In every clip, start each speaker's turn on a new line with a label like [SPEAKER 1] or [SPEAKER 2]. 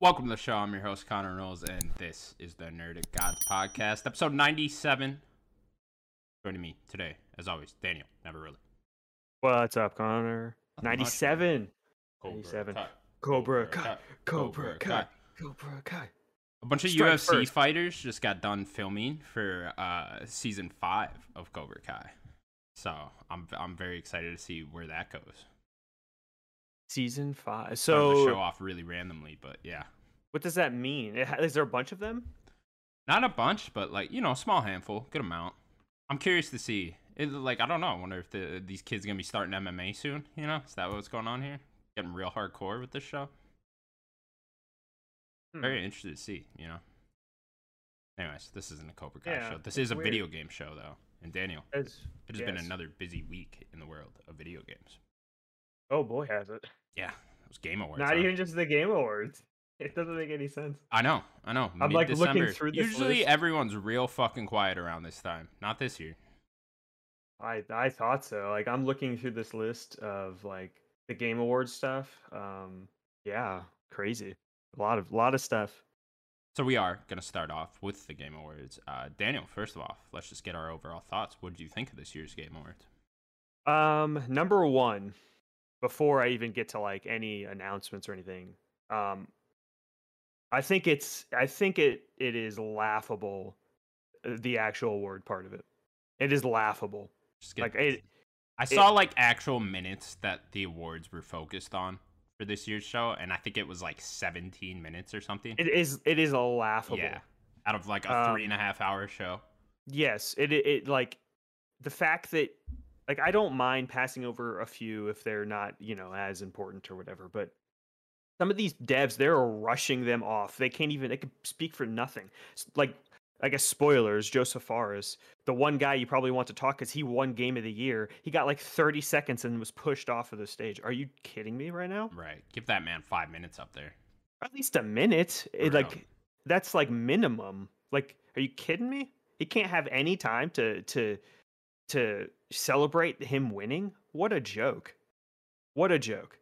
[SPEAKER 1] Welcome to the show. I'm your host, Connor Knowles, and this is the Nerd at Gods podcast, episode 97. Joining me today, as always, Daniel, never really.
[SPEAKER 2] What's up, Connor?
[SPEAKER 1] Nothing much.
[SPEAKER 2] 97. 97.
[SPEAKER 1] Kai,
[SPEAKER 2] Cobra
[SPEAKER 1] Kai,
[SPEAKER 2] Kai. Cobra Kai. Cobra Kai.
[SPEAKER 1] A bunch of
[SPEAKER 2] Strike
[SPEAKER 1] UFC
[SPEAKER 2] first.
[SPEAKER 1] fighters just got done filming for uh, season five of Cobra Kai. So I'm I'm very excited to see where that goes.
[SPEAKER 2] Season
[SPEAKER 1] Started
[SPEAKER 2] 5.
[SPEAKER 1] the show
[SPEAKER 2] So,
[SPEAKER 1] off really randomly, but yeah,
[SPEAKER 2] what does that mean? It ha- Is there a bunch of them?
[SPEAKER 1] not a bunch, but like you know, a small handful, good amount. I'm curious to see. It, like I don't know. I wonder if the, these kids gonna be starting MMA soon. You know, is that what's going on here? Getting real hardcore with this show.
[SPEAKER 2] Hmm.
[SPEAKER 1] Very interested to see. You know. Anyways, this isn't a Cobra Kai
[SPEAKER 2] Yeah,
[SPEAKER 1] show. This is a
[SPEAKER 2] weird.
[SPEAKER 1] video game show though. And Daniel,
[SPEAKER 2] It's-
[SPEAKER 1] it has been
[SPEAKER 2] yes.
[SPEAKER 1] another busy week in the world of video games.
[SPEAKER 2] Oh, boy, has it.
[SPEAKER 1] Yeah, those Game Awards.
[SPEAKER 2] Not
[SPEAKER 1] huh?
[SPEAKER 2] even just the Game Awards. It doesn't make any sense.
[SPEAKER 1] I know, I know.
[SPEAKER 2] I'm, like, looking
[SPEAKER 1] Mid-December.
[SPEAKER 2] through this
[SPEAKER 1] Usually
[SPEAKER 2] list.
[SPEAKER 1] everyone's real fucking quiet around this time. Not this year.
[SPEAKER 2] I I thought so. Like I'm looking through this list of like the Game Awards stuff. Um yeah, crazy. A lot of lot of stuff.
[SPEAKER 1] So we are gonna start off with the Game Awards. Uh, Daniel, first of all, let's just get our overall thoughts. What did you think of this year's Game Awards?
[SPEAKER 2] Um number 1 before I even get to like any announcements or anything. Um I think it's I think it it is laughable uh, the actual award part of it. It is laughable.
[SPEAKER 1] Just get,
[SPEAKER 2] like it
[SPEAKER 1] I saw like actual minutes that the awards were focused on for this year's show, and I think it was like 17 minutes or something.
[SPEAKER 2] it is it is a laughable.
[SPEAKER 1] yeah, out of like a
[SPEAKER 2] Um,
[SPEAKER 1] three and a half hour show.
[SPEAKER 2] Yes, it, it it like the fact that like I don't mind passing over a few if they're not, you know, as important or whatever, but some of these devs they're rushing them off. They can't even they could speak for nothing. S- Like I guess spoilers, Joseph Fares, the one guy you probably want to talk cuz he won game of the year. He got like 30 seconds and was pushed off of the stage. Are you kidding me right now?
[SPEAKER 1] Right, give that man five minutes up there.
[SPEAKER 2] At least a minute. It,
[SPEAKER 1] For real.
[SPEAKER 2] like that's like minimum. Like, are you kidding me? He can't have any time to to to celebrate him winning. What a joke! What a joke!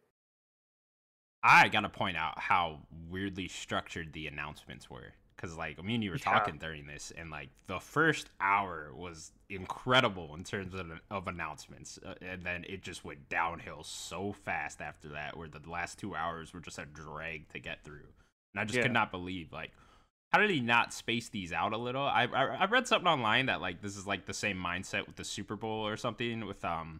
[SPEAKER 1] I gotta point out how weirdly structured the announcements were. Cause like me and you were
[SPEAKER 2] Yeah.
[SPEAKER 1] talking during this, and like the first hour was incredible in terms of, of announcements, uh, and then it just went downhill so fast after that, where the last two hours were just a drag to get through. And I just
[SPEAKER 2] Yeah.
[SPEAKER 1] could not believe like how did he not space these out a little? I, I I read something online that like this is like the same mindset with the Super Bowl or something with um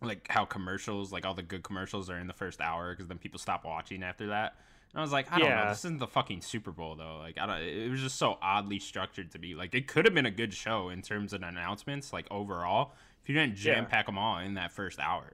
[SPEAKER 1] like how commercials like all the good commercials are in the first hour because then people stop watching after that. And I was like, I don't know,
[SPEAKER 2] Yeah.
[SPEAKER 1] this isn't the fucking Super Bowl though. Like I don't, it was just so oddly structured to me. Like it could have been a good show in terms of announcements, like overall, if you didn't
[SPEAKER 2] Yeah.
[SPEAKER 1] jam pack them all in that first hour.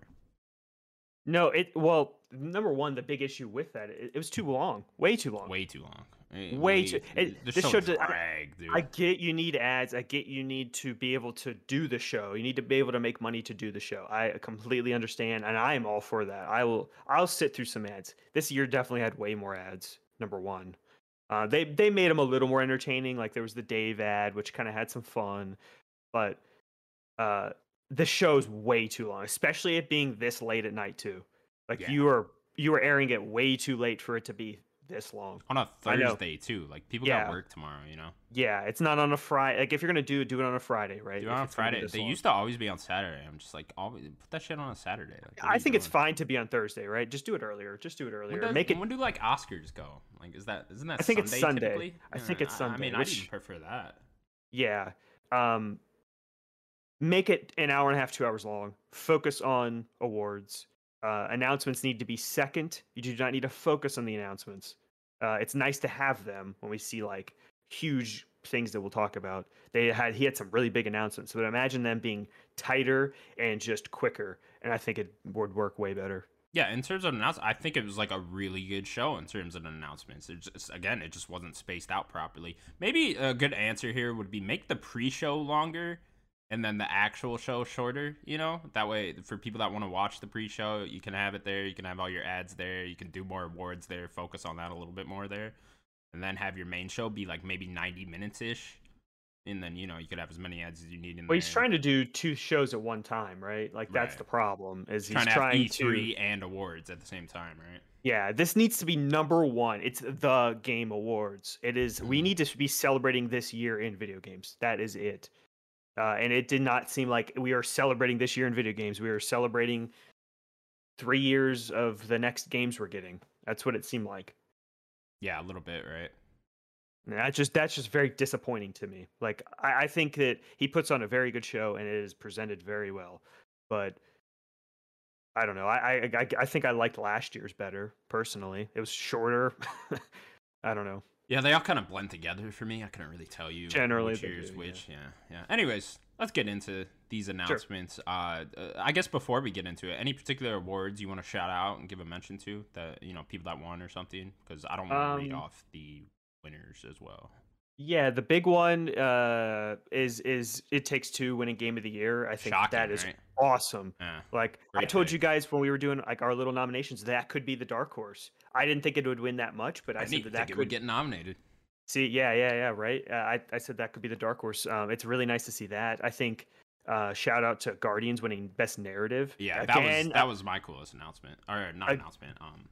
[SPEAKER 2] No, it well, number one, the big issue with that it, it was too long, way too long.
[SPEAKER 1] Way too long. Eh,
[SPEAKER 2] Way too- it-
[SPEAKER 1] the
[SPEAKER 2] this
[SPEAKER 1] show
[SPEAKER 2] show did- I-
[SPEAKER 1] dragged, dude.
[SPEAKER 2] I get you need ads. I get you need to be able to do the show. You need to be able to make money to do the show. I completely understand, and I am all for that. I will. I'll sit through some ads. This year definitely had way more ads. Number one, uh, they they made them a little more entertaining. Like there was the Dave ad, which kind of had some fun, but uh, the show's way too long, especially it being this late at night too. Like
[SPEAKER 1] Yeah.
[SPEAKER 2] you are you are airing it way too late for it to be this long.
[SPEAKER 1] on a
[SPEAKER 2] I know.
[SPEAKER 1] Thursday too. Like people
[SPEAKER 2] Yeah.
[SPEAKER 1] got work tomorrow, you know.
[SPEAKER 2] Yeah, it's not on a Friday. Like if you're gonna do it, do it on a Friday, right?
[SPEAKER 1] Dude,
[SPEAKER 2] If
[SPEAKER 1] on
[SPEAKER 2] it's gonna be
[SPEAKER 1] Friday,
[SPEAKER 2] this
[SPEAKER 1] they
[SPEAKER 2] long.
[SPEAKER 1] used to always be on Saturday. I'm just like, always put that shit on a Saturday. Like, what are
[SPEAKER 2] I
[SPEAKER 1] you
[SPEAKER 2] think it's
[SPEAKER 1] doing?
[SPEAKER 2] fine to be on Thursday, right? Just do it earlier. Just do it earlier.
[SPEAKER 1] When, does,
[SPEAKER 2] Make it.
[SPEAKER 1] when do like Oscars go? Like, is that isn't that?
[SPEAKER 2] I think it's
[SPEAKER 1] Sunday.
[SPEAKER 2] Sunday.
[SPEAKER 1] typically?
[SPEAKER 2] I think it's
[SPEAKER 1] I- I mean,
[SPEAKER 2] Sunday,
[SPEAKER 1] I
[SPEAKER 2] which-
[SPEAKER 1] didn't prefer that.
[SPEAKER 2] Yeah. Um. Make it an hour and a half, two hours long. Focus on awards. Uh, announcements need to be second. You do not need to focus on the announcements. Uh, it's nice to have them when we see like huge things that we'll talk about. They had he had some really big announcements, but imagine them being tighter and just quicker. And I think it would work way better.
[SPEAKER 1] Yeah, in terms of announcements, I think it was like a really good show in terms of announcements. It just, again, it just wasn't spaced out properly. Maybe a good answer here would be make the pre-show longer and then the actual show shorter, you know? That way for people that want to watch the pre-show, you can have it there, you can have all your ads there, you can do more awards there, focus on that a little bit more there. And then have your main show be like maybe 90 minutes ish. And then, you know, you could have as many ads as you need in
[SPEAKER 2] Well,
[SPEAKER 1] there.
[SPEAKER 2] he's trying to do two shows at one time, right? Like that's
[SPEAKER 1] Mm-hmm. Right.
[SPEAKER 2] the problem. Is he's
[SPEAKER 1] Trying to
[SPEAKER 2] trying
[SPEAKER 1] have E
[SPEAKER 2] to
[SPEAKER 1] E3 and awards at the same time, right?
[SPEAKER 2] Yeah, this needs to be number one. It's the game awards. It is- We
[SPEAKER 1] Mhm.
[SPEAKER 2] need to be celebrating this year in video games. That is it. Uh, and it did not seem like we are celebrating this year in video games. We are celebrating three years of the next games we're getting. That's what it seemed like.
[SPEAKER 1] Yeah, a little bit, right?
[SPEAKER 2] And that just that's just very disappointing to me. Like I, I think that he puts on a very good show and it is presented very well, but I don't know. I I I, I think I liked last year's better personally. It was shorter. I don't know.
[SPEAKER 1] Yeah, they all kind of blend together for me. I couldn't really tell you
[SPEAKER 2] Generally,
[SPEAKER 1] which
[SPEAKER 2] they
[SPEAKER 1] year's
[SPEAKER 2] do, yeah.
[SPEAKER 1] which. Yeah. yeah, Anyways, let's get into these announcements. Uh, uh, I guess before we get into it, any particular awards you want to shout out and give a mention to that you know people that won or something? Because I don't want to read
[SPEAKER 2] Um,
[SPEAKER 1] off the winners as well.
[SPEAKER 2] Yeah, the big one uh, is is it takes two winning game of the year. I think
[SPEAKER 1] Shocking,
[SPEAKER 2] that is
[SPEAKER 1] right?
[SPEAKER 2] awesome.
[SPEAKER 1] Yeah.
[SPEAKER 2] Like I
[SPEAKER 1] Great
[SPEAKER 2] told
[SPEAKER 1] pick.
[SPEAKER 2] you guys when we were doing like our little nominations, that could be the dark horse. I didn't think it would win that much, but I,
[SPEAKER 1] I,
[SPEAKER 2] said
[SPEAKER 1] didn't
[SPEAKER 2] that
[SPEAKER 1] think
[SPEAKER 2] that
[SPEAKER 1] it
[SPEAKER 2] could
[SPEAKER 1] would get nominated.
[SPEAKER 2] See, yeah, yeah, yeah, right. Uh, I, I said that could be the dark horse. Um, it's really nice to see that. I think uh, shout out to Guardians winning best narrative.
[SPEAKER 1] Yeah, that
[SPEAKER 2] again,
[SPEAKER 1] was that was my coolest announcement, or not
[SPEAKER 2] I-
[SPEAKER 1] announcement, um,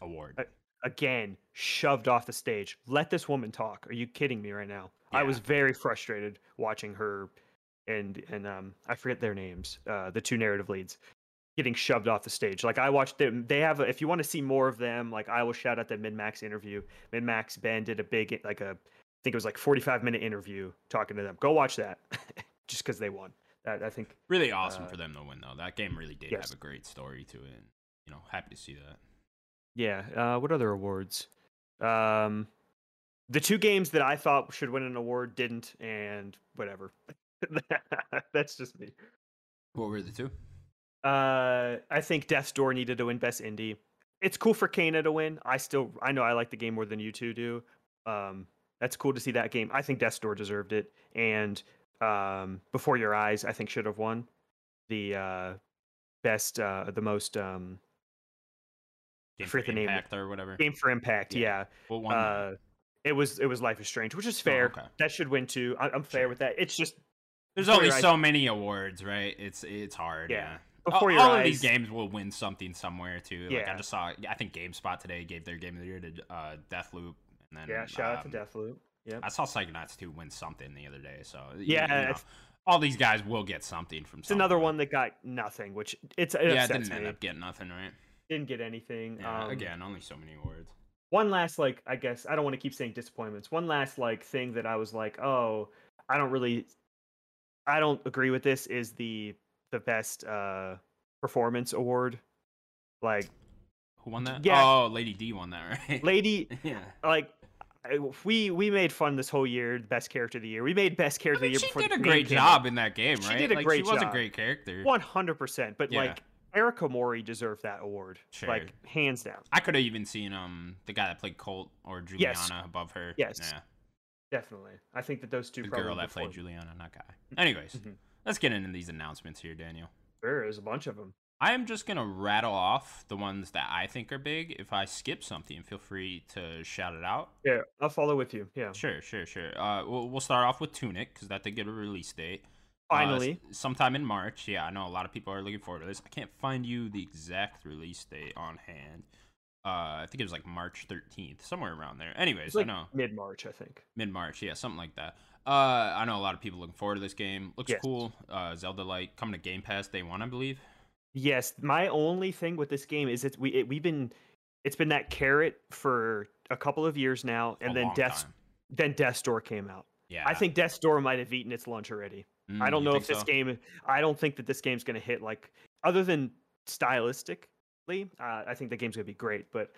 [SPEAKER 1] award.
[SPEAKER 2] I- again shoved off the stage. Let this woman talk. Are you kidding me right now? I
[SPEAKER 1] Yeah.
[SPEAKER 2] was very frustrated watching her and and um I forget their names. Uh, the two narrative leads getting shoved off the stage. Like I watched them. They have. A, if you want to see more of them, like I will shout out the Mid Max interview. Mid Max Ben did a big like a I think it was like 45 minute interview talking to them. Go watch that just because they won. That I think
[SPEAKER 1] really awesome
[SPEAKER 2] uh,
[SPEAKER 1] for them to win, though. That game really did
[SPEAKER 2] yes.
[SPEAKER 1] have a great story to it. And, you know, happy to see that.
[SPEAKER 2] Yeah. Uh, what other awards? Um, the two games that I thought should win an award didn't, and whatever. That's just me.
[SPEAKER 1] What were the two?
[SPEAKER 2] Uh, I think Death's Door needed to win Best Indie. It's cool for Kana to win. I still, I know I like the game more than you two do. Um, that's cool to see that game. I think Death's Door deserved it, and um, Before Your Eyes, I think should have won the uh, best, uh, the most um,
[SPEAKER 1] Game for
[SPEAKER 2] forget the name.
[SPEAKER 1] Impact or whatever.
[SPEAKER 2] game for impact.
[SPEAKER 1] Yeah.
[SPEAKER 2] yeah.
[SPEAKER 1] What one? Oh,
[SPEAKER 2] Uh, it was it was Life is Strange, which is fair.
[SPEAKER 1] okay.
[SPEAKER 2] That should win too. I, I'm fair
[SPEAKER 1] Sure.
[SPEAKER 2] with that. It's just
[SPEAKER 1] There's
[SPEAKER 2] Before
[SPEAKER 1] only
[SPEAKER 2] Your Eyes-
[SPEAKER 1] so many awards, right? It's it's hard. Yeah.
[SPEAKER 2] Yeah.
[SPEAKER 1] All-
[SPEAKER 2] before
[SPEAKER 1] Oh, all,
[SPEAKER 2] your
[SPEAKER 1] of
[SPEAKER 2] eyes.
[SPEAKER 1] these games will win something somewhere too. Like I
[SPEAKER 2] Yeah.
[SPEAKER 1] just saw, I think GameSpot today gave their game of the year to uh, Deathloop, and then
[SPEAKER 2] yeah, shout out to
[SPEAKER 1] um,
[SPEAKER 2] Deathloop. Yep.
[SPEAKER 1] I saw Psychonauts 2 win something the other day, so y- you
[SPEAKER 2] Yeah,
[SPEAKER 1] know,
[SPEAKER 2] it's-
[SPEAKER 1] all these guys will get something from.
[SPEAKER 2] It's another
[SPEAKER 1] somewhere.
[SPEAKER 2] one that got nothing, which it's it
[SPEAKER 1] oh, yeah, it
[SPEAKER 2] upsets
[SPEAKER 1] didn't end
[SPEAKER 2] me.
[SPEAKER 1] up getting nothing, right?
[SPEAKER 2] Didn't get anything.
[SPEAKER 1] Yeah,
[SPEAKER 2] um,
[SPEAKER 1] again, only so many awards.
[SPEAKER 2] One last like I guess I don't want to keep saying disappointments. One last like thing that I was like, oh, I don't really, I don't agree with this is the the best uh performance award. Like
[SPEAKER 1] Who won that?
[SPEAKER 2] yeah.
[SPEAKER 1] Oh, Lady D won that, right?
[SPEAKER 2] Lady
[SPEAKER 1] yeah.
[SPEAKER 2] like I- we we made fun this whole year best character of the year we made best
[SPEAKER 1] I
[SPEAKER 2] character
[SPEAKER 1] mean,
[SPEAKER 2] of the
[SPEAKER 1] she
[SPEAKER 2] year before
[SPEAKER 1] did
[SPEAKER 2] the
[SPEAKER 1] a
[SPEAKER 2] game
[SPEAKER 1] great
[SPEAKER 2] came out.
[SPEAKER 1] job in that game,
[SPEAKER 2] She
[SPEAKER 1] right?
[SPEAKER 2] did a
[SPEAKER 1] like,
[SPEAKER 2] great
[SPEAKER 1] She was a
[SPEAKER 2] job.
[SPEAKER 1] great character.
[SPEAKER 2] One hundred percent. But
[SPEAKER 1] Yeah.
[SPEAKER 2] like Erica Mori deserved that award,
[SPEAKER 1] Sure.
[SPEAKER 2] like hands down,
[SPEAKER 1] I could have even seen um the guy that played Colt or Juliana
[SPEAKER 2] Yes.
[SPEAKER 1] above her.
[SPEAKER 2] Yes.
[SPEAKER 1] Yeah.
[SPEAKER 2] definitely. I think that those two
[SPEAKER 1] The
[SPEAKER 2] probably
[SPEAKER 1] girl that played
[SPEAKER 2] performed-
[SPEAKER 1] Juliana, not guy. Anyways,
[SPEAKER 2] Mhm.
[SPEAKER 1] let's get into these announcements here, Daniel.
[SPEAKER 2] There is a bunch of them.
[SPEAKER 1] I am just gonna rattle off the ones that I think are big. If I skip something, feel free to shout it out.
[SPEAKER 2] Yeah, I'll follow with you. Yeah,
[SPEAKER 1] Sure, sure, sure. Uh, we'll, we'll start off with Tunic because that did get a release date. Uh, s-
[SPEAKER 2] finally,
[SPEAKER 1] sometime in March. Yeah, I know a lot of people are looking forward to this. I can't find you the exact release date on hand. Uh, I think it was like March 13th, somewhere around there. Anyways,
[SPEAKER 2] it's like
[SPEAKER 1] I know
[SPEAKER 2] mid March, I think.
[SPEAKER 1] mid March, yeah, something like that. Uh, I know a lot of people looking forward to this game. Looks
[SPEAKER 2] Yes.
[SPEAKER 1] cool. Uh, Zelda like coming to Game Pass day one, I believe.
[SPEAKER 2] Yes, my only thing with this game is it's we it, we've been it's been that carrot for a couple of years now,
[SPEAKER 1] A
[SPEAKER 2] and then
[SPEAKER 1] long
[SPEAKER 2] Death's
[SPEAKER 1] time.
[SPEAKER 2] then Death's Door came out.
[SPEAKER 1] Yeah,
[SPEAKER 2] I think Death's Door might have eaten its lunch already. I
[SPEAKER 1] Mm,
[SPEAKER 2] don't
[SPEAKER 1] you
[SPEAKER 2] know
[SPEAKER 1] think
[SPEAKER 2] if this
[SPEAKER 1] so?
[SPEAKER 2] game. I don't think that this game's going to hit like other than stylistically. Uh, I think the game's going to be great, but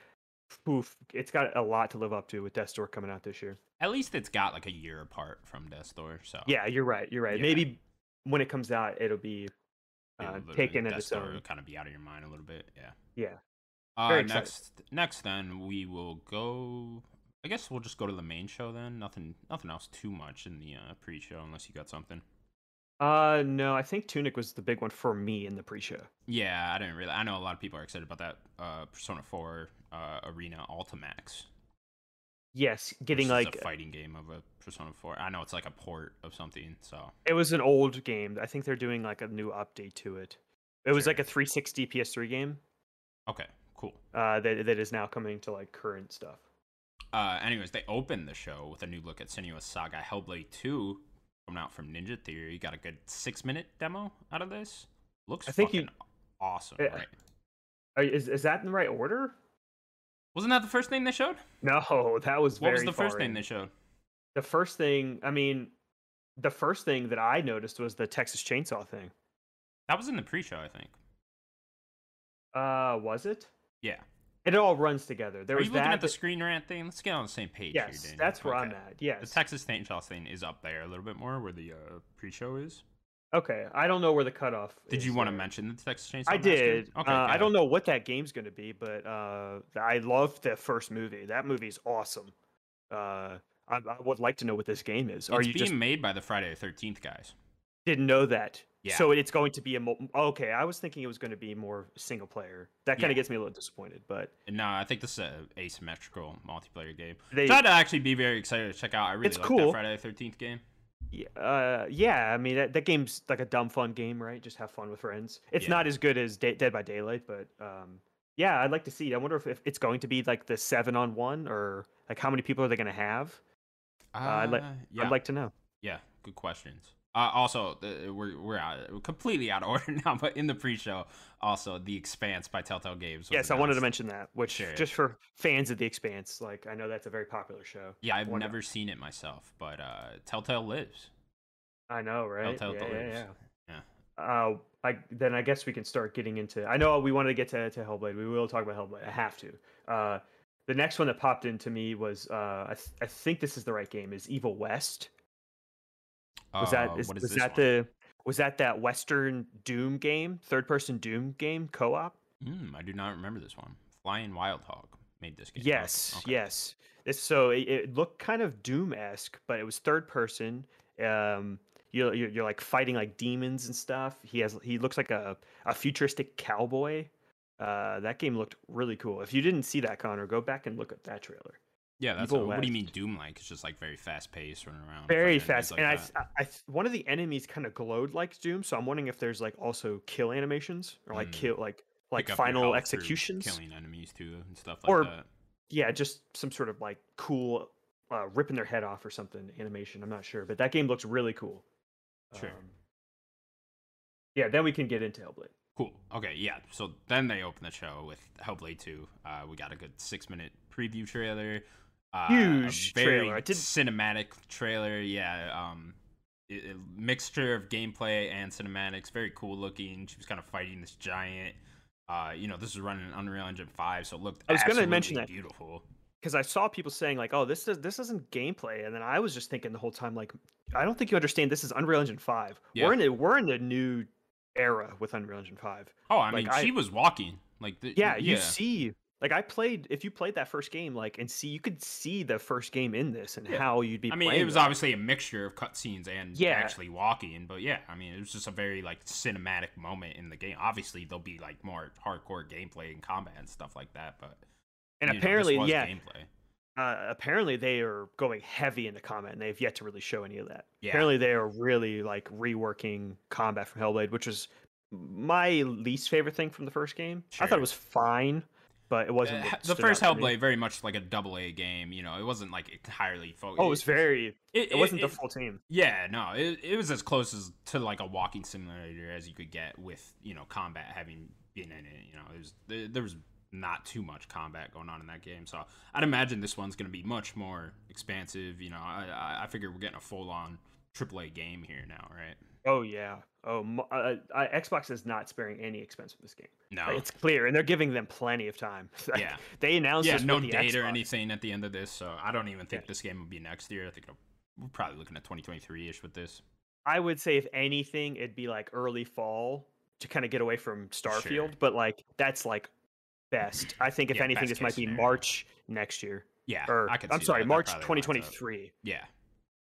[SPEAKER 2] oof, it's got a lot to live up to with Death Store coming out this year.
[SPEAKER 1] At least it's got like a year apart from Death Store, so
[SPEAKER 2] Yeah, you're right. You're right.
[SPEAKER 1] Oh, Yeah.
[SPEAKER 2] Maybe when it comes out, it'll be
[SPEAKER 1] it'll
[SPEAKER 2] uh,
[SPEAKER 1] literally-
[SPEAKER 2] taken
[SPEAKER 1] Death
[SPEAKER 2] into its
[SPEAKER 1] Star
[SPEAKER 2] own.
[SPEAKER 1] will kind of be out of your mind a little bit. Yeah.
[SPEAKER 2] Yeah.
[SPEAKER 1] Uh,
[SPEAKER 2] Very excited.
[SPEAKER 1] next, next, then we will go. I guess we'll just go to the main show then. Nothing, nothing else too much in the uh, pre-show, unless you got something.
[SPEAKER 2] Uh, no, I think Tunic was the big one for me in the pre-show.
[SPEAKER 1] Yeah, I didn't really. I know a lot of people are excited about that uh, Persona Four uh, Arena Ultimax,
[SPEAKER 2] Yes,
[SPEAKER 1] which
[SPEAKER 2] getting
[SPEAKER 1] is
[SPEAKER 2] like
[SPEAKER 1] a fighting game of a Persona Four. I know it's like a port of something, so
[SPEAKER 2] it was an old game. I think they're doing like a new update to it. It was
[SPEAKER 1] Sure.
[SPEAKER 2] like a 360 PS3 game.
[SPEAKER 1] okay, Cool.
[SPEAKER 2] uh, that that is now coming to like current stuff.
[SPEAKER 1] Uh, anyways, they opened the show with a new look at Sinuous Saga Hellblade 2 coming out from Ninja Theory. Got a good six minute demo out of this. Looks
[SPEAKER 2] I think you-
[SPEAKER 1] fucking awesome,
[SPEAKER 2] Yeah.
[SPEAKER 1] right?
[SPEAKER 2] Uh, Is is that in the right order?
[SPEAKER 1] Wasn't that the first thing they showed?
[SPEAKER 2] No, that was
[SPEAKER 1] What
[SPEAKER 2] very
[SPEAKER 1] was the first
[SPEAKER 2] far
[SPEAKER 1] thing
[SPEAKER 2] in.
[SPEAKER 1] they showed?
[SPEAKER 2] the first thing i mean the first thing that i noticed was the texas chainsaw thing
[SPEAKER 1] That was in the pre show, I think.
[SPEAKER 2] uh was it
[SPEAKER 1] Yeah.
[SPEAKER 2] it all runs together there
[SPEAKER 1] Are
[SPEAKER 2] was
[SPEAKER 1] you looking
[SPEAKER 2] that
[SPEAKER 1] at the screen rant thing? Let's get on the same page here,
[SPEAKER 2] yes
[SPEAKER 1] Daniel.
[SPEAKER 2] that's where i'm
[SPEAKER 1] Okay.
[SPEAKER 2] at yes
[SPEAKER 1] The Texas St. Charles thing is up there a little bit more where the uh, pre show is.
[SPEAKER 2] okay i don't know where the cutoff
[SPEAKER 1] Did
[SPEAKER 2] is
[SPEAKER 1] you want to
[SPEAKER 2] there.
[SPEAKER 1] mention the Texas Chainsaw?
[SPEAKER 2] i
[SPEAKER 1] Massacre? Okay,
[SPEAKER 2] did uh,
[SPEAKER 1] go
[SPEAKER 2] i
[SPEAKER 1] ahead.
[SPEAKER 2] don't know what that game's going to be but uh i love the first movie that movie's awesome uh I, I would like to know what this game is. Are
[SPEAKER 1] it's
[SPEAKER 2] you
[SPEAKER 1] being
[SPEAKER 2] just
[SPEAKER 1] made by the Friday the Thirteenth guys.
[SPEAKER 2] didn't know that?
[SPEAKER 1] Yeah.
[SPEAKER 2] So it's going to be a mul- okay. I was thinking it was going to be more single player. That kind
[SPEAKER 1] Yeah.
[SPEAKER 2] of gets me a little disappointed, but
[SPEAKER 1] No, uh, I think this is an asymmetrical multiplayer game.
[SPEAKER 2] they
[SPEAKER 1] Tried to actually be very excited to check out. I really
[SPEAKER 2] It's
[SPEAKER 1] like that
[SPEAKER 2] cool.
[SPEAKER 1] Friday the Thirteenth game.
[SPEAKER 2] Yeah, uh, yeah. I mean, that, that game's like a dumb fun game, right? Just have fun with friends. It's
[SPEAKER 1] Yeah.
[SPEAKER 2] not as good as Da- Dead by Daylight, but um, yeah, I'd like to see. it. I wonder if, if it's going to be like the seven on one or like how many people are they going to have?
[SPEAKER 1] Uh,
[SPEAKER 2] I'd like-
[SPEAKER 1] yeah,
[SPEAKER 2] I'd like to know.
[SPEAKER 1] yeah, good questions. Uh, also, the, we're we're, out, we're completely out of order now. But in the pre-show, also the Expanse by Telltale Games. was
[SPEAKER 2] Yes, I wanted to
[SPEAKER 1] announced.
[SPEAKER 2] mention that, which
[SPEAKER 1] Sure.
[SPEAKER 2] just for fans of The Expanse, like I know that's a very popular show.
[SPEAKER 1] Yeah, I've
[SPEAKER 2] Wonder-
[SPEAKER 1] never seen it myself, but uh, Telltale lives.
[SPEAKER 2] I know, right?
[SPEAKER 1] Telltale
[SPEAKER 2] yeah, yeah,
[SPEAKER 1] Delirious.
[SPEAKER 2] yeah. Uh, I, then I guess we can start getting into. I know we wanted to get to, to Hellblade. We will talk about Hellblade. I have to. Uh, the next one that popped into me was uh, I, th- I think this is the right game. Is Evil West? Was
[SPEAKER 1] Uh,
[SPEAKER 2] that is,
[SPEAKER 1] what is
[SPEAKER 2] was
[SPEAKER 1] this
[SPEAKER 2] that
[SPEAKER 1] one?
[SPEAKER 2] the was that that Western Doom game, third person Doom game co-op?
[SPEAKER 1] Mm, I do not remember this one. Flying Wild Hog made this game. Okay,
[SPEAKER 2] Yes,
[SPEAKER 1] okay.
[SPEAKER 2] yes. It's, so it, it looked kind of Doom esque, but it was third person. Um, you're, you're you're like fighting like demons and stuff. He has he looks like a a futuristic cowboy. Uh, that game looked really cool. If you didn't see that, Connor, go back and look at that trailer.
[SPEAKER 1] Yeah, that's
[SPEAKER 2] Evil
[SPEAKER 1] what do you
[SPEAKER 2] West.
[SPEAKER 1] mean Doom like? It's just like very fast paced, running around.
[SPEAKER 2] Very
[SPEAKER 1] fighting enemies
[SPEAKER 2] fast,
[SPEAKER 1] like
[SPEAKER 2] and I,
[SPEAKER 1] that.
[SPEAKER 2] th- I- I th- one of the enemies kind of glowed like Doom, so I'm wondering if there's like also kill animations or like
[SPEAKER 1] Mm.
[SPEAKER 2] kill like like
[SPEAKER 1] pick up your health
[SPEAKER 2] final
[SPEAKER 1] through
[SPEAKER 2] executions.
[SPEAKER 1] killing enemies too, and stuff like
[SPEAKER 2] Or-
[SPEAKER 1] that.
[SPEAKER 2] yeah, just some sort of like cool uh, ripping their head off or something animation. I'm not sure, but that game looks really cool. Um,
[SPEAKER 1] Sure.
[SPEAKER 2] yeah, then we can get into Hellblade.
[SPEAKER 1] Cool. Okay, yeah. So then they open the show with Hellblade Two. Uh, we got a good six minute preview trailer. Uh, a
[SPEAKER 2] Huge
[SPEAKER 1] very
[SPEAKER 2] trailer. I did-
[SPEAKER 1] cinematic trailer. Yeah. Um, it, it- mixture of gameplay and cinematics. Very cool looking. She was kind of fighting this giant. Uh, you know, this is running Unreal Engine Five, so it looked.
[SPEAKER 2] I was gonna mention
[SPEAKER 1] absolutely
[SPEAKER 2] that.
[SPEAKER 1] Beautiful.
[SPEAKER 2] Because I saw people saying like, "Oh, this is this isn't gameplay," and then I was just thinking the whole time like, "I don't think you understand. This is Unreal Engine Five.
[SPEAKER 1] Yeah.
[SPEAKER 2] We're in a, we're in a new era with Unreal Engine Five.
[SPEAKER 1] Oh, I
[SPEAKER 2] Like,
[SPEAKER 1] mean,
[SPEAKER 2] I-
[SPEAKER 1] she was walking. Like, the,
[SPEAKER 2] Yeah, you see." Like I played, if you played that first game, like and see, you could see the first game in this and
[SPEAKER 1] Yeah.
[SPEAKER 2] how you'd be.
[SPEAKER 1] I mean, it
[SPEAKER 2] playing
[SPEAKER 1] was
[SPEAKER 2] that.
[SPEAKER 1] obviously a mixture of cutscenes and
[SPEAKER 2] Yeah.
[SPEAKER 1] actually walking, but yeah, I mean, it was just a very like cinematic moment in the game. Obviously, there'll be like more hardcore gameplay and combat and stuff like that, but you
[SPEAKER 2] and
[SPEAKER 1] know, this
[SPEAKER 2] apparently,
[SPEAKER 1] was
[SPEAKER 2] yeah,
[SPEAKER 1] gameplay.
[SPEAKER 2] uh, apparently they are going heavy into combat and they've yet to really show any of that.
[SPEAKER 1] Yeah.
[SPEAKER 2] Apparently they are really like reworking combat from Hellblade, which is my least favorite thing from the first game. I thought
[SPEAKER 1] Sure.
[SPEAKER 2] it was fine, but it wasn't
[SPEAKER 1] Uh,
[SPEAKER 2] what
[SPEAKER 1] the
[SPEAKER 2] stood
[SPEAKER 1] first
[SPEAKER 2] out to me.
[SPEAKER 1] Hellblade, very much like a double A game. You know, it wasn't like entirely focused.
[SPEAKER 2] Oh, it was very.
[SPEAKER 1] It,
[SPEAKER 2] It wasn't
[SPEAKER 1] it-
[SPEAKER 2] the full team.
[SPEAKER 1] Yeah, no, it, it was as close as to like a walking simulator as you could get with you know combat having been in it. You know, it was, there, there was not too much combat going on in that game, so I'd imagine this one's going to be much more expansive. You know, I I, I figure we're getting a full on AAA game here now, right?
[SPEAKER 2] Oh yeah. Oh, mo- uh, uh, Xbox is not sparing any expense for this game.
[SPEAKER 1] No,
[SPEAKER 2] Like, It's clear, and they're giving them plenty of time. Like,
[SPEAKER 1] Oh. Yeah.
[SPEAKER 2] They announced
[SPEAKER 1] yeah,
[SPEAKER 2] this
[SPEAKER 1] no
[SPEAKER 2] with the
[SPEAKER 1] date or
[SPEAKER 2] Xbox.
[SPEAKER 1] anything at the end of this, so I don't even think
[SPEAKER 2] Yeah.
[SPEAKER 1] this game will be next year. I think it'll, we're probably looking at 2023 ish with this.
[SPEAKER 2] I would say if anything, it'd be like early fall to kind of get away from Starfield,
[SPEAKER 1] Sure.
[SPEAKER 2] but like that's like best. I think if
[SPEAKER 1] Yeah,
[SPEAKER 2] anything,
[SPEAKER 1] best
[SPEAKER 2] this
[SPEAKER 1] case
[SPEAKER 2] might be
[SPEAKER 1] scenario.
[SPEAKER 2] March next year.
[SPEAKER 1] Yeah,
[SPEAKER 2] Or
[SPEAKER 1] I could.
[SPEAKER 2] I'm
[SPEAKER 1] see
[SPEAKER 2] sorry,
[SPEAKER 1] that. That
[SPEAKER 2] March
[SPEAKER 1] probably lines up.
[SPEAKER 2] 2023.
[SPEAKER 1] Yeah.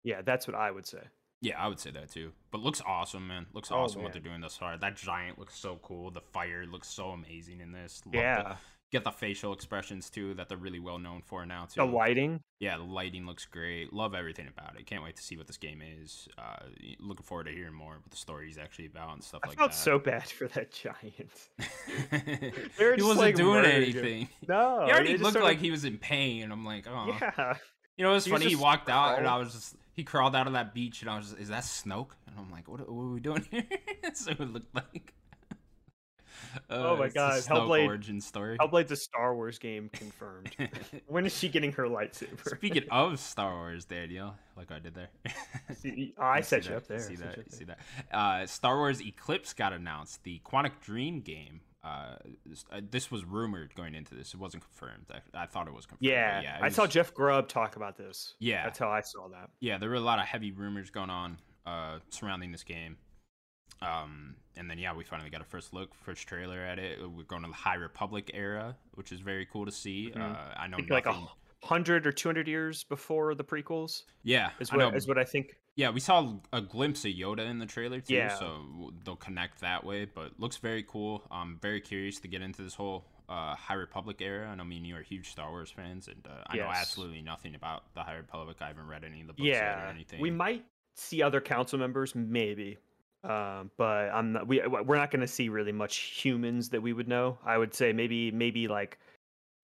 [SPEAKER 2] Yeah, that's what I would say.
[SPEAKER 1] Yeah, I would say that too. But looks awesome, man. Looks
[SPEAKER 2] Oh,
[SPEAKER 1] awesome what
[SPEAKER 2] man.
[SPEAKER 1] they're doing thus far. That giant looks so cool. The fire looks so amazing in this. Love the-
[SPEAKER 2] yeah,
[SPEAKER 1] get the facial expressions too that they're really well known for now too.
[SPEAKER 2] The lighting.
[SPEAKER 1] Yeah, the lighting looks great. Love everything about it. Can't wait to see what this game is. Uh, looking forward to hearing more what the story's actually about and stuff
[SPEAKER 2] I
[SPEAKER 1] like
[SPEAKER 2] felt
[SPEAKER 1] that.
[SPEAKER 2] so bad for that giant.
[SPEAKER 1] he
[SPEAKER 2] They were just,
[SPEAKER 1] wasn't
[SPEAKER 2] like,
[SPEAKER 1] doing
[SPEAKER 2] murdering him.
[SPEAKER 1] anything.
[SPEAKER 2] No,
[SPEAKER 1] He
[SPEAKER 2] they
[SPEAKER 1] already
[SPEAKER 2] just
[SPEAKER 1] looked
[SPEAKER 2] started-
[SPEAKER 1] like he was in pain. I'm like, oh.
[SPEAKER 2] yeah.
[SPEAKER 1] You know, it's
[SPEAKER 2] He was
[SPEAKER 1] funny. He
[SPEAKER 2] just
[SPEAKER 1] walked out, and I
[SPEAKER 2] crawling.
[SPEAKER 1] was just he crawled out of that beach, and I was just, is that Snoke? And I'm like, what, what are we doing here? That's what it looked like. Uh,
[SPEAKER 2] Oh my
[SPEAKER 1] it's the
[SPEAKER 2] God,
[SPEAKER 1] Snoke
[SPEAKER 2] Hellblade-
[SPEAKER 1] origin story.
[SPEAKER 2] Hellblade's a Star Wars game confirmed. when is she getting her lightsaber?
[SPEAKER 1] Speaking of Star Wars, Daniel, like I did there.
[SPEAKER 2] See, I
[SPEAKER 1] see
[SPEAKER 2] set you
[SPEAKER 1] that,
[SPEAKER 2] up there.
[SPEAKER 1] See
[SPEAKER 2] I set
[SPEAKER 1] that?
[SPEAKER 2] you up
[SPEAKER 1] See that? Uh, Star Wars Eclipse got announced. The Quantic Dream game. Uh, s- uh, this was rumored going into this. It wasn't confirmed. I, I thought it was confirmed. but
[SPEAKER 2] Yeah,
[SPEAKER 1] yeah. it
[SPEAKER 2] I saw
[SPEAKER 1] was-
[SPEAKER 2] Jeff Grubb talk about this.
[SPEAKER 1] Yeah,
[SPEAKER 2] That's how I saw that.
[SPEAKER 1] yeah, there were a lot of heavy rumors going on uh, surrounding this game. Um, and then yeah, we finally got a first look, first trailer at it. We're going to the High Republic era, which is very cool to see.
[SPEAKER 2] Mhm.
[SPEAKER 1] Uh, I know
[SPEAKER 2] Think
[SPEAKER 1] nothing.
[SPEAKER 2] like a hundred or two hundred years before the prequels
[SPEAKER 1] yeah,
[SPEAKER 2] is
[SPEAKER 1] I know.
[SPEAKER 2] what is what I think.
[SPEAKER 1] yeah, we saw a glimpse of Yoda in the trailer too,
[SPEAKER 2] Yeah.
[SPEAKER 1] so w- they'll connect that way. But looks very cool. I'm very curious to get into this whole uh, High Republic era. I know me and you are huge Star Wars fans, and uh, I know
[SPEAKER 2] Yes.
[SPEAKER 1] absolutely nothing about the High Republic. I haven't read any of the books yet or
[SPEAKER 2] Yeah,
[SPEAKER 1] anything.
[SPEAKER 2] we might see other council members, maybe, um, but I'm not, we we're not going to see really much humans that we would know. I would say maybe maybe like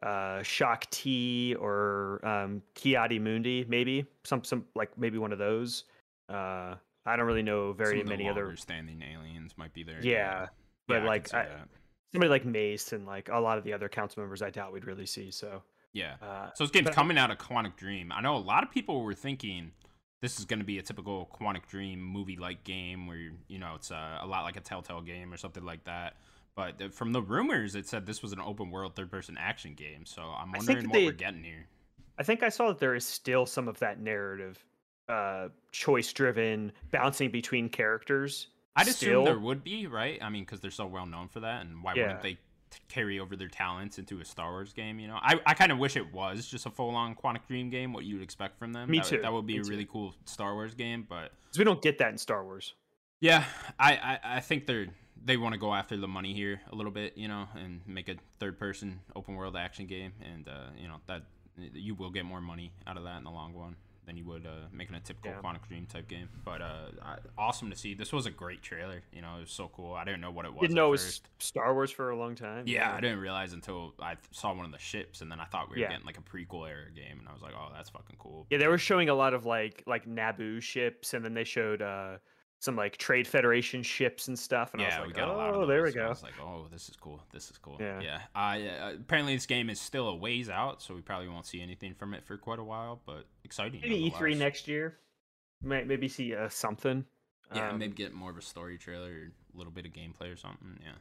[SPEAKER 2] uh shock t or um kiati mundi maybe some some like maybe one of those uh i don't really know very
[SPEAKER 1] Some of the
[SPEAKER 2] many other
[SPEAKER 1] standing aliens might be there.
[SPEAKER 2] Yeah, but,
[SPEAKER 1] I can
[SPEAKER 2] like,
[SPEAKER 1] see
[SPEAKER 2] I-
[SPEAKER 1] that.
[SPEAKER 2] somebody like Mace and like a lot of the other council members, I doubt we'd really see. So,
[SPEAKER 1] yeah.
[SPEAKER 2] uh,
[SPEAKER 1] So this game's
[SPEAKER 2] but-
[SPEAKER 1] coming out of Quantic Dream. I know a lot of people were thinking this is going to be a typical Quantic Dream movie-like game where you you know it's uh, a lot like a Telltale game or something like that. But th- from the rumors, it said this was an open-world third-person action game. So I'm
[SPEAKER 2] I think
[SPEAKER 1] wondering
[SPEAKER 2] that
[SPEAKER 1] what
[SPEAKER 2] they-
[SPEAKER 1] we're getting here.
[SPEAKER 2] I think I saw that there is still some of that narrative, uh, choice driven, bouncing between characters.
[SPEAKER 1] I'd assume there
[SPEAKER 2] still.
[SPEAKER 1] would be, right? I mean, because they're so well known for that, and why
[SPEAKER 2] Yeah.
[SPEAKER 1] wouldn't they t- carry over their talents into a Star Wars game? You know, I, I kind of wish it was just a full on Quantic Dream game. What you'd expect from them.
[SPEAKER 2] Me
[SPEAKER 1] that, would-
[SPEAKER 2] too,
[SPEAKER 1] That would be
[SPEAKER 2] me
[SPEAKER 1] a
[SPEAKER 2] too.
[SPEAKER 1] really cool Star Wars game, but
[SPEAKER 2] 'Cause we don't get that in Star Wars.
[SPEAKER 1] yeah, I I, I think they're they want to go after the money here a little bit, you know, and make a third person open world action game, and uh, you know that you will get more money out of that in the long run than you would uh, making a typical
[SPEAKER 2] Yeah.
[SPEAKER 1] Quantic Dream type game. But uh, I- awesome to see. This was a great trailer. You know, it was so cool. I didn't know what it was.
[SPEAKER 2] Didn't
[SPEAKER 1] at
[SPEAKER 2] know it was
[SPEAKER 1] first.
[SPEAKER 2] Star Wars for a long time.
[SPEAKER 1] Yeah, I didn't realize until I th- saw one of the ships, and then I thought we were
[SPEAKER 2] Yeah.
[SPEAKER 1] getting like a prequel era game, and I was like, oh, that's fucking cool.
[SPEAKER 2] Yeah, they were showing a lot of like like Naboo ships, and then they showed uh, some like Trade Federation ships and stuff. And I
[SPEAKER 1] yeah,
[SPEAKER 2] was
[SPEAKER 1] we
[SPEAKER 2] like,
[SPEAKER 1] got a lot
[SPEAKER 2] oh,
[SPEAKER 1] of
[SPEAKER 2] there we
[SPEAKER 1] those, and I
[SPEAKER 2] go.
[SPEAKER 1] was like, oh, this is cool. This is cool.
[SPEAKER 2] Yeah.
[SPEAKER 1] Yeah. I Uh, apparently, this game is still a ways out, so we probably won't see anything from it for quite a while. But exciting.
[SPEAKER 2] Maybe E E3
[SPEAKER 1] nonetheless.
[SPEAKER 2] next year. Might maybe see uh, something.
[SPEAKER 1] Yeah,
[SPEAKER 2] Um,
[SPEAKER 1] maybe get more of a story trailer, or a little bit of gameplay or something. Yeah.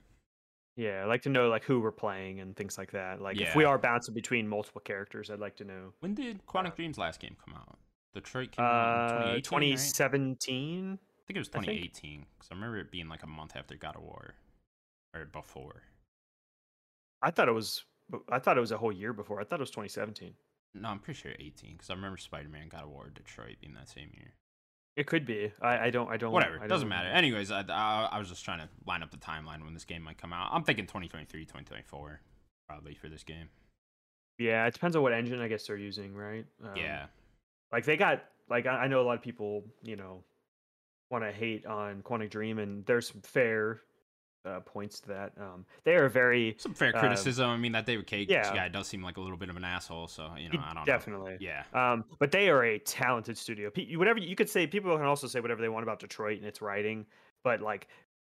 [SPEAKER 2] Yeah, I like to know like who we're playing and things like that. Like if we
[SPEAKER 1] Yeah.
[SPEAKER 2] are bouncing between multiple characters, I'd like to know.
[SPEAKER 1] When did Quantic Dream's last game come out? Detroit came out in
[SPEAKER 2] Uh,
[SPEAKER 1] 2018. right?
[SPEAKER 2] 2017.
[SPEAKER 1] I think it was
[SPEAKER 2] I think.
[SPEAKER 1] 2018 because I remember it being like a month after God of War, or before.
[SPEAKER 2] I thought it was. I thought it was a whole year before. I thought it was 2017.
[SPEAKER 1] No, I'm pretty sure 18 because I remember Spider-Man, God of War, Detroit being that same year.
[SPEAKER 2] It could be. I, I don't. I don't.
[SPEAKER 1] whatever
[SPEAKER 2] I
[SPEAKER 1] it doesn't
[SPEAKER 2] don't
[SPEAKER 1] matter
[SPEAKER 2] remember.
[SPEAKER 1] anyways I, I, I was just trying to line up the timeline when this game might come out i'm thinking 2023 2024 probably for this game
[SPEAKER 2] Yeah, it depends on what engine I guess they're using, right? Um,
[SPEAKER 1] yeah
[SPEAKER 2] Like they got. Like I, I know a lot of people. You know, want to hate on Quantic Dream, and there's some fair uh, points to that. Um, they are very.
[SPEAKER 1] some fair
[SPEAKER 2] uh,
[SPEAKER 1] criticism i mean that david cage
[SPEAKER 2] yeah.
[SPEAKER 1] guy does seem like a little bit of an asshole so you know i don't
[SPEAKER 2] definitely.
[SPEAKER 1] know yeah
[SPEAKER 2] Um, but they are a talented studio. Pe- you- whatever you could say, people can also say whatever they want about Detroit and its writing, but like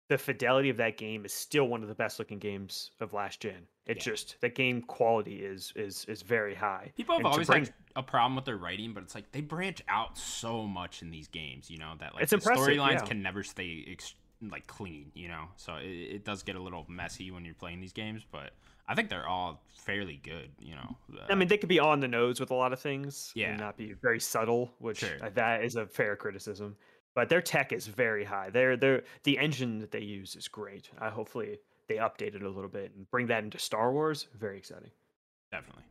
[SPEAKER 2] the fidelity of that game is still one of the best looking games of last gen. It's
[SPEAKER 1] Yeah.
[SPEAKER 2] just the game quality is is is very high.
[SPEAKER 1] people have
[SPEAKER 2] And to
[SPEAKER 1] always
[SPEAKER 2] bring-
[SPEAKER 1] had a problem with their writing but it's like they branch out so much in these games you know that like
[SPEAKER 2] It's
[SPEAKER 1] the
[SPEAKER 2] impressive,
[SPEAKER 1] storylines
[SPEAKER 2] yeah.
[SPEAKER 1] can never stay ex- like clean you know so it, it does get a little messy when you're playing these games but i think they're all fairly good you know uh,
[SPEAKER 2] I mean, they could be on the nose with a lot of things
[SPEAKER 1] Yeah.
[SPEAKER 2] and not be very subtle, which
[SPEAKER 1] Sure.
[SPEAKER 2] uh, that is a fair criticism. But their tech is very high. Their their the engine that they use is great. I hopefully they update it a little bit and bring that into Star Wars. Very exciting.
[SPEAKER 1] Definitely.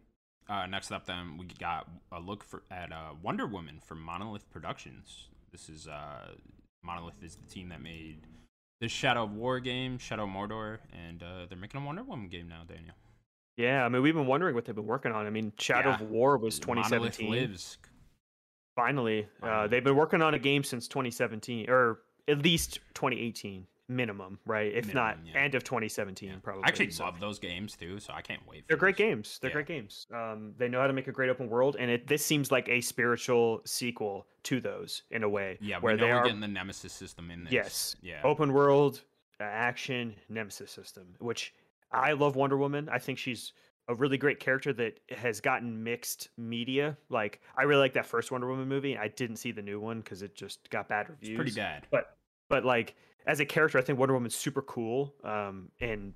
[SPEAKER 1] Uh, next up, then we got a look for at uh, Wonder Woman from Monolith Productions. This is uh, Monolith is the team that made the Shadow of War game, Shadow of Mordor, and uh, they're making a Wonder Woman game now. Daniel,
[SPEAKER 2] Yeah, I mean, we've been wondering what they've been working on. I mean, Shadow
[SPEAKER 1] Yeah.
[SPEAKER 2] of War was
[SPEAKER 1] Monolith
[SPEAKER 2] 2017.
[SPEAKER 1] lives.
[SPEAKER 2] Finally, uh,
[SPEAKER 1] Finally.
[SPEAKER 2] they've been working on a game since 2017, or at least 2018 minimum, right? If not,
[SPEAKER 1] Minimum, yeah.
[SPEAKER 2] end of 2017,
[SPEAKER 1] Yeah.
[SPEAKER 2] probably.
[SPEAKER 1] I actually
[SPEAKER 2] so.
[SPEAKER 1] love those games too, so I can't wait. For
[SPEAKER 2] They're great
[SPEAKER 1] this.
[SPEAKER 2] games. They're
[SPEAKER 1] Yeah.
[SPEAKER 2] great games. Um, they know how to make a great open world, and it this seems like a spiritual sequel to those in a way,
[SPEAKER 1] Yeah,
[SPEAKER 2] where
[SPEAKER 1] we know
[SPEAKER 2] they
[SPEAKER 1] we're
[SPEAKER 2] are
[SPEAKER 1] getting the Nemesis system in this.
[SPEAKER 2] Yes.
[SPEAKER 1] Yeah.
[SPEAKER 2] open world uh, action nemesis system which i love wonder woman i think she's a really great character that has gotten mixed media like i really like that first wonder woman movie i didn't see the new one because it just got bad reviews
[SPEAKER 1] it's pretty bad.
[SPEAKER 2] but like as a character i think wonder woman's super cool um, and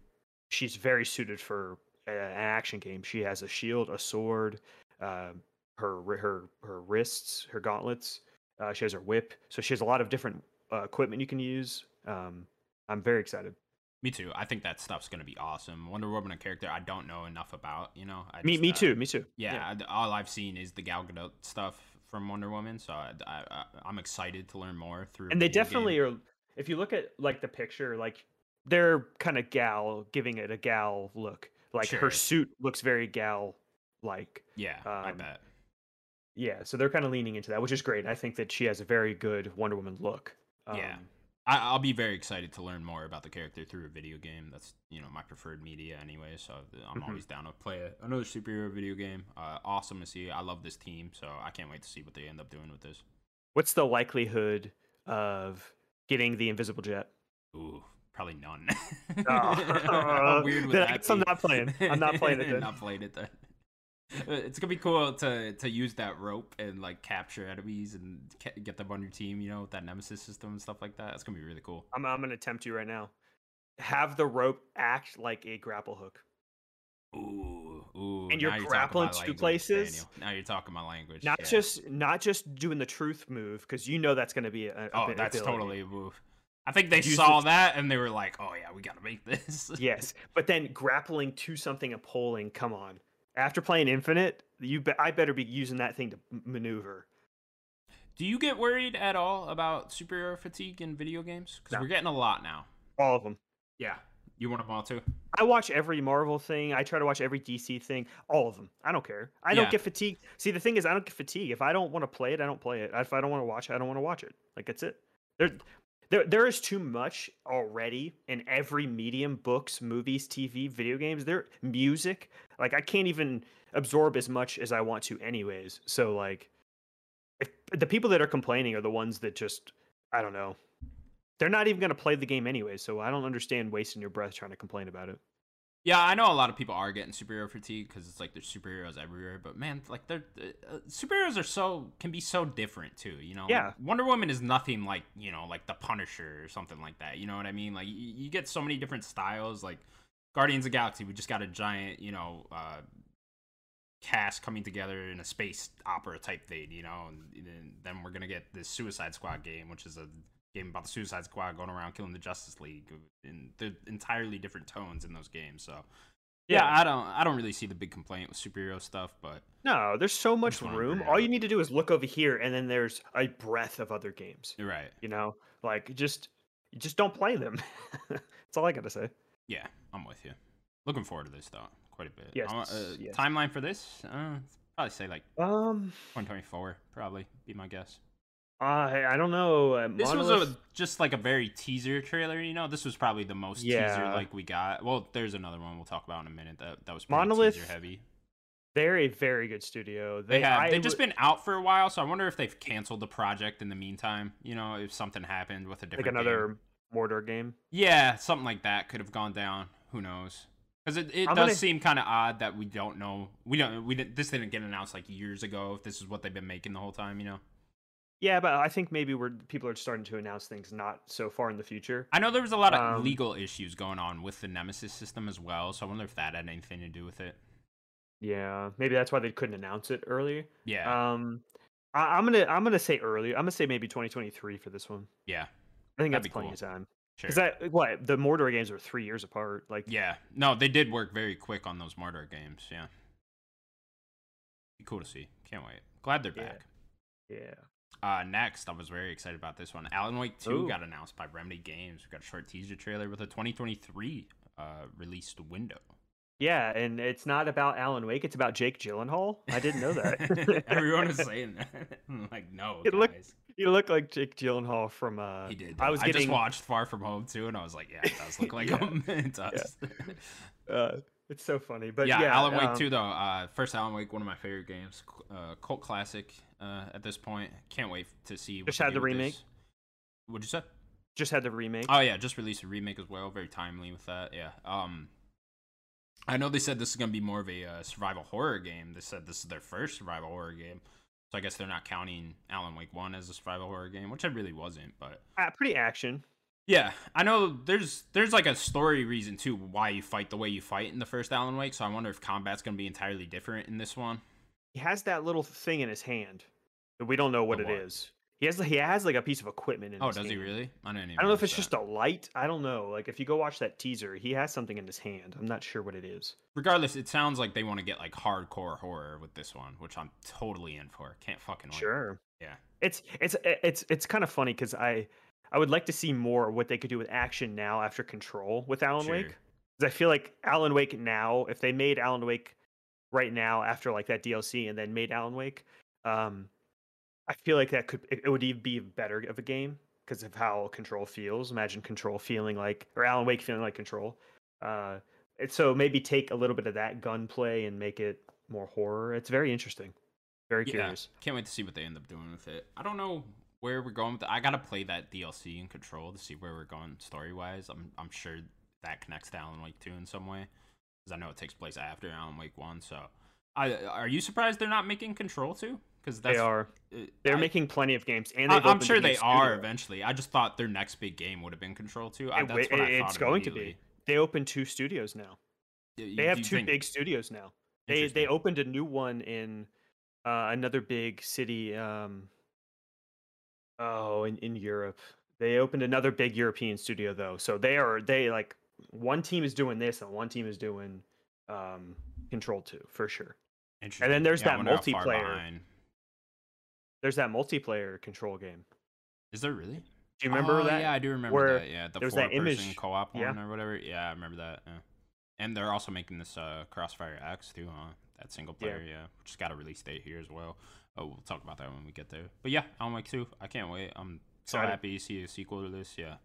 [SPEAKER 2] she's very suited for a- an action game she has a shield a sword um, her wri- her her wrists her gauntlets uh, she has her whip so she has a lot of different uh, equipment you can use um, i'm very excited
[SPEAKER 1] Me too. I think that stuff's gonna be awesome. Wonder Woman, a character I don't know enough about. You know. I
[SPEAKER 2] me,
[SPEAKER 1] just,
[SPEAKER 2] me
[SPEAKER 1] uh,
[SPEAKER 2] too me too
[SPEAKER 1] Yeah, I- all I've seen is the Gal Gadot stuff from Wonder Woman, so I, I, I, I'm excited to learn more through.
[SPEAKER 2] and they
[SPEAKER 1] video game.
[SPEAKER 2] definitely are if you look at like the picture like they're kind of gal giving it a gal look like
[SPEAKER 1] Sure.
[SPEAKER 2] her suit looks very gal like
[SPEAKER 1] Yeah, I
[SPEAKER 2] um,
[SPEAKER 1] bet.
[SPEAKER 2] Yeah, so they're kind of leaning into that, which is great. I think that she has a very good Wonder Woman look. Um,
[SPEAKER 1] Yeah. I, I'll be very excited to learn more about the character through a video game. That's you know my preferred media anyway, so I'm
[SPEAKER 2] Mhm.
[SPEAKER 1] always down to play a- another superhero video game. Uh, awesome to see. I love this team, so I can't wait to see what they end up doing with this.
[SPEAKER 2] What's the likelihood of getting the invisible jet?
[SPEAKER 1] Ooh, probably none.
[SPEAKER 2] Oh,
[SPEAKER 1] I'm weird with
[SPEAKER 2] then I
[SPEAKER 1] that
[SPEAKER 2] guess I'm
[SPEAKER 1] team.
[SPEAKER 2] not playing. I'm not playing it then.
[SPEAKER 1] not playing it then. Uh, It's gonna be cool to to use that rope and like capture enemies and ca- get them on your team. You know, with that nemesis system and stuff like that. That's gonna be really cool.
[SPEAKER 2] I'm I'm gonna tempt you right now. Have the rope act like a grapple hook.
[SPEAKER 1] Ooh, ooh.
[SPEAKER 2] And you're
[SPEAKER 1] now talking my
[SPEAKER 2] grappling two
[SPEAKER 1] language,
[SPEAKER 2] places?
[SPEAKER 1] Daniel. Now you're talking my language.
[SPEAKER 2] Not
[SPEAKER 1] yeah.
[SPEAKER 2] just not just doing the truth move, because you know that's gonna be a, a
[SPEAKER 1] Oh,
[SPEAKER 2] bit-
[SPEAKER 1] that's
[SPEAKER 2] ability.
[SPEAKER 1] totally a move. I think they
[SPEAKER 2] Use the-
[SPEAKER 1] saw that and they were like, "Oh yeah, we gotta make this."
[SPEAKER 2] yes. But then grappling to something and pulling, come on. After playing Infinite, you be- I better be using that thing to m- maneuver.
[SPEAKER 1] Do you get worried at all about superhero fatigue in video games? Because
[SPEAKER 2] No.
[SPEAKER 1] we're getting a lot now.
[SPEAKER 2] All of them.
[SPEAKER 1] Yeah. You want them all too?
[SPEAKER 2] I watch every Marvel thing. I try to watch every DC thing. All of them. I don't care. I
[SPEAKER 1] Yeah.
[SPEAKER 2] don't get fatigued. See, the thing is, I don't get fatigued. If I don't want to play it, I don't play it. If I don't want to watch it, I don't want to watch it. Like that's it. There, there, there is too much already in every medium: books, movies, TV, video games. There, music. Like I can't even absorb as much as I want to, anyways. So like, if the people that are complaining are the ones that just, I don't know. They're not even going to play the game anyway, so I don't understand wasting your breath trying to complain about it.
[SPEAKER 1] Yeah, I know a lot of people are getting superhero fatigue because it's like there's superheroes everywhere. But man, like they're uh, superheroes are so can be so different too. You know, Like,
[SPEAKER 2] Yeah.
[SPEAKER 1] Wonder Woman is nothing like you know like the Punisher or something like that. You know what I mean? Like you, you get so many different styles. Like Guardians of the Galaxy, we just got a giant you know uh, cast coming together in a space opera type thing. You know, and, and then we're gonna get this Suicide Squad game, which is a game about the Suicide Squad going around killing the Justice League, and they're entirely different tones in those games. So yeah, I don't I don't really see the big complaint with superhero stuff, but
[SPEAKER 2] No, there's so much
[SPEAKER 1] just wanna
[SPEAKER 2] room.
[SPEAKER 1] bring it
[SPEAKER 2] All you
[SPEAKER 1] up.
[SPEAKER 2] need to do is look over here, and then there's a breadth of other games.
[SPEAKER 1] you're right.
[SPEAKER 2] You know, like just just don't play them. That's all I gotta say.
[SPEAKER 1] Yeah, I'm with you. Looking forward to this though, quite a bit.
[SPEAKER 2] Yes,
[SPEAKER 1] I wa- uh,
[SPEAKER 2] yes.
[SPEAKER 1] Timeline for this? Uh, probably say like
[SPEAKER 2] Um,
[SPEAKER 1] 2024, probably be my guess.
[SPEAKER 2] I I don't know. Uh,
[SPEAKER 1] This was a,
[SPEAKER 2] Monolith-
[SPEAKER 1] just like a very teaser trailer, you know. This was probably the most teaser
[SPEAKER 2] Yeah.
[SPEAKER 1] like we got. Well, there's another one we'll talk about in a minute that that was
[SPEAKER 2] Monolith-
[SPEAKER 1] teaser heavy.
[SPEAKER 2] they're a very good studio.
[SPEAKER 1] They have.
[SPEAKER 2] I
[SPEAKER 1] They've just
[SPEAKER 2] w-
[SPEAKER 1] been out for a while, so I wonder if they've canceled the project in the meantime. You know, if something happened with a different
[SPEAKER 2] like another
[SPEAKER 1] game.
[SPEAKER 2] Mordor game.
[SPEAKER 1] Yeah, something like that could have gone down. Who knows? Because it, it does
[SPEAKER 2] I'm gonna-
[SPEAKER 1] seem kind of odd that we don't know. We don't. We didn't, this didn't get announced like years ago. If this is what they've been making the whole time, you know.
[SPEAKER 2] Yeah, but I think maybe we're people are starting to announce things not so far in the future.
[SPEAKER 1] I know there was a lot of
[SPEAKER 2] Um,
[SPEAKER 1] legal issues going on with the Nemesis system as well, so I wonder if that had anything to do with it.
[SPEAKER 2] Yeah, maybe that's why they couldn't announce it earlier.
[SPEAKER 1] Yeah,
[SPEAKER 2] Um, I, I'm gonna I'm gonna say earlier. I'm gonna say maybe 2023 for this one.
[SPEAKER 1] yeah,
[SPEAKER 2] I think
[SPEAKER 1] that'd
[SPEAKER 2] that's
[SPEAKER 1] be
[SPEAKER 2] plenty
[SPEAKER 1] cool.
[SPEAKER 2] of time.
[SPEAKER 1] sure.
[SPEAKER 2] Is that eh, what the Mordor games are three years apart? Like,
[SPEAKER 1] yeah, no, they did work very quick on those Mordor games. Yeah, be cool to see. Can't wait. Glad they're
[SPEAKER 2] Yeah.
[SPEAKER 1] back.
[SPEAKER 2] yeah.
[SPEAKER 1] Uh, next, I was very excited about this one. Alan Wake 2
[SPEAKER 2] Ooh.
[SPEAKER 1] got announced by Remedy Games. We got a short teaser trailer with a 2023 uh, released window.
[SPEAKER 2] Yeah, and it's not about Alan Wake; it's about Jake Gyllenhaal. I didn't know that.
[SPEAKER 1] Everyone was saying that. I'm like, no,
[SPEAKER 2] It looked-
[SPEAKER 1] guys.
[SPEAKER 2] you look like Jake Gyllenhaal from. Uh,
[SPEAKER 1] he did.
[SPEAKER 2] I was getting.
[SPEAKER 1] just watched Far From Home too, and I was like, yeah, it does look like
[SPEAKER 2] Yeah.
[SPEAKER 1] him. it does. Yeah,
[SPEAKER 2] Uh, it's so funny, but yeah,
[SPEAKER 1] Alan Wake
[SPEAKER 2] um,
[SPEAKER 1] too, though. Uh, first Alan Wake, one of my favorite games, c- uh, cult classic. Uh, at this point, can't wait to see. what
[SPEAKER 2] Just
[SPEAKER 1] they
[SPEAKER 2] had
[SPEAKER 1] do
[SPEAKER 2] the
[SPEAKER 1] with
[SPEAKER 2] remake.
[SPEAKER 1] this. What'd you say?
[SPEAKER 2] Just had the remake.
[SPEAKER 1] Oh yeah, just released a remake as well. Very timely with that. Yeah. Um, I know they said this is gonna be more of a uh, survival horror game. They said this is their first survival horror game, so I guess they're not counting Alan Wake One as a survival horror game, which I really wasn't. But
[SPEAKER 2] Ah, pretty action.
[SPEAKER 1] yeah, I know there's there's like a story reason too why you fight the way you fight in the first Alan Wake. So I wonder if combat's gonna be entirely different in this one.
[SPEAKER 2] He has that little thing in his hand, but we don't know what
[SPEAKER 1] The
[SPEAKER 2] it
[SPEAKER 1] what?
[SPEAKER 2] is. He has he has like a piece of equipment in.
[SPEAKER 1] Oh,
[SPEAKER 2] his
[SPEAKER 1] does he
[SPEAKER 2] hand.
[SPEAKER 1] really? I don't even.
[SPEAKER 2] I don't know if it's
[SPEAKER 1] notice
[SPEAKER 2] just
[SPEAKER 1] that.
[SPEAKER 2] a light. I don't know. Like if you go watch that teaser, he has something in his hand. I'm not sure what it is.
[SPEAKER 1] Regardless, it sounds like they want to get like hardcore horror with this one, which I'm totally in for. Can't fucking wait.
[SPEAKER 2] Sure.
[SPEAKER 1] Yeah.
[SPEAKER 2] It's it's i- it's it's kind of funny because I I would like to see more of what they could do with action now after Control with Alan
[SPEAKER 1] Sure.
[SPEAKER 2] Wake. 'Cause I feel like Alan Wake now, if they made Alan Wake right now after like that DLC and then made Alan Wake, um, I feel like that could it, it would even be better of a game because of how Control feels. Imagine Control feeling like or Alan Wake feeling like Control. Uh, and so maybe take a little bit of that gunplay and make it more horror. It's very interesting. Very
[SPEAKER 1] Yeah.
[SPEAKER 2] curious.
[SPEAKER 1] Can't wait to see what they end up doing with it. I don't know where we're going with it. I gotta play that DLC in Control to see where we're going story wise. I'm I'm sure that connects to Alan Wake Two in some way because I know it takes place after Alan Wake One. So, I are you surprised they're not making Control Two? Because
[SPEAKER 2] they are. They're making plenty of games, and
[SPEAKER 1] I,
[SPEAKER 2] they've
[SPEAKER 1] I'm
[SPEAKER 2] opened a
[SPEAKER 1] sure
[SPEAKER 2] new
[SPEAKER 1] they are
[SPEAKER 2] studio.
[SPEAKER 1] eventually. I just thought their next big game would have been Control Two. I,
[SPEAKER 2] It
[SPEAKER 1] that's
[SPEAKER 2] wi-
[SPEAKER 1] what I
[SPEAKER 2] it-
[SPEAKER 1] thought
[SPEAKER 2] it's going to be.
[SPEAKER 1] immediately.
[SPEAKER 2] They opened two studios now.
[SPEAKER 1] Y-
[SPEAKER 2] They
[SPEAKER 1] you-
[SPEAKER 2] have
[SPEAKER 1] you
[SPEAKER 2] two
[SPEAKER 1] think-
[SPEAKER 2] big studios now. They they
[SPEAKER 1] Interesting.
[SPEAKER 2] opened a new one in uh, another big city. Um, oh, in in Europe, they opened another big European studio though. So they are they like one team is doing this and one team is doing um, Control Two for sure.
[SPEAKER 1] Interesting.
[SPEAKER 2] there's
[SPEAKER 1] Yeah, I
[SPEAKER 2] that
[SPEAKER 1] wonder how far
[SPEAKER 2] multiplayer.
[SPEAKER 1] behind-
[SPEAKER 2] There's that multiplayer Control game.
[SPEAKER 1] Is there really?
[SPEAKER 2] Do you remember
[SPEAKER 1] Oh,
[SPEAKER 2] that?
[SPEAKER 1] Yeah, I do remember
[SPEAKER 2] where
[SPEAKER 1] that. Yeah, the
[SPEAKER 2] there was
[SPEAKER 1] four
[SPEAKER 2] that
[SPEAKER 1] person
[SPEAKER 2] image-
[SPEAKER 1] co-op
[SPEAKER 2] yeah.
[SPEAKER 1] one or whatever. Yeah, I remember that. Yeah. And they're also making this uh, Crossfire X too, huh? That single
[SPEAKER 2] Yeah.
[SPEAKER 1] player, yeah. which has got a release date here as well. Oh, we'll talk about that when we get there. But yeah, I'm like too. I can't wait. I'm so
[SPEAKER 2] Excited.
[SPEAKER 1] happy to see a sequel to this. Yeah, I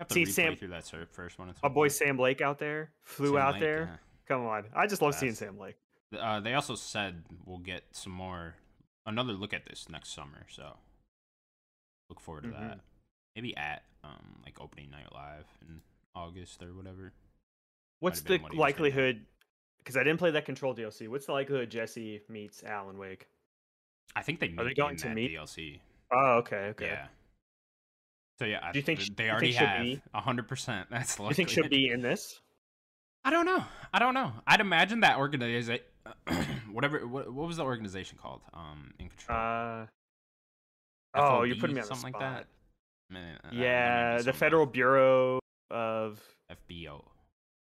[SPEAKER 1] have to
[SPEAKER 2] See,
[SPEAKER 1] replay
[SPEAKER 2] Sam-
[SPEAKER 1] through that ser- first one. at
[SPEAKER 2] Our
[SPEAKER 1] some
[SPEAKER 2] boy
[SPEAKER 1] point.
[SPEAKER 2] Sam Blake out there flew
[SPEAKER 1] Sam
[SPEAKER 2] out
[SPEAKER 1] Lake,
[SPEAKER 2] there.
[SPEAKER 1] yeah.
[SPEAKER 2] Come on, I just love seeing
[SPEAKER 1] That's-
[SPEAKER 2] Sam Blake.
[SPEAKER 1] Th- Uh, they also said we'll get some more, another look at this next summer. So look forward to
[SPEAKER 2] Mhm.
[SPEAKER 1] that. Maybe at um like opening night live in August or whatever.
[SPEAKER 2] What's
[SPEAKER 1] have been
[SPEAKER 2] the
[SPEAKER 1] what he was thinking.
[SPEAKER 2] likelihood? Because I didn't play that Control DLC. What's the likelihood Jesse meets Alan Wake?
[SPEAKER 1] I think they meet
[SPEAKER 2] they going
[SPEAKER 1] in
[SPEAKER 2] to
[SPEAKER 1] that
[SPEAKER 2] meet?
[SPEAKER 1] DLC.
[SPEAKER 2] Oh, okay, okay.
[SPEAKER 1] Yeah. So yeah, I
[SPEAKER 2] Do you think
[SPEAKER 1] th-
[SPEAKER 2] sh-
[SPEAKER 1] they
[SPEAKER 2] you think
[SPEAKER 1] already
[SPEAKER 2] she'll
[SPEAKER 1] have
[SPEAKER 2] be-
[SPEAKER 1] a hundred percent. That's
[SPEAKER 2] you think
[SPEAKER 1] likely.
[SPEAKER 2] she'll be in this?
[SPEAKER 1] I don't know. I don't know. I'd imagine that organization, whatever. What, what was the organization called? Um, in control.
[SPEAKER 2] Uh, oh, you're
[SPEAKER 1] FOB,
[SPEAKER 2] putting me on the
[SPEAKER 1] something like
[SPEAKER 2] spot.
[SPEAKER 1] that? Man, uh, there might be
[SPEAKER 2] yeah, the
[SPEAKER 1] something.
[SPEAKER 2] Federal Bureau of
[SPEAKER 1] FBO,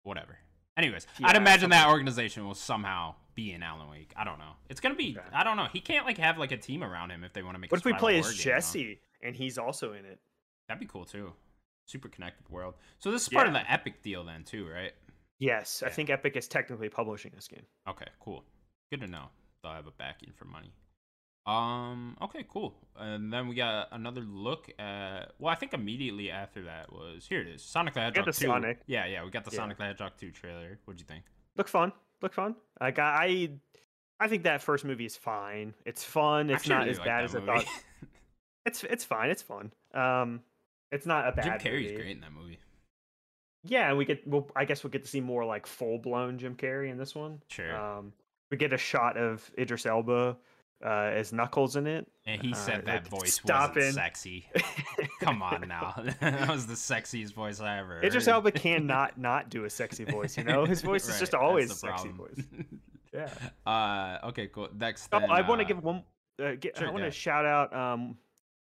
[SPEAKER 1] whatever. Anyways, I'd
[SPEAKER 2] Yeah,
[SPEAKER 1] imagine that
[SPEAKER 2] something-
[SPEAKER 1] organization will somehow be in Alan Wake. I don't know. It's gonna be.
[SPEAKER 2] Okay.
[SPEAKER 1] I don't know. He can't like have like a team around him if they want to make. a
[SPEAKER 2] What if we
[SPEAKER 1] survival
[SPEAKER 2] play
[SPEAKER 1] horror
[SPEAKER 2] as
[SPEAKER 1] game, you know?
[SPEAKER 2] Jesse and he's also in it?
[SPEAKER 1] That'd be cool too. Super connected world. So this is part of
[SPEAKER 2] Yeah.
[SPEAKER 1] the Epic deal then too, right?
[SPEAKER 2] Yes, I
[SPEAKER 1] Yeah.
[SPEAKER 2] think Epic is technically publishing this game.
[SPEAKER 1] Okay, cool. Good to know. They'll have a backing for money. Um. Okay. Cool. And then we got another look at. Well, I think immediately after that was here it is Sonic the Hedgehog
[SPEAKER 2] the
[SPEAKER 1] 2.
[SPEAKER 2] Sonic.
[SPEAKER 1] Yeah, yeah. We got the
[SPEAKER 2] Yeah.
[SPEAKER 1] Sonic the Hedgehog 2 trailer. What'd you think?
[SPEAKER 2] Look fun. Look fun. Like I, I think that first movie is fine. It's fun. It's
[SPEAKER 1] Actually, I
[SPEAKER 2] not
[SPEAKER 1] really
[SPEAKER 2] as
[SPEAKER 1] like
[SPEAKER 2] bad
[SPEAKER 1] that
[SPEAKER 2] as I
[SPEAKER 1] movie.
[SPEAKER 2] thought. It's it's fine. It's fun. Um, it's not a
[SPEAKER 1] Jim
[SPEAKER 2] bad.
[SPEAKER 1] Carrey's
[SPEAKER 2] movie.
[SPEAKER 1] great in that movie.
[SPEAKER 2] Yeah, and we get. Well, I guess we'll get to see more like full blown Jim Carrey in this one.
[SPEAKER 1] Sure.
[SPEAKER 2] Um, we get a shot of Idris Elba uh, as Knuckles in it.
[SPEAKER 1] and he
[SPEAKER 2] uh,
[SPEAKER 1] said that
[SPEAKER 2] it-
[SPEAKER 1] voice
[SPEAKER 2] stop
[SPEAKER 1] wasn't
[SPEAKER 2] it.
[SPEAKER 1] sexy. Come on now, that was the sexiest voice I ever.
[SPEAKER 2] Idris
[SPEAKER 1] heard.
[SPEAKER 2] Elba cannot not do a sexy voice. You know, his voice is
[SPEAKER 1] Right,
[SPEAKER 2] just
[SPEAKER 1] that's
[SPEAKER 2] always
[SPEAKER 1] the
[SPEAKER 2] a sexy
[SPEAKER 1] problem.
[SPEAKER 2] voice. Yeah.
[SPEAKER 1] Uh, okay, cool. Next,
[SPEAKER 2] Oh,
[SPEAKER 1] then,
[SPEAKER 2] I want to
[SPEAKER 1] uh,
[SPEAKER 2] give one. Uh, get,
[SPEAKER 1] sure,
[SPEAKER 2] I
[SPEAKER 1] go
[SPEAKER 2] want to
[SPEAKER 1] ahead.
[SPEAKER 2] shout out um,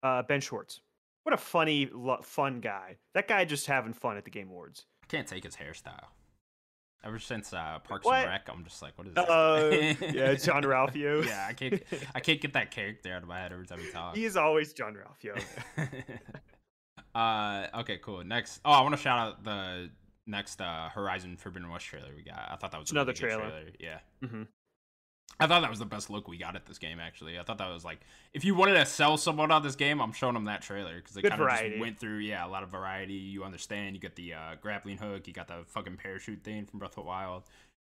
[SPEAKER 2] uh, Ben Schwartz. What a funny, lo- fun guy. That guy just having fun at the Game Awards.
[SPEAKER 1] I can't take his hairstyle. Ever since uh, Parks
[SPEAKER 2] What?
[SPEAKER 1] and Rec, I'm just like, what is
[SPEAKER 2] Uh,
[SPEAKER 1] this?
[SPEAKER 2] yeah, John Ralphio.
[SPEAKER 1] yeah, I can't, I can't get that character out of my head every time he talks.
[SPEAKER 2] He is always John Ralphio.
[SPEAKER 1] uh, okay, cool. Next, oh, I want to shout out the next uh, Horizon Forbidden West trailer we got. I thought that was a
[SPEAKER 2] Another
[SPEAKER 1] really good
[SPEAKER 2] trailer.
[SPEAKER 1] Yeah.
[SPEAKER 2] Mhm.
[SPEAKER 1] I thought that was the best look we got at this game. Actually, I thought that was like if you wanted to sell someone on this game, I'm showing them that trailer because they
[SPEAKER 2] Good
[SPEAKER 1] kind of just
[SPEAKER 2] variety.
[SPEAKER 1] went through yeah a lot of variety. You understand? You got the uh, grappling hook. You got the fucking parachute thing from Breath of the Wild.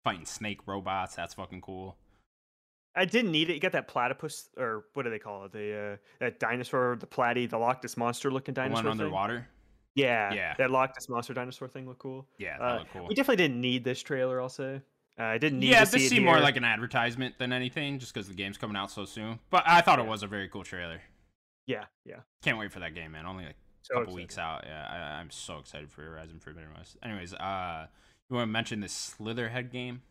[SPEAKER 1] Fighting snake robots. That's fucking cool.
[SPEAKER 2] I didn't need it. You got that platypus, or what do they call it? The uh, that dinosaur, the platy, the Loch Ness monster looking
[SPEAKER 1] The
[SPEAKER 2] dinosaur
[SPEAKER 1] one
[SPEAKER 2] thing.
[SPEAKER 1] underwater.
[SPEAKER 2] Yeah,
[SPEAKER 1] Yeah.
[SPEAKER 2] That Loch Ness monster dinosaur thing looked cool.
[SPEAKER 1] Yeah, that
[SPEAKER 2] Uh,
[SPEAKER 1] looked cool.
[SPEAKER 2] We definitely didn't need this trailer. I'll say. Uh, I didn't need.
[SPEAKER 1] yeah,
[SPEAKER 2] to see
[SPEAKER 1] this
[SPEAKER 2] it
[SPEAKER 1] seemed more
[SPEAKER 2] here.
[SPEAKER 1] like an advertisement than anything, just because the game's coming out so soon. But I thought it
[SPEAKER 2] Yeah.
[SPEAKER 1] was a very cool trailer.
[SPEAKER 2] Yeah, yeah.
[SPEAKER 1] Can't wait for that game, man. Only like
[SPEAKER 2] So
[SPEAKER 1] couple
[SPEAKER 2] excited.
[SPEAKER 1] weeks out. Yeah, I, I'm so excited for Horizon Forbidden West. Anyways, uh, you want to mention this Slitherhead game?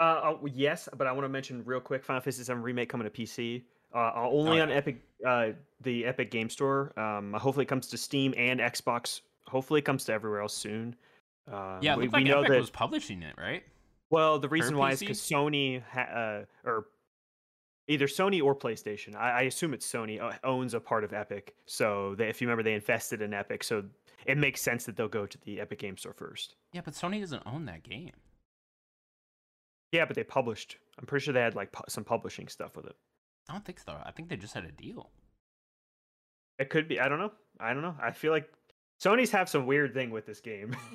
[SPEAKER 2] Uh, oh, yes, but I want to mention real quick Final Fantasy VII remake coming to PC. Uh, uh, only on
[SPEAKER 1] Oh, yeah.
[SPEAKER 2] Epic, uh, the Epic Game Store. Um, hopefully it comes to Steam and Xbox. Hopefully it comes to everywhere else soon. Uh,
[SPEAKER 1] yeah, it
[SPEAKER 2] we,
[SPEAKER 1] looked like
[SPEAKER 2] we know
[SPEAKER 1] Epic
[SPEAKER 2] that.
[SPEAKER 1] was publishing it, right?
[SPEAKER 2] well, the reason why is
[SPEAKER 1] PC?
[SPEAKER 2] because Sony ha- uh, or either Sony or PlayStation. I, I assume it's Sony uh, owns a part of Epic. So they, if you remember, they invested in Epic, so it makes sense that they'll go to the Epic Game Store first.
[SPEAKER 1] Yeah, but Sony doesn't own that game.
[SPEAKER 2] Yeah, but they published. I'm pretty sure they had like pu- some publishing stuff with it.
[SPEAKER 1] I don't think so. I think they just had a deal.
[SPEAKER 2] It could be. I don't know. I don't know. I feel like Sony's have some weird thing with this game.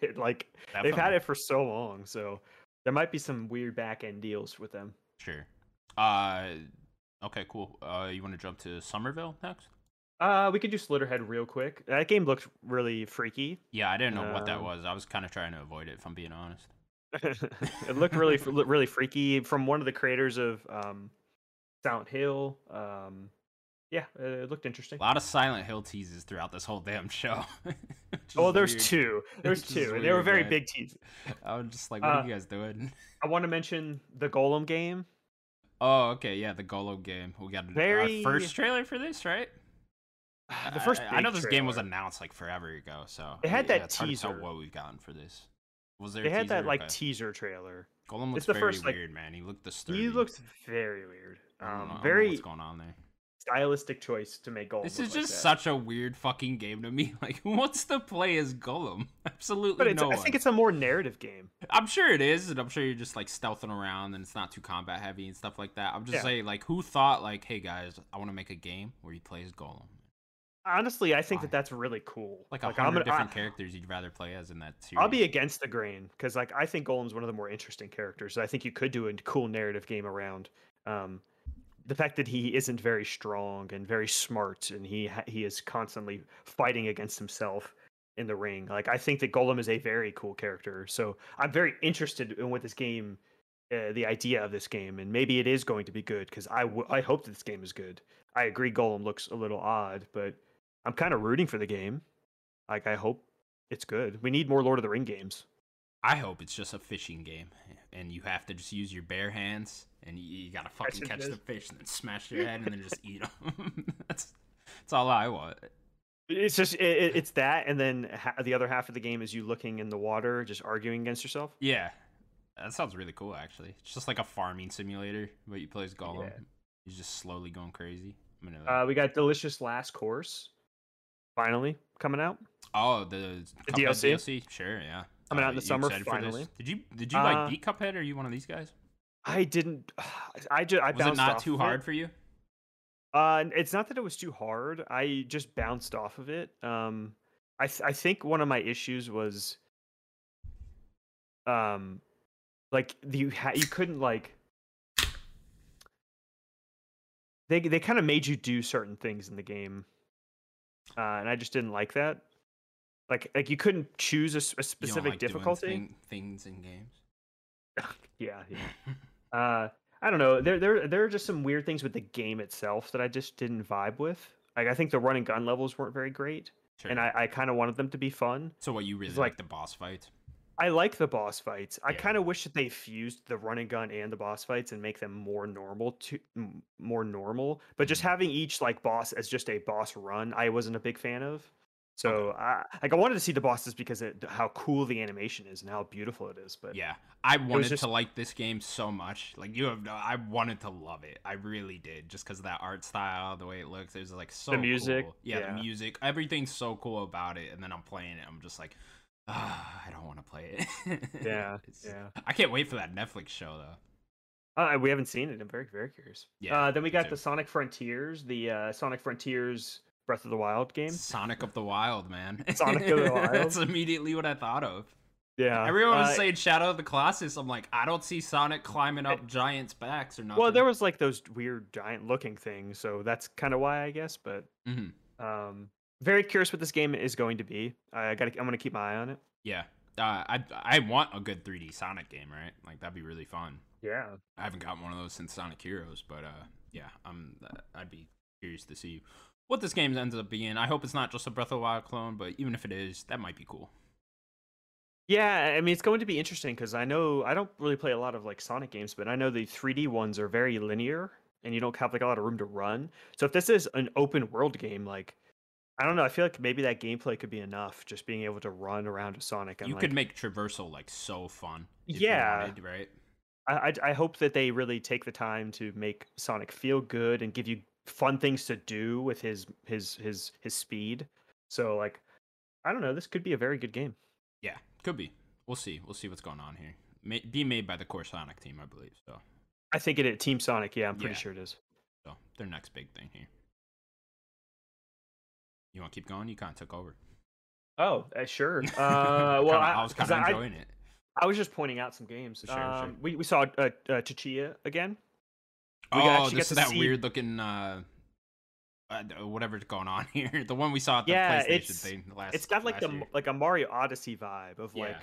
[SPEAKER 2] It, like they've had
[SPEAKER 1] Definitely.
[SPEAKER 2] it for so long, so there might be some weird back end deals with them.
[SPEAKER 1] Sure. Uh, okay, cool. Uh, you want to jump to Somerville next?
[SPEAKER 2] Uh, we could do Slitterhead real quick. That game looked really freaky.
[SPEAKER 1] Yeah, I didn't know what that
[SPEAKER 2] Um,
[SPEAKER 1] was. I was kind of trying to avoid it, if I'm being honest.
[SPEAKER 2] it looked really, fr- looked really freaky from one of the creators of um, Silent Hill. Um, yeah, uh, it looked interesting.
[SPEAKER 1] A lot of Silent Hill teases throughout this whole damn show. Which is
[SPEAKER 2] Oh, there's
[SPEAKER 1] weird.
[SPEAKER 2] two. There's
[SPEAKER 1] This is
[SPEAKER 2] two. and They were
[SPEAKER 1] weird,
[SPEAKER 2] very
[SPEAKER 1] man.
[SPEAKER 2] big teeth.
[SPEAKER 1] I was just like, what
[SPEAKER 2] Uh,
[SPEAKER 1] are you guys doing?
[SPEAKER 2] I want to mention the Golem game.
[SPEAKER 1] Oh, okay, yeah, the Golem game. We got
[SPEAKER 2] Very-
[SPEAKER 1] our first trailer for this, right?
[SPEAKER 2] The
[SPEAKER 1] I-
[SPEAKER 2] first.
[SPEAKER 1] I, I know
[SPEAKER 2] big
[SPEAKER 1] this game was
[SPEAKER 2] trailer.
[SPEAKER 1] announced like forever ago, so
[SPEAKER 2] They had
[SPEAKER 1] yeah,
[SPEAKER 2] that
[SPEAKER 1] it's hard to tell
[SPEAKER 2] teaser.
[SPEAKER 1] what we've gotten for this. Was there?
[SPEAKER 2] They
[SPEAKER 1] a
[SPEAKER 2] had
[SPEAKER 1] teaser?
[SPEAKER 2] that like
[SPEAKER 1] Okay.
[SPEAKER 2] teaser trailer.
[SPEAKER 1] Golem looks
[SPEAKER 2] the
[SPEAKER 1] very
[SPEAKER 2] first, like-
[SPEAKER 1] weird, man. He looked disturbing.
[SPEAKER 2] He looks very weird.
[SPEAKER 1] I don't know- I don't know
[SPEAKER 2] Um, very
[SPEAKER 1] what's going on there?
[SPEAKER 2] stylistic choice to make Golem.
[SPEAKER 1] This
[SPEAKER 2] look
[SPEAKER 1] is
[SPEAKER 2] like
[SPEAKER 1] just
[SPEAKER 2] that.
[SPEAKER 1] such a weird fucking game to me. Like, who wants to play as Golem? Absolutely
[SPEAKER 2] But it's,
[SPEAKER 1] no
[SPEAKER 2] I
[SPEAKER 1] one.
[SPEAKER 2] think it's a more narrative game.
[SPEAKER 1] I'm sure it is, and I'm sure you're just like stealthing around, and it's not too combat heavy and stuff like that. I'm just
[SPEAKER 2] Yeah.
[SPEAKER 1] saying, like, who thought, like, hey guys, I want to make a game where you play as Golem,
[SPEAKER 2] Honestly, I think
[SPEAKER 1] Why?
[SPEAKER 2] that that's really cool.
[SPEAKER 1] like a
[SPEAKER 2] I'm
[SPEAKER 1] hundred
[SPEAKER 2] gonna-
[SPEAKER 1] different characters you'd rather play as in that
[SPEAKER 2] I,
[SPEAKER 1] series.
[SPEAKER 2] I'll be against the grain because like I think Golem's one of the more interesting characters. I think you could do a cool narrative game around. Um, the fact that he isn't very strong and very smart, and he ha- he is constantly fighting against himself in the ring. Like I think that Golem is a very cool character, so I'm very interested in what this game, uh, the idea of this game, and maybe it is going to be good because I w- I hope that this game is good. I agree, Golem looks a little odd, but I'm kind of rooting for the game. Like I hope it's good. We need more Lord of the Ring games.
[SPEAKER 1] I hope it's just a fishing game, and you have to just use your bare hands, and you, you gotta fucking
[SPEAKER 2] it
[SPEAKER 1] catch
[SPEAKER 2] is.
[SPEAKER 1] the fish, and then smash your head, and then just eat them. that's that's all I want.
[SPEAKER 2] It's just it, it, it's that, and then ha- the other half of the game is you looking in the water, just arguing against yourself.
[SPEAKER 1] Yeah, that sounds really cool. Actually, it's just like a farming simulator, but you play as Golem.
[SPEAKER 2] Yeah.
[SPEAKER 1] He's just slowly going crazy. I'm gonna-
[SPEAKER 2] Uh, we got Delicious Last Course, finally coming out.
[SPEAKER 1] Oh, the,
[SPEAKER 2] The
[SPEAKER 1] Cuphead
[SPEAKER 2] DLC?
[SPEAKER 1] DLC. Sure, yeah.
[SPEAKER 2] Coming out in
[SPEAKER 1] you
[SPEAKER 2] the summer,
[SPEAKER 1] excited for this?
[SPEAKER 2] finally.
[SPEAKER 1] Did you did you like
[SPEAKER 2] Uh,
[SPEAKER 1] beat Cuphead? Or are you one of these guys?
[SPEAKER 2] I didn't. I just I
[SPEAKER 1] Was
[SPEAKER 2] bounced
[SPEAKER 1] it not
[SPEAKER 2] off
[SPEAKER 1] too
[SPEAKER 2] of it.
[SPEAKER 1] hard for you?
[SPEAKER 2] Uh, n- it's not that it was too hard. I just bounced off of it. Um, I th- I think one of my issues was, um, like you ha- you couldn't like. They they kind of made you do certain things in the game, uh, and I just didn't like that. Like like you couldn't choose a, s-
[SPEAKER 1] You
[SPEAKER 2] a
[SPEAKER 1] don't
[SPEAKER 2] specific
[SPEAKER 1] like doing
[SPEAKER 2] difficulty.
[SPEAKER 1] thing- things in games.
[SPEAKER 2] Yeah, yeah. uh i don't know there, there there are just some weird things with the game itself that i just didn't vibe with like i think the run and gun levels weren't very great
[SPEAKER 1] Sure.
[SPEAKER 2] and i, I kind of wanted them to be fun
[SPEAKER 1] so what you really
[SPEAKER 2] it's
[SPEAKER 1] like,
[SPEAKER 2] like-
[SPEAKER 1] the boss fights?
[SPEAKER 2] i like the boss fights i
[SPEAKER 1] Yeah.
[SPEAKER 2] kind of wish that they fused the run and gun and the boss fights and make them more normal to m- more normal but just
[SPEAKER 1] Mhm.
[SPEAKER 2] having each like boss as just a boss run i wasn't a big fan of so I like I wanted to see the bosses because of how cool the animation is and how beautiful it is. But
[SPEAKER 1] Yeah, I wanted
[SPEAKER 2] just-
[SPEAKER 1] to like this game so much. Like you have, no, I wanted to love it. I really did, just because of that art style, the way it looks. It was like so
[SPEAKER 2] music,
[SPEAKER 1] cool. Yeah,
[SPEAKER 2] yeah.
[SPEAKER 1] the music, everything's so cool about it. And then I'm playing it, I'm just like, "Ah, I don't want to play it.
[SPEAKER 2] Yeah,
[SPEAKER 1] It's-
[SPEAKER 2] yeah.
[SPEAKER 1] I can't wait for that Netflix show though.
[SPEAKER 2] Uh, we haven't seen it. I'm very, very curious.
[SPEAKER 1] Yeah,
[SPEAKER 2] Uh, then we
[SPEAKER 1] me
[SPEAKER 2] got
[SPEAKER 1] too.
[SPEAKER 2] the Sonic Frontiers, the uh, Sonic Frontiers Breath of the Wild game.
[SPEAKER 1] Sonic of the Wild, man.
[SPEAKER 2] Sonic of the Wild?
[SPEAKER 1] That's immediately what I thought of.
[SPEAKER 2] Yeah.
[SPEAKER 1] Everyone was
[SPEAKER 2] uh,
[SPEAKER 1] saying Shadow of the Colossus. I'm like, I don't see Sonic climbing up giants' backs or nothing.
[SPEAKER 2] Well, there was like those weird giant looking things, so that's kind of why I guess. But
[SPEAKER 1] Mhm.
[SPEAKER 2] um, very curious what this game is going to be. I got. to I'm gonna keep my eye on it.
[SPEAKER 1] yeah. Uh, I I want a good 3D Sonic game, right? Like that'd be really fun.
[SPEAKER 2] Yeah.
[SPEAKER 1] I haven't gotten one of those since Sonic Heroes, but uh, yeah, I'm uh, I'd be curious to see what this game ends up being. I hope it's not just a Breath of the Wild clone, but even if it is, that might be cool.
[SPEAKER 2] Yeah, I mean it's going to be interesting because I know I don't really play a lot of like Sonic games, but I know the 3D ones are very linear and you don't have like a lot of room to run. So if this is an open world game, like I don't know, I feel like maybe that gameplay could be enough, just being able to run around a Sonic. And,
[SPEAKER 1] you
[SPEAKER 2] like,
[SPEAKER 1] could make traversal like so fun. if you
[SPEAKER 2] Yeah.
[SPEAKER 1] wanted, right.
[SPEAKER 2] I, I I hope that they really take the time to make Sonic feel good and give you fun things to do with his his his his speed. So like, I don't know, this could be a very good game.
[SPEAKER 1] Yeah, could be. We'll see. We'll see what's going on here. May, being made by the Core Sonic team, I believe. So,
[SPEAKER 2] I think it, it Team Sonic. Yeah, I'm pretty
[SPEAKER 1] Yeah.
[SPEAKER 2] sure it is.
[SPEAKER 1] so their next big thing here. You want to keep going? You kind of took over.
[SPEAKER 2] Oh, uh, sure. Uh, well,
[SPEAKER 1] Kinda-
[SPEAKER 2] I,
[SPEAKER 1] I was kind
[SPEAKER 2] 'cause
[SPEAKER 1] of
[SPEAKER 2] I-
[SPEAKER 1] enjoying it.
[SPEAKER 2] I was just pointing out some games.
[SPEAKER 1] Sure, sure.
[SPEAKER 2] Um, we, we saw uh, uh, Chichia again. we got-
[SPEAKER 1] Oh,
[SPEAKER 2] actually got
[SPEAKER 1] this
[SPEAKER 2] to
[SPEAKER 1] is that
[SPEAKER 2] see-
[SPEAKER 1] weird looking, uh, uh, whatever's going on here. The one we saw at the
[SPEAKER 2] Yeah,
[SPEAKER 1] PlayStation
[SPEAKER 2] it's-
[SPEAKER 1] thing last.
[SPEAKER 2] It's got like
[SPEAKER 1] last
[SPEAKER 2] a
[SPEAKER 1] year.
[SPEAKER 2] m- like a Mario Odyssey vibe of
[SPEAKER 1] Yeah.
[SPEAKER 2] like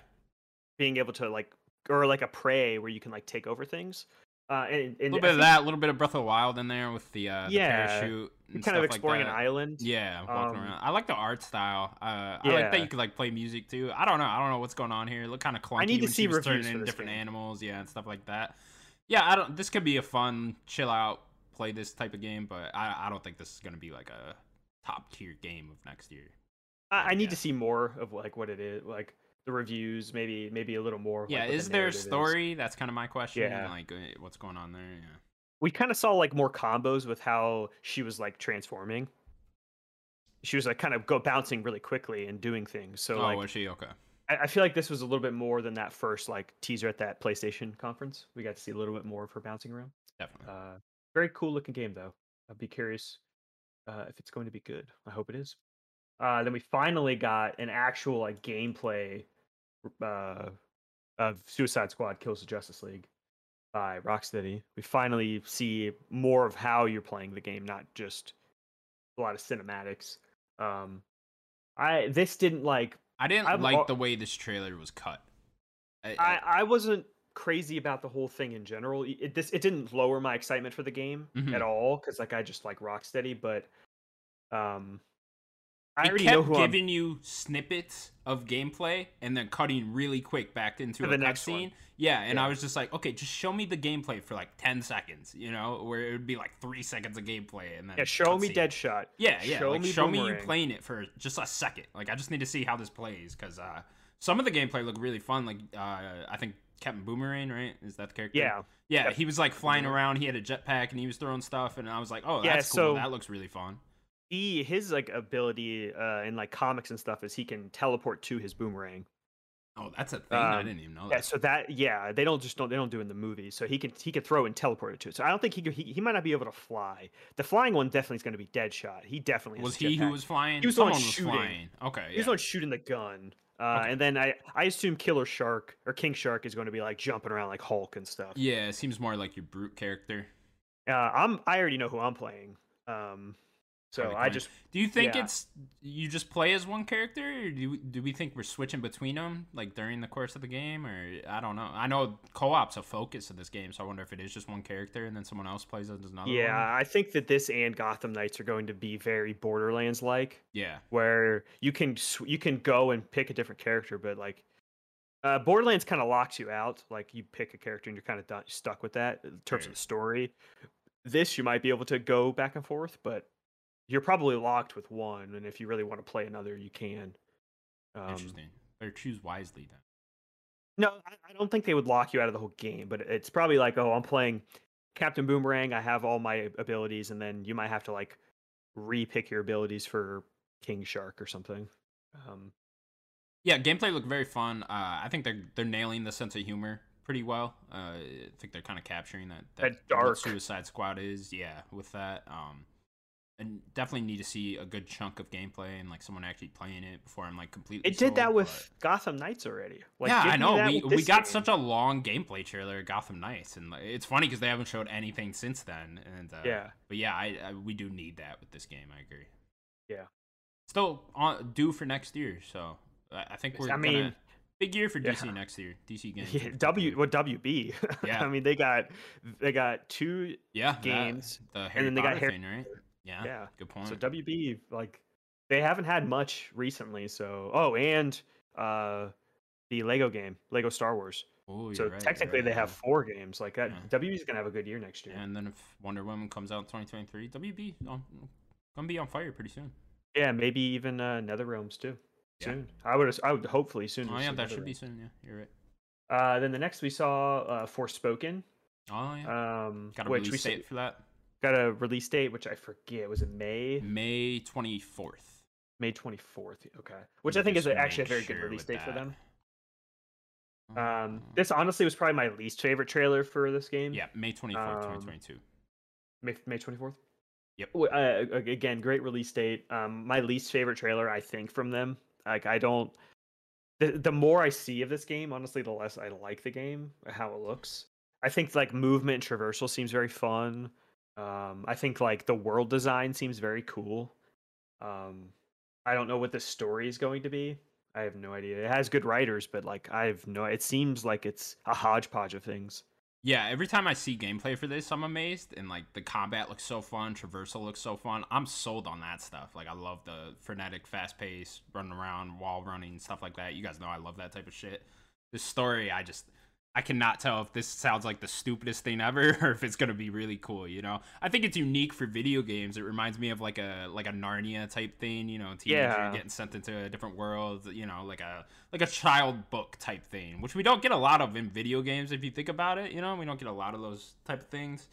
[SPEAKER 2] being able to like or like a prey where you can like take over things. Uh, and,
[SPEAKER 1] a
[SPEAKER 2] and
[SPEAKER 1] little
[SPEAKER 2] I
[SPEAKER 1] bit of
[SPEAKER 2] think
[SPEAKER 1] that, a little bit of Breath of the Wild in there with the, uh, the
[SPEAKER 2] Yeah,
[SPEAKER 1] parachute. and
[SPEAKER 2] we're kind of
[SPEAKER 1] stuff like
[SPEAKER 2] exploring
[SPEAKER 1] that.
[SPEAKER 2] an island.
[SPEAKER 1] Yeah, walking
[SPEAKER 2] Um,
[SPEAKER 1] around. I like the art style. Uh, I like that
[SPEAKER 2] yeah.
[SPEAKER 1] you could like play music too. I don't know. I don't know what's going on here. It looked kind of clunky.
[SPEAKER 2] need to
[SPEAKER 1] when
[SPEAKER 2] see
[SPEAKER 1] she was
[SPEAKER 2] reviews
[SPEAKER 1] turning
[SPEAKER 2] for
[SPEAKER 1] in
[SPEAKER 2] this
[SPEAKER 1] different
[SPEAKER 2] game.
[SPEAKER 1] animals, yeah, and stuff like that. Yeah, I don't. This could be a fun chill out, play this type of game, but I, I don't think this is gonna be like a top tier game of next year.
[SPEAKER 2] I, I need
[SPEAKER 1] Yeah.
[SPEAKER 2] to see more of like what it is, like the reviews, maybe maybe a little more. Of,
[SPEAKER 1] yeah,
[SPEAKER 2] like, what
[SPEAKER 1] is
[SPEAKER 2] the
[SPEAKER 1] there a
[SPEAKER 2] narrative
[SPEAKER 1] story? That's kind of my question.
[SPEAKER 2] Yeah.
[SPEAKER 1] like uh, what's going on there? Yeah.
[SPEAKER 2] We kind of saw like more combos with how she was like transforming. She was like kind of go bouncing really quickly and doing things. So
[SPEAKER 1] oh,
[SPEAKER 2] like,
[SPEAKER 1] was she okay?
[SPEAKER 2] I, I feel like this was a little bit more than that first like teaser at that PlayStation conference. We got to see a little bit more of her bouncing around.
[SPEAKER 1] Definitely.
[SPEAKER 2] Uh, very cool looking game though. I'd be curious uh, if it's going to be good. I hope it is. Uh, then we finally got an actual like gameplay uh, of Suicide Squad Kills the Justice League by Rocksteady. We finally see more of how you're playing the game, not just a lot of cinematics. Um, I this didn't like
[SPEAKER 1] I didn't
[SPEAKER 2] I've
[SPEAKER 1] like
[SPEAKER 2] al-
[SPEAKER 1] the way this trailer was cut. I,
[SPEAKER 2] I, I wasn't crazy about the whole thing in general. Y- It this it didn't lower my excitement for the game
[SPEAKER 1] Mhm.
[SPEAKER 2] at all because like I just like Rocksteady, but um, I
[SPEAKER 1] It
[SPEAKER 2] already
[SPEAKER 1] kept
[SPEAKER 2] know who I'm.
[SPEAKER 1] giving you snippets of gameplay and then cutting really quick back into
[SPEAKER 2] To
[SPEAKER 1] a
[SPEAKER 2] the next one.
[SPEAKER 1] cutscene. Yeah, and I
[SPEAKER 2] Yeah.
[SPEAKER 1] was just like, okay, just show me the gameplay for like ten seconds, you know, where it would be like three seconds of gameplay and then
[SPEAKER 2] Yeah, show me
[SPEAKER 1] cutscene.
[SPEAKER 2] Deadshot.
[SPEAKER 1] Yeah, yeah,
[SPEAKER 2] Show
[SPEAKER 1] like,
[SPEAKER 2] me
[SPEAKER 1] show me you
[SPEAKER 2] Boomerang.
[SPEAKER 1] playing it for just a second. Like I just need to see how this plays because uh, some of the gameplay looked really fun. Like uh, I think Captain Boomerang, right? Is that the character?
[SPEAKER 2] Yeah,
[SPEAKER 1] yeah.
[SPEAKER 2] Yep.
[SPEAKER 1] He was like flying
[SPEAKER 2] Boomerang.
[SPEAKER 1] around. He had a jetpack and he was throwing stuff, and I was like, oh,
[SPEAKER 2] Yeah,
[SPEAKER 1] that's
[SPEAKER 2] so-
[SPEAKER 1] cool. That looks really fun.
[SPEAKER 2] he his like ability uh in like comics and stuff is he can teleport to his boomerang.
[SPEAKER 1] Oh, that's a thing. I
[SPEAKER 2] Um,
[SPEAKER 1] didn't even know
[SPEAKER 2] Yeah,
[SPEAKER 1] that.
[SPEAKER 2] so that yeah they don't just don't they don't do it in the movie. So he can he can throw and teleport it to it. So I don't think he could, he, he might not be able to fly. The flying one definitely is going to be Deadshot. He definitely has
[SPEAKER 1] Was
[SPEAKER 2] a
[SPEAKER 1] he who
[SPEAKER 2] jetpack.
[SPEAKER 1] was flying?
[SPEAKER 2] He was the one
[SPEAKER 1] Someone
[SPEAKER 2] shooting.
[SPEAKER 1] was flying. Okay.
[SPEAKER 2] He's
[SPEAKER 1] yeah.
[SPEAKER 2] not shooting the gun. Uh,
[SPEAKER 1] Okay.
[SPEAKER 2] And then I, I assume Killer Shark or King Shark is going to be like jumping around like Hulk and stuff.
[SPEAKER 1] yeah, it seems more like your brute character.
[SPEAKER 2] Uh, I'm I already know who I'm playing. Um, so
[SPEAKER 1] Harley
[SPEAKER 2] I
[SPEAKER 1] Quinn.
[SPEAKER 2] just
[SPEAKER 1] Do you think
[SPEAKER 2] yeah.
[SPEAKER 1] it's you just play as one character, or do we- do we think we're switching between them like during the course of the game, or I don't know. I know co-op's a focus of this game, so I wonder if it is just one character and then someone else plays as another. one.
[SPEAKER 2] yeah I think that this and Gotham Knights are going to be very Borderlands like,
[SPEAKER 1] Yeah.
[SPEAKER 2] where you can sw- you can go and pick a different character, but like. Uh, Borderlands kind of locks you out. Like you pick a character and you're kind of done, stuck with that in terms
[SPEAKER 1] Sure.
[SPEAKER 2] of the story. This you might be able to go back and forth, but you're probably locked with one. And if you really want to play another, you can. Um,
[SPEAKER 1] Interesting. Better choose wisely then.
[SPEAKER 2] No, I, I don't think they would lock you out of the whole game, but it's probably like, oh, I'm playing Captain Boomerang. I have all my abilities, and then you might have to like re-pick your abilities for King Shark or something. Um,
[SPEAKER 1] Yeah, gameplay looked very fun. Uh, I think they're they're nailing the sense of humor pretty well. Uh, I think they're kind of capturing that
[SPEAKER 2] That dark.
[SPEAKER 1] what Suicide Squad is. Yeah, with that, um, and definitely need to see a good chunk of gameplay and like someone actually playing it before I'm like completely.
[SPEAKER 2] It did that
[SPEAKER 1] sold,
[SPEAKER 2] with
[SPEAKER 1] but-
[SPEAKER 2] Gotham Knights already. Like,
[SPEAKER 1] yeah,
[SPEAKER 2] give
[SPEAKER 1] I
[SPEAKER 2] me
[SPEAKER 1] know.
[SPEAKER 2] that
[SPEAKER 1] We
[SPEAKER 2] with
[SPEAKER 1] we
[SPEAKER 2] this
[SPEAKER 1] got
[SPEAKER 2] game.
[SPEAKER 1] such a long gameplay trailer at Gotham Knights, and like, it's funny because they haven't showed anything since then. And uh,
[SPEAKER 2] yeah.
[SPEAKER 1] but yeah, I, I we do need that with this game. I agree.
[SPEAKER 2] Yeah.
[SPEAKER 1] still on due for next year, so I, I think we're.
[SPEAKER 2] I mean,
[SPEAKER 1] gonna- big year for
[SPEAKER 2] yeah.
[SPEAKER 1] DC next year. DC games.
[SPEAKER 2] yeah, W well, WB.
[SPEAKER 1] Yeah.
[SPEAKER 2] I mean, they got they got two.
[SPEAKER 1] yeah, that-
[SPEAKER 2] games,
[SPEAKER 1] the Harry
[SPEAKER 2] then they got
[SPEAKER 1] Potter
[SPEAKER 2] Harry
[SPEAKER 1] thing, right? Yeah,
[SPEAKER 2] Yeah.
[SPEAKER 1] good point.
[SPEAKER 2] So WB like they haven't had much recently. So oh, and uh, the Lego game, Lego Star Wars.
[SPEAKER 1] Oh, you're
[SPEAKER 2] so
[SPEAKER 1] right, you're
[SPEAKER 2] technically,
[SPEAKER 1] right,
[SPEAKER 2] they
[SPEAKER 1] yeah.
[SPEAKER 2] have four games. Like that,
[SPEAKER 1] Yeah.
[SPEAKER 2] WB's gonna have a good year next year.
[SPEAKER 1] And then if Wonder Woman comes out in 2023, WB um, gonna be on fire pretty soon.
[SPEAKER 2] Yeah, maybe even uh, Netherrealms too.
[SPEAKER 1] Yeah.
[SPEAKER 2] Soon, I would. I would hopefully soon.
[SPEAKER 1] Oh
[SPEAKER 2] we'll
[SPEAKER 1] yeah,
[SPEAKER 2] see
[SPEAKER 1] that should be
[SPEAKER 2] Netherrealms.
[SPEAKER 1] soon. Yeah, you're right.
[SPEAKER 2] Uh, then the next we saw uh, Forspoken,
[SPEAKER 1] Oh yeah,
[SPEAKER 2] um,
[SPEAKER 1] got a
[SPEAKER 2] which we
[SPEAKER 1] release
[SPEAKER 2] said-
[SPEAKER 1] date for that.
[SPEAKER 2] got a release date, which I forget. Was it May?
[SPEAKER 1] May 24th.
[SPEAKER 2] May twenty fourth. Okay, which
[SPEAKER 1] Let
[SPEAKER 2] I
[SPEAKER 1] me
[SPEAKER 2] think is
[SPEAKER 1] just
[SPEAKER 2] a- actually a
[SPEAKER 1] make
[SPEAKER 2] very good
[SPEAKER 1] sure
[SPEAKER 2] release
[SPEAKER 1] with
[SPEAKER 2] date for
[SPEAKER 1] that.
[SPEAKER 2] them. Um, this honestly was probably my least favorite trailer for this game.
[SPEAKER 1] yeah, May 24th,
[SPEAKER 2] um,
[SPEAKER 1] 2022.
[SPEAKER 2] May May twenty fourth.
[SPEAKER 1] Yep.
[SPEAKER 2] Uh, ag- again, great release date. Um, my least favorite trailer, I think, from them. Like, I don't. The, the more I see of this game, honestly, the less I like the game, how it looks. I think like movement and traversal seems very fun. Um, I think like the world design seems very cool. Um, I don't know what the story is going to be. I have no idea. It has good writers, but like I have no. It seems like it's a hodgepodge of things.
[SPEAKER 1] Yeah, every time I see gameplay for this, I'm amazed. And like the combat looks so fun, traversal looks so fun. I'm sold on that stuff. Like I love the frenetic, fast pace, running around, wall running, stuff like that. You guys know I love that type of shit. This story, I just I cannot tell if this sounds like the stupidest thing ever or if it's gonna be really cool, you know? I think it's unique for video games. It reminds me of like a like a Narnia type thing, you know, teenager
[SPEAKER 2] Yeah.
[SPEAKER 1] getting sent into a different world, you know, like a like a child book type thing, which we don't get a lot of in video games if you think about it. You know, we don't get a lot of those type of things.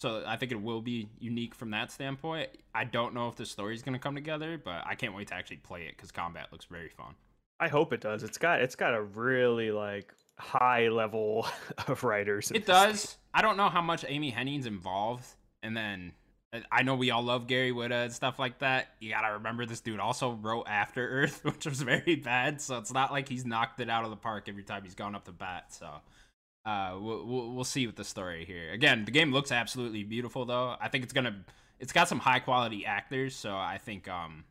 [SPEAKER 1] So I think it will be unique from that standpoint. I don't know if the story's going to come together, but I can't wait to actually play it because combat looks very fun.
[SPEAKER 2] I hope it does. It's got it's got a really like high level of writers. in
[SPEAKER 1] It
[SPEAKER 2] this game.
[SPEAKER 1] does. I don't know how much Amy Henning's involved, and then I- I know we all love Gary Whitta and stuff like that. You gotta remember this dude also wrote After Earth, which was very bad. So it's not like he's knocked it out of the park every time he's gone up to bat. So uh, we'll, we'll we'll see with the story here. Again, the game looks absolutely beautiful, though. I think it's gonna. It's got some high quality actors, so I think um,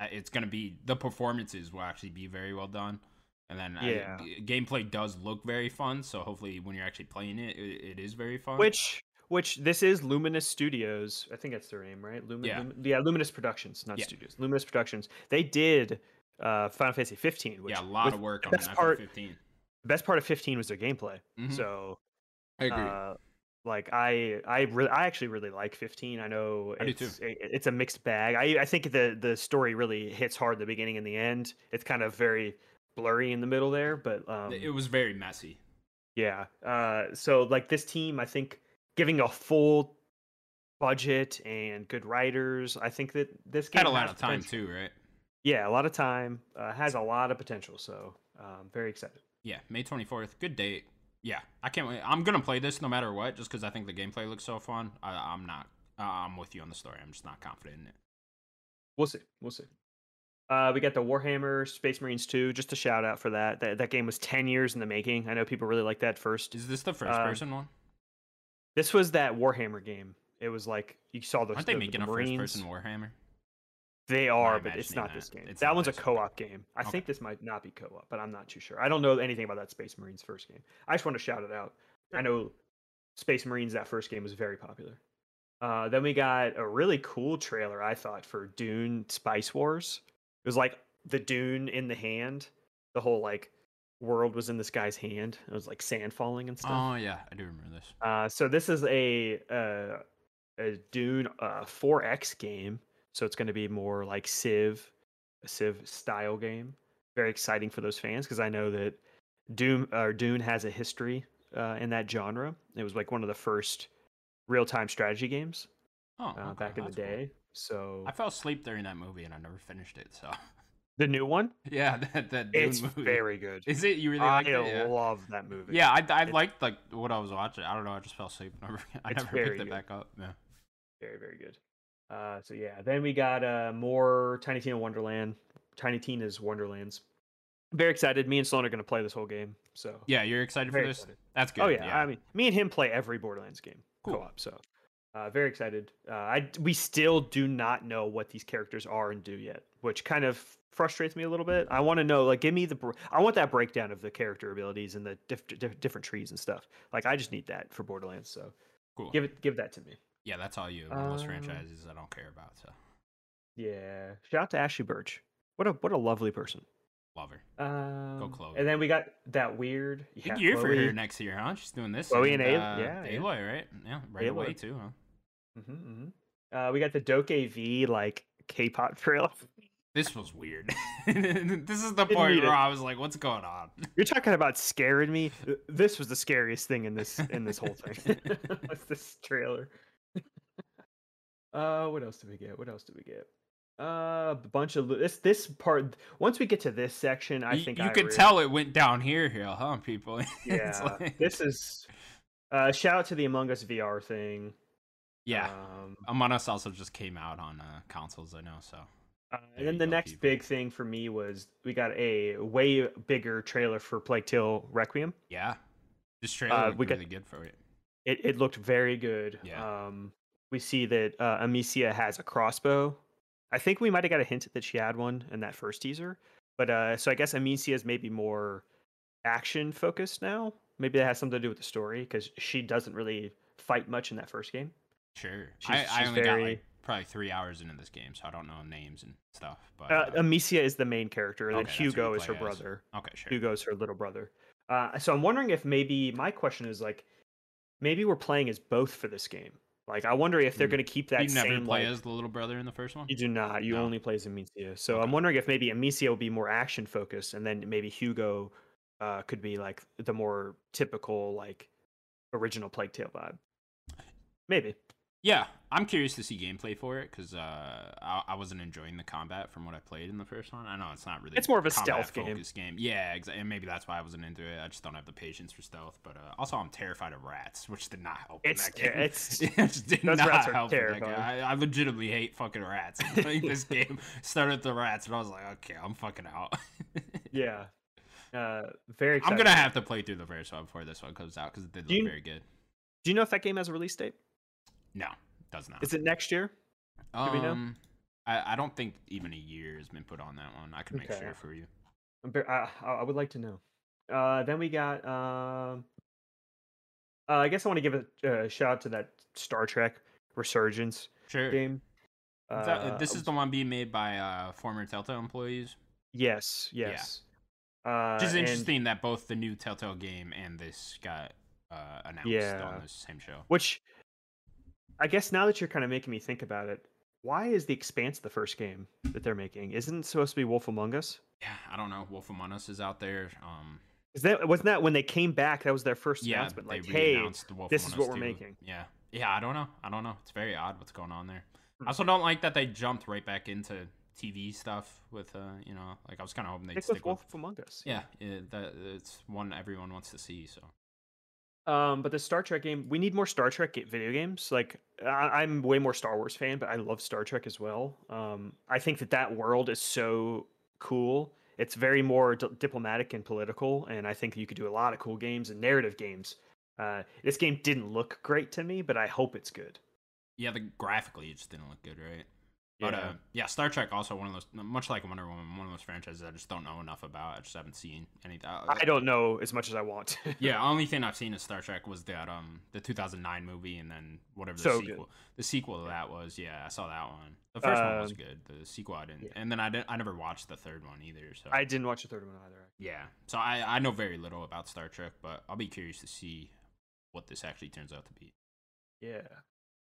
[SPEAKER 1] uh, it's gonna be the performances will actually be very well done. And then
[SPEAKER 2] Yeah.
[SPEAKER 1] I, g- gameplay does look very fun, so hopefully when you're actually playing it, it, it is very fun.
[SPEAKER 2] Which which this is Luminous Studios. I think that's their name, right? Lumin-
[SPEAKER 1] Yeah.
[SPEAKER 2] Lum- yeah, Luminous Productions, not
[SPEAKER 1] Yeah.
[SPEAKER 2] Studios. Luminous Productions. They did uh Final Fantasy 15, which
[SPEAKER 1] yeah, a lot
[SPEAKER 2] was-
[SPEAKER 1] of work on
[SPEAKER 2] best
[SPEAKER 1] an
[SPEAKER 2] part-
[SPEAKER 1] 15.
[SPEAKER 2] the best part of 15 was their gameplay.
[SPEAKER 1] Mm-hmm.
[SPEAKER 2] So
[SPEAKER 1] I agree.
[SPEAKER 2] uh like I I really I actually really like 15. I know
[SPEAKER 1] I do too.
[SPEAKER 2] it's i- it's a mixed bag. I I think the the story really hits hard in the beginning and the end. It's kind of very blurry in the middle there, but um
[SPEAKER 1] it was very messy.
[SPEAKER 2] Yeah. Uh, so like this team, I think giving a full budget and good writers, I think that this game
[SPEAKER 1] Had a lot
[SPEAKER 2] has
[SPEAKER 1] of time
[SPEAKER 2] potential.
[SPEAKER 1] too, right?
[SPEAKER 2] Yeah, a lot of time uh, has a lot of potential. So um, very excited.
[SPEAKER 1] Yeah, May 24th. Good date. Yeah, I can't wait. I'm gonna play this no matter what, just because I think the gameplay looks so fun. I, I'm not. Uh, I'm with you on the story. I'm just not confident in it.
[SPEAKER 2] We'll see. We'll see. Uh, we got the Warhammer Space Marines 2. Just a shout out for that. That that game was 10 years in the making. I know people really like that first.
[SPEAKER 1] Is this the first
[SPEAKER 2] Um,
[SPEAKER 1] person one?
[SPEAKER 2] This was that Warhammer game. It was like you saw the
[SPEAKER 1] Aren't they
[SPEAKER 2] the-
[SPEAKER 1] making
[SPEAKER 2] the
[SPEAKER 1] a first
[SPEAKER 2] Marines.
[SPEAKER 1] person Warhammer?
[SPEAKER 2] They are, but it's
[SPEAKER 1] imagining
[SPEAKER 2] not
[SPEAKER 1] that.
[SPEAKER 2] this game.
[SPEAKER 1] It's
[SPEAKER 2] that
[SPEAKER 1] not
[SPEAKER 2] one's a
[SPEAKER 1] this.
[SPEAKER 2] co-op game. I
[SPEAKER 1] Okay.
[SPEAKER 2] think this might not be co-op, but I'm not too sure. I don't know anything about that Space Marines first game. I just want to shout it out. I know Space Marines that first game was very popular. Uh, then we got a really cool trailer I thought for Dune Spice Wars. It was like the Dune in the hand. The whole like world was in this guy's hand. It was like sand falling and stuff.
[SPEAKER 1] Oh yeah, I do remember this.
[SPEAKER 2] Uh, so this is a uh, a Dune uh, 4X game. So it's going to be more like Civ, a Civ style game. Very exciting for those fans because I know that Doom or Dune has a history uh, in that genre. It was like one of the first real time strategy games
[SPEAKER 1] Oh,
[SPEAKER 2] uh,
[SPEAKER 1] okay,
[SPEAKER 2] back in the
[SPEAKER 1] that's cool.
[SPEAKER 2] day. So
[SPEAKER 1] I fell asleep during that movie and I never finished it. So
[SPEAKER 2] The new one?
[SPEAKER 1] Yeah, that that Dune
[SPEAKER 2] It's
[SPEAKER 1] movie.
[SPEAKER 2] very good.
[SPEAKER 1] Is it you really
[SPEAKER 2] I
[SPEAKER 1] like it? Yeah,
[SPEAKER 2] love that movie.
[SPEAKER 1] yeah I, I
[SPEAKER 2] It's-
[SPEAKER 1] liked like what I was watching. I don't know. I just fell asleep. I never, I
[SPEAKER 2] It's
[SPEAKER 1] never
[SPEAKER 2] very
[SPEAKER 1] picked it
[SPEAKER 2] good.
[SPEAKER 1] back up. Yeah.
[SPEAKER 2] Very, very good. Uh, so yeah, then we got uh, more Tiny Tina Wonderland. Tiny Tina's Wonderlands. Very excited. Me and Sloan are going to play this whole game. So
[SPEAKER 1] Yeah, you're excited for
[SPEAKER 2] Very
[SPEAKER 1] this.
[SPEAKER 2] excited.
[SPEAKER 1] That's good.
[SPEAKER 2] oh yeah, I mean, me and him play every Borderlands game
[SPEAKER 1] Cool.
[SPEAKER 2] co-op. So uh, very excited. Uh, I d- we still do not know what these characters are and do yet, which kind of frustrates me a little bit. I want to know, like, give me the. br- I want that breakdown of the character abilities and the diff- diff- different trees and stuff. Like, I just need that for Borderlands. So
[SPEAKER 1] cool.
[SPEAKER 2] give it, give that to me.
[SPEAKER 1] yeah, that's all you. Most
[SPEAKER 2] Um,
[SPEAKER 1] franchises I don't care about. So
[SPEAKER 2] Yeah. Shout out to Ashley Birch. What a what a lovely person.
[SPEAKER 1] love her.
[SPEAKER 2] Um,
[SPEAKER 1] Chloe.
[SPEAKER 2] And then we got that weird. Yeah,
[SPEAKER 1] Big year for her
[SPEAKER 2] Chloe.
[SPEAKER 1] next year, huh? She's doing this.
[SPEAKER 2] Chloe and
[SPEAKER 1] and,
[SPEAKER 2] Aloy- yeah, yeah.
[SPEAKER 1] Aloy, right? Yeah, right
[SPEAKER 2] Aloy.
[SPEAKER 1] away too, huh?
[SPEAKER 2] Mhm, mhm. Uh, we got the Doke V like K-pop trailer.
[SPEAKER 1] This was weird. this is the
[SPEAKER 2] Didn't
[SPEAKER 1] point
[SPEAKER 2] need
[SPEAKER 1] where
[SPEAKER 2] it.
[SPEAKER 1] I was like, "What's going on?"
[SPEAKER 2] You're talking about scaring me. Th- This was the scariest thing in this in this whole thing. What's this trailer? uh, what else did we get? What else did we get? Uh, a bunch of lo- this this part. Once we get to this section, I
[SPEAKER 1] you
[SPEAKER 2] think
[SPEAKER 1] you
[SPEAKER 2] I
[SPEAKER 1] could
[SPEAKER 2] really-
[SPEAKER 1] tell it went down here, here, huh, people? It's
[SPEAKER 2] Yeah,
[SPEAKER 1] like-
[SPEAKER 2] this is. Uh, shout out to the Among Us VR thing.
[SPEAKER 1] yeah.
[SPEAKER 2] Um,
[SPEAKER 1] Among Us also just came out on uh, consoles, I know. So
[SPEAKER 2] Uh,
[SPEAKER 1] Oh, There
[SPEAKER 2] and then
[SPEAKER 1] you
[SPEAKER 2] the
[SPEAKER 1] go,
[SPEAKER 2] next
[SPEAKER 1] people.
[SPEAKER 2] big thing for me was we got a way bigger trailer for Plague Tale Requiem.
[SPEAKER 1] yeah, this trailer
[SPEAKER 2] Uh,
[SPEAKER 1] looked
[SPEAKER 2] we got-
[SPEAKER 1] really good for it.
[SPEAKER 2] It, it looked very good.
[SPEAKER 1] Yeah.
[SPEAKER 2] Um, we see that uh, Amicia has a crossbow. I think we might have got a hint that she had one in that first teaser. But uh, so I guess Amicia is maybe more action focused now. Maybe that has something to do with the story because she doesn't really fight much in that first game.
[SPEAKER 1] Sure.
[SPEAKER 2] She's-
[SPEAKER 1] I, I
[SPEAKER 2] she's
[SPEAKER 1] only got
[SPEAKER 2] very-
[SPEAKER 1] like probably three hours into this game, so I don't know names and stuff. But
[SPEAKER 2] Uh,
[SPEAKER 1] uh,
[SPEAKER 2] Amicia is the main character, and
[SPEAKER 1] okay,
[SPEAKER 2] then
[SPEAKER 1] that's who you
[SPEAKER 2] Hugo is her
[SPEAKER 1] play as.
[SPEAKER 2] brother.
[SPEAKER 1] okay, sure.
[SPEAKER 2] Hugo's her little brother. Uh, so I'm wondering if maybe my question is like, maybe we're playing as both for this game. Like, I wonder if they're
[SPEAKER 1] Mm.
[SPEAKER 2] going to keep that
[SPEAKER 1] you never
[SPEAKER 2] same.
[SPEAKER 1] play
[SPEAKER 2] like-
[SPEAKER 1] as the little brother in the first one.
[SPEAKER 2] you do not. You
[SPEAKER 1] No.
[SPEAKER 2] only play as Amicia. So
[SPEAKER 1] Okay.
[SPEAKER 2] I'm wondering if maybe Amicia will be more action focused, and then maybe Hugo uh, could be like the more typical like original Plague Tale vibe. Maybe.
[SPEAKER 1] Yeah, I'm curious to see gameplay for it because uh, I, I wasn't enjoying the combat from what I played in the first one. I know it's not really
[SPEAKER 2] It's more of a
[SPEAKER 1] combat
[SPEAKER 2] stealth game.
[SPEAKER 1] focused game. Yeah, exactly. And maybe that's why I wasn't into it. I just don't have the patience for stealth. But uh, also, I'm terrified of rats, which did not help
[SPEAKER 2] It's
[SPEAKER 1] in that
[SPEAKER 2] ter-
[SPEAKER 1] game.
[SPEAKER 2] it's-
[SPEAKER 1] it just did
[SPEAKER 2] those
[SPEAKER 1] not
[SPEAKER 2] rats are
[SPEAKER 1] help. in that game.
[SPEAKER 2] terrifying.
[SPEAKER 1] I, I legitimately hate fucking rats. I played this game started with the rats, and I was like, okay, I'm fucking out.
[SPEAKER 2] Yeah. Uh, very.
[SPEAKER 1] I'm
[SPEAKER 2] Exciting.
[SPEAKER 1] gonna have to play through the first one before this one comes out because it did
[SPEAKER 2] Do
[SPEAKER 1] look
[SPEAKER 2] you-
[SPEAKER 1] very good.
[SPEAKER 2] Do you know if that game has a release date?
[SPEAKER 1] No, does not.
[SPEAKER 2] Is it next year?
[SPEAKER 1] um,
[SPEAKER 2] we know?
[SPEAKER 1] I, I don't think even a year has been put on that one. I can make
[SPEAKER 2] Okay.
[SPEAKER 1] sure for you.
[SPEAKER 2] I'm ver- I, I I would like to know. Uh, then we got. Um, uh, I guess I want to give a uh, shout out to that Star Trek Resurgence
[SPEAKER 1] Sure.
[SPEAKER 2] game.
[SPEAKER 1] Is that-
[SPEAKER 2] Uh,
[SPEAKER 1] this is the one being made by uh, former Telltale employees.
[SPEAKER 2] yes, yes. Uh,
[SPEAKER 1] Which is
[SPEAKER 2] and-
[SPEAKER 1] interesting that both the new Telltale game and this got uh, announced
[SPEAKER 2] Yeah.
[SPEAKER 1] on the same show.
[SPEAKER 2] which, I guess, now that you're kind of making me think about it, why is the Expanse the first game that they're making? Isn't it supposed to be Wolf Among Us?
[SPEAKER 1] Yeah, I don't know. Wolf Among Us is out there. Um,
[SPEAKER 2] Is that wasn't that when they came back? That was their first
[SPEAKER 1] yeah,
[SPEAKER 2] announcement.
[SPEAKER 1] they
[SPEAKER 2] Like, hey,
[SPEAKER 1] announced the Wolf
[SPEAKER 2] this
[SPEAKER 1] Among
[SPEAKER 2] is
[SPEAKER 1] Us
[SPEAKER 2] what we're
[SPEAKER 1] 2.
[SPEAKER 2] making.
[SPEAKER 1] Yeah, yeah. I don't know. I don't know. It's very odd what's going on there. I
[SPEAKER 2] Hmm.
[SPEAKER 1] also don't like that they jumped right back into TV stuff with uh, you know, like I was kind of hoping they'd
[SPEAKER 2] stick
[SPEAKER 1] stick
[SPEAKER 2] with
[SPEAKER 1] with.
[SPEAKER 2] Wolf Among Us.
[SPEAKER 1] yeah, yeah that, it's one everyone wants to see. So
[SPEAKER 2] Um, but the Star Trek game, we need more Star Trek ga- video games. Like, I, I'm way more Star Wars fan, but I love Star Trek as well. Um, I think that that world is so cool. It's very more di- diplomatic and political, and I think you could do a lot of cool games and narrative games. Uh, this game didn't look great to me, but I hope it's good.
[SPEAKER 1] yeah, the graphically it just didn't look good, right? But
[SPEAKER 2] Yeah.
[SPEAKER 1] uh, yeah, Star Trek also one of those, much like Wonder Woman, one of those franchises I just don't know enough about. I just haven't seen any. Uh,
[SPEAKER 2] I don't know as much as I want. to.
[SPEAKER 1] Yeah, only thing I've seen of Star Trek was that um the 2009 movie and then whatever the
[SPEAKER 2] So good.
[SPEAKER 1] sequel the sequel to that was. Yeah, I saw that one. The first one was
[SPEAKER 2] Um,
[SPEAKER 1] good. The sequel I didn't,
[SPEAKER 2] yeah.
[SPEAKER 1] and then I didn't. I never watched the third one either. So
[SPEAKER 2] I didn't watch the third one either.
[SPEAKER 1] yeah, so I I know very little about Star Trek, but I'll be curious to see what this actually turns out to be.
[SPEAKER 2] Yeah.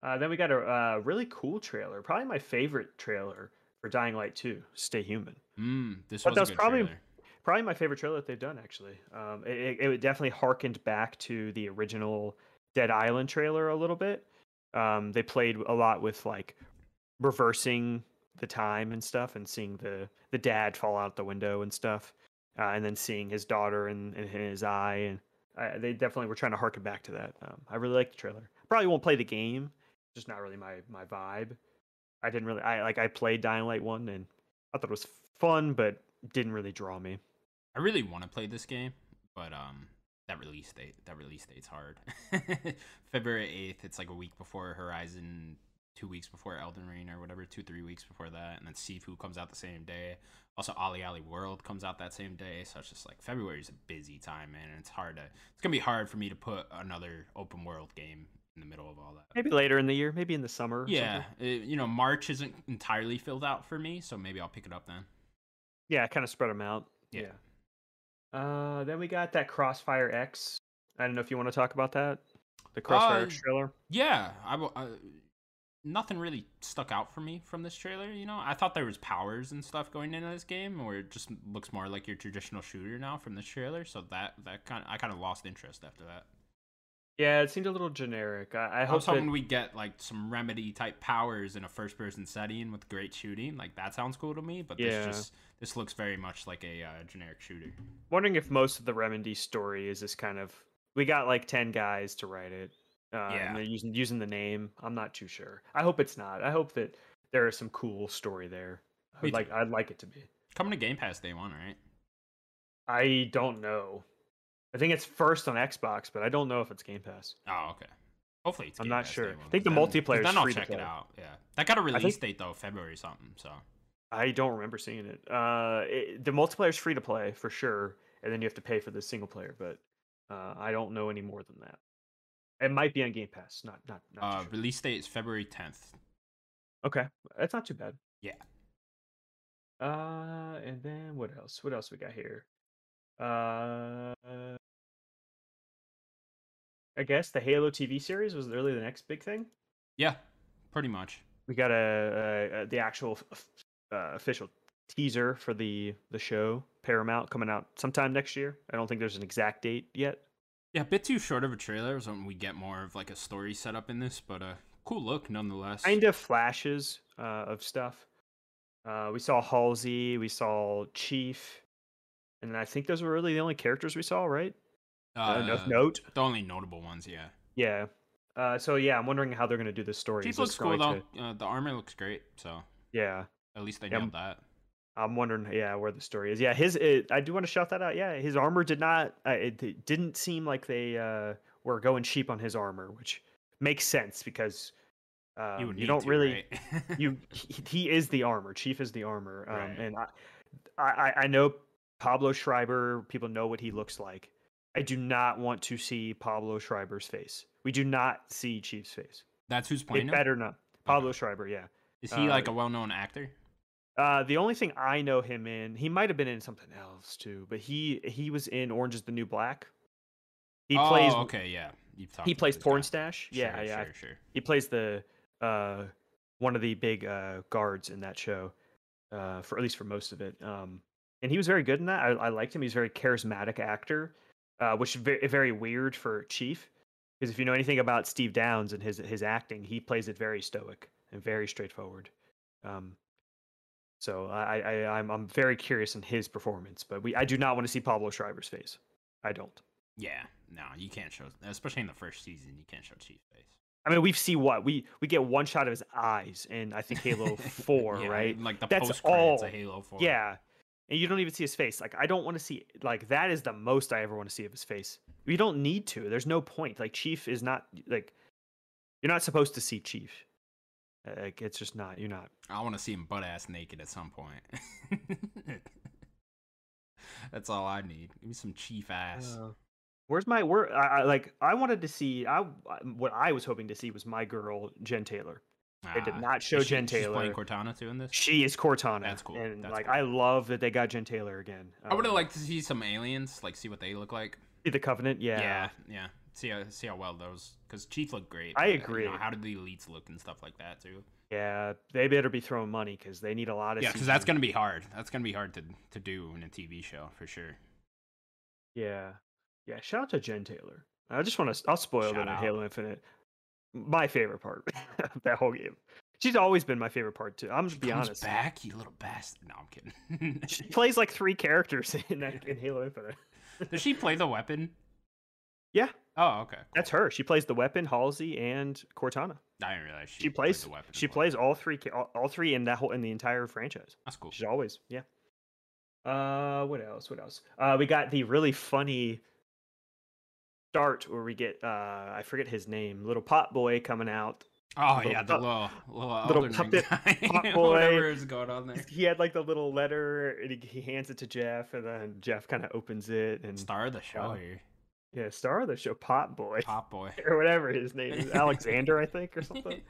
[SPEAKER 2] Uh, then we got a uh, really cool trailer, probably my favorite trailer for Dying Light 2, Stay Human.
[SPEAKER 1] Mm, this
[SPEAKER 2] But
[SPEAKER 1] was,
[SPEAKER 2] that
[SPEAKER 1] a
[SPEAKER 2] was
[SPEAKER 1] good
[SPEAKER 2] probably-
[SPEAKER 1] trailer.
[SPEAKER 2] probably my favorite trailer that they've done actually um it, it, it definitely harkened back to the original dead island trailer a little bit um they played a lot with like reversing the time and stuff and seeing the the dad fall out the window and stuff uh, and then seeing his daughter and, and his eye and uh, they definitely were trying to harken back to that um, i really like the trailer probably won't play the game just not really my my vibe i didn't really i like i played dying light one and i thought it was fun but didn't really draw me
[SPEAKER 1] I really want to play this game, but um, that release date that release date's hard. February eighth. It's like a week before Horizon, two weeks before Elden Ring or whatever, two three weeks before that, and then Sifu comes out the same day. Also, Ali Ali World comes out that same day. So it's just like February's a busy time, man, and it's hard to. It's gonna be hard for me to put another open world game in the middle of all that.
[SPEAKER 2] maybe later in the year maybe in the summer or
[SPEAKER 1] Yeah,
[SPEAKER 2] something.
[SPEAKER 1] it- you know, March isn't entirely filled out for me, so maybe I'll pick it up then.
[SPEAKER 2] yeah kind of spread them out
[SPEAKER 1] Yeah.
[SPEAKER 2] uh then we got that crossfire x i don't know if you want to talk about that the crossfire x
[SPEAKER 1] Uh,
[SPEAKER 2] trailer
[SPEAKER 1] yeah i, w- I- nothing really stuck out for me from this trailer you know i thought there was powers and stuff going into this game or it just looks more like your traditional shooter now from this trailer so that that kind of i kind of lost interest after that
[SPEAKER 2] yeah it seemed a little generic i,
[SPEAKER 1] i
[SPEAKER 2] I
[SPEAKER 1] was
[SPEAKER 2] hope that-
[SPEAKER 1] hoping we get like some remedy type powers in a first person setting with great shooting like that sounds cool to me but this
[SPEAKER 2] Yeah.
[SPEAKER 1] just this looks very much like a uh, generic shooter
[SPEAKER 2] wondering if most of the Remedy story is this kind of we got like ten guys to write it. Uh,
[SPEAKER 1] Yeah.
[SPEAKER 2] and they're using using the name. I'm not too sure. I hope it's not. I hope that there is some cool story there. I
[SPEAKER 1] Me
[SPEAKER 2] would like I'd like it to be.
[SPEAKER 1] coming to game pass day one right
[SPEAKER 2] I don't know. I think it's first on Xbox, but I don't know if it's Game Pass.
[SPEAKER 1] oh okay hopefully it's
[SPEAKER 2] I'm
[SPEAKER 1] Game
[SPEAKER 2] not
[SPEAKER 1] Pass
[SPEAKER 2] sure.
[SPEAKER 1] day
[SPEAKER 2] I
[SPEAKER 1] one,
[SPEAKER 2] think
[SPEAKER 1] 'cause
[SPEAKER 2] the
[SPEAKER 1] then- 'cause
[SPEAKER 2] multiplayer is
[SPEAKER 1] then i'll
[SPEAKER 2] free to
[SPEAKER 1] check it
[SPEAKER 2] play.
[SPEAKER 1] out yeah that got a release
[SPEAKER 2] think-
[SPEAKER 1] date though february something so
[SPEAKER 2] I don't remember seeing it. Uh, it the multiplayer is free to play for sure, and then you have to pay for the single player. But uh, I don't know any more than that. It might be on Game Pass. Not not not too
[SPEAKER 1] Uh,
[SPEAKER 2] sure.
[SPEAKER 1] release date is February 10th.
[SPEAKER 2] Okay, that's not too bad.
[SPEAKER 1] Yeah.
[SPEAKER 2] Uh, and then what else? What else we got here? Uh, I guess the Halo TV series was really the next big thing.
[SPEAKER 1] Yeah, pretty much.
[SPEAKER 2] We got a, a, a the actual f- f- uh, official teaser for the the show Paramount coming out sometime next year. I don't think there's an exact date yet.
[SPEAKER 1] Yeah, a bit too short of a trailer. So we get more of like a story set up in this, but uh, cool look nonetheless.
[SPEAKER 2] kind of flashes uh, of stuff. Uh, we saw Halsey, we saw Chief, and I think those were really the only characters we saw, right? Uh,
[SPEAKER 1] Uh,
[SPEAKER 2] of note.
[SPEAKER 1] The only notable ones, yeah.
[SPEAKER 2] Yeah. Uh, so yeah, I'm wondering how they're gonna do this story.
[SPEAKER 1] Chief
[SPEAKER 2] Is this
[SPEAKER 1] looks cool
[SPEAKER 2] going
[SPEAKER 1] though.
[SPEAKER 2] to-
[SPEAKER 1] Uh, the armor looks great, so
[SPEAKER 2] yeah,
[SPEAKER 1] at least they
[SPEAKER 2] Yeah,
[SPEAKER 1] nailed that.
[SPEAKER 2] I'm wondering, yeah, where the story is. Yeah, his. It, I do want to shout that out. Yeah, his armor did not. Uh, it, it didn't seem like they uh, were going cheap on his armor, which makes sense because um, you,
[SPEAKER 1] would need
[SPEAKER 2] don't
[SPEAKER 1] to,
[SPEAKER 2] really.
[SPEAKER 1] right?
[SPEAKER 2] you he, he is the armor chief is the armor um,
[SPEAKER 1] Right.
[SPEAKER 2] and I, I i know pablo schreiber people know what he looks like i do not want to see pablo schreiber's face we do not see chief's face
[SPEAKER 1] That's who's
[SPEAKER 2] it
[SPEAKER 1] playing him.
[SPEAKER 2] better not pablo schreiber yeah
[SPEAKER 1] Is he like
[SPEAKER 2] uh,
[SPEAKER 1] a well-known actor?
[SPEAKER 2] uh, the only thing i know him in he might have been in something else too but he he was in orange is the new black he
[SPEAKER 1] oh,
[SPEAKER 2] plays
[SPEAKER 1] Okay, yeah. You've talked
[SPEAKER 2] he
[SPEAKER 1] about
[SPEAKER 2] plays
[SPEAKER 1] this guy.
[SPEAKER 2] porn stash yeah
[SPEAKER 1] Sure,
[SPEAKER 2] yeah I
[SPEAKER 1] Sure, sure.
[SPEAKER 2] he plays the uh one of the big uh guards in that show uh for at least for most of it um and he was very good in that i, I liked him he's a very charismatic actor uh which very, very weird for chief because if you know anything about steve downs and his his acting he plays it very stoic and very straightforward um so i i I- i'm, I'm very curious in his performance but we i do not want to see pablo schreiber's face i don't
[SPEAKER 1] Yeah. No, you can't show, especially in the first season, you can't show Chief's face.
[SPEAKER 2] I mean, we see what we we get one shot of his eyes in I think Halo Four,
[SPEAKER 1] Yeah,
[SPEAKER 2] right?
[SPEAKER 1] Like the
[SPEAKER 2] That's
[SPEAKER 1] post credits
[SPEAKER 2] all.
[SPEAKER 1] of Halo Four.
[SPEAKER 2] Yeah, and you don't even see his face. Like I don't want to see like that is the most I ever want to see of his face. We don't need to. There's no point. Like Chief is not like you're not supposed to see Chief. Uh, Like it's just not. You're not.
[SPEAKER 1] I want to see him butt ass naked at some point. That's all I need. Give me some chief ass.
[SPEAKER 2] Uh, Where's my where? I, I like I wanted to see. I I- what I was hoping to see was my girl Jen Taylor. They did
[SPEAKER 1] Ah,
[SPEAKER 2] not show
[SPEAKER 1] is she-
[SPEAKER 2] Jen
[SPEAKER 1] She's playing
[SPEAKER 2] Taylor.
[SPEAKER 1] Cortana too in this.
[SPEAKER 2] She is Cortana.
[SPEAKER 1] That's cool,
[SPEAKER 2] And
[SPEAKER 1] that's
[SPEAKER 2] like
[SPEAKER 1] cool.
[SPEAKER 2] I love that they got Jen Taylor again.
[SPEAKER 1] I would have
[SPEAKER 2] Um,
[SPEAKER 1] liked to see some aliens, like see what they look like.
[SPEAKER 2] See the Covenant, yeah.
[SPEAKER 1] yeah. yeah. See how see how well those because Chief looked great.
[SPEAKER 2] I
[SPEAKER 1] but, you
[SPEAKER 2] agree.
[SPEAKER 1] know, how did the elites look and stuff like that too?
[SPEAKER 2] Yeah, They better be throwing money because they need a lot of.
[SPEAKER 1] Yeah, because that's
[SPEAKER 2] CG.
[SPEAKER 1] gonna be hard. That's gonna be hard to to do in a TV show for sure.
[SPEAKER 2] Yeah, yeah. Shout out to Jen Taylor. I just want to. I'll spoil
[SPEAKER 1] Shout
[SPEAKER 2] that in
[SPEAKER 1] out.
[SPEAKER 2] Halo Infinite. My favorite part of that whole game. She's always been my favorite part too. I'm
[SPEAKER 1] She
[SPEAKER 2] gonna be
[SPEAKER 1] comes
[SPEAKER 2] honest.
[SPEAKER 1] back, you little bastard. No, I'm kidding.
[SPEAKER 2] She plays like three characters in that, in Halo Infinite.
[SPEAKER 1] Does she play the weapon?
[SPEAKER 2] Yeah.
[SPEAKER 1] Oh, okay.
[SPEAKER 2] That's her. She plays the weapon, Halsey, and Cortana.
[SPEAKER 1] I didn't realize she,
[SPEAKER 2] She
[SPEAKER 1] played
[SPEAKER 2] plays-
[SPEAKER 1] the weapon. as
[SPEAKER 2] She
[SPEAKER 1] well.
[SPEAKER 2] plays all three, ca- all, all three in that whole in the entire franchise.
[SPEAKER 1] That's cool.
[SPEAKER 2] She's always, yeah. Uh, what else? What else? Uh, we got the really funny start where we get uh, I forget his name, little pot boy coming out.
[SPEAKER 1] Oh
[SPEAKER 2] little
[SPEAKER 1] yeah, the
[SPEAKER 2] pu-
[SPEAKER 1] little little,
[SPEAKER 2] little
[SPEAKER 1] Elden Ring
[SPEAKER 2] puppet
[SPEAKER 1] guy.
[SPEAKER 2] pot
[SPEAKER 1] Whatever
[SPEAKER 2] boy.
[SPEAKER 1] is going on there.
[SPEAKER 2] He had like the little letter, and he, he hands it to Jeff, and then Jeff kind of opens it, and
[SPEAKER 1] Star of the show
[SPEAKER 2] Wow.
[SPEAKER 1] here,
[SPEAKER 2] yeah, star of the show, pot boy
[SPEAKER 1] Pop Boy.
[SPEAKER 2] or whatever his name is, Alexander, I think, or something.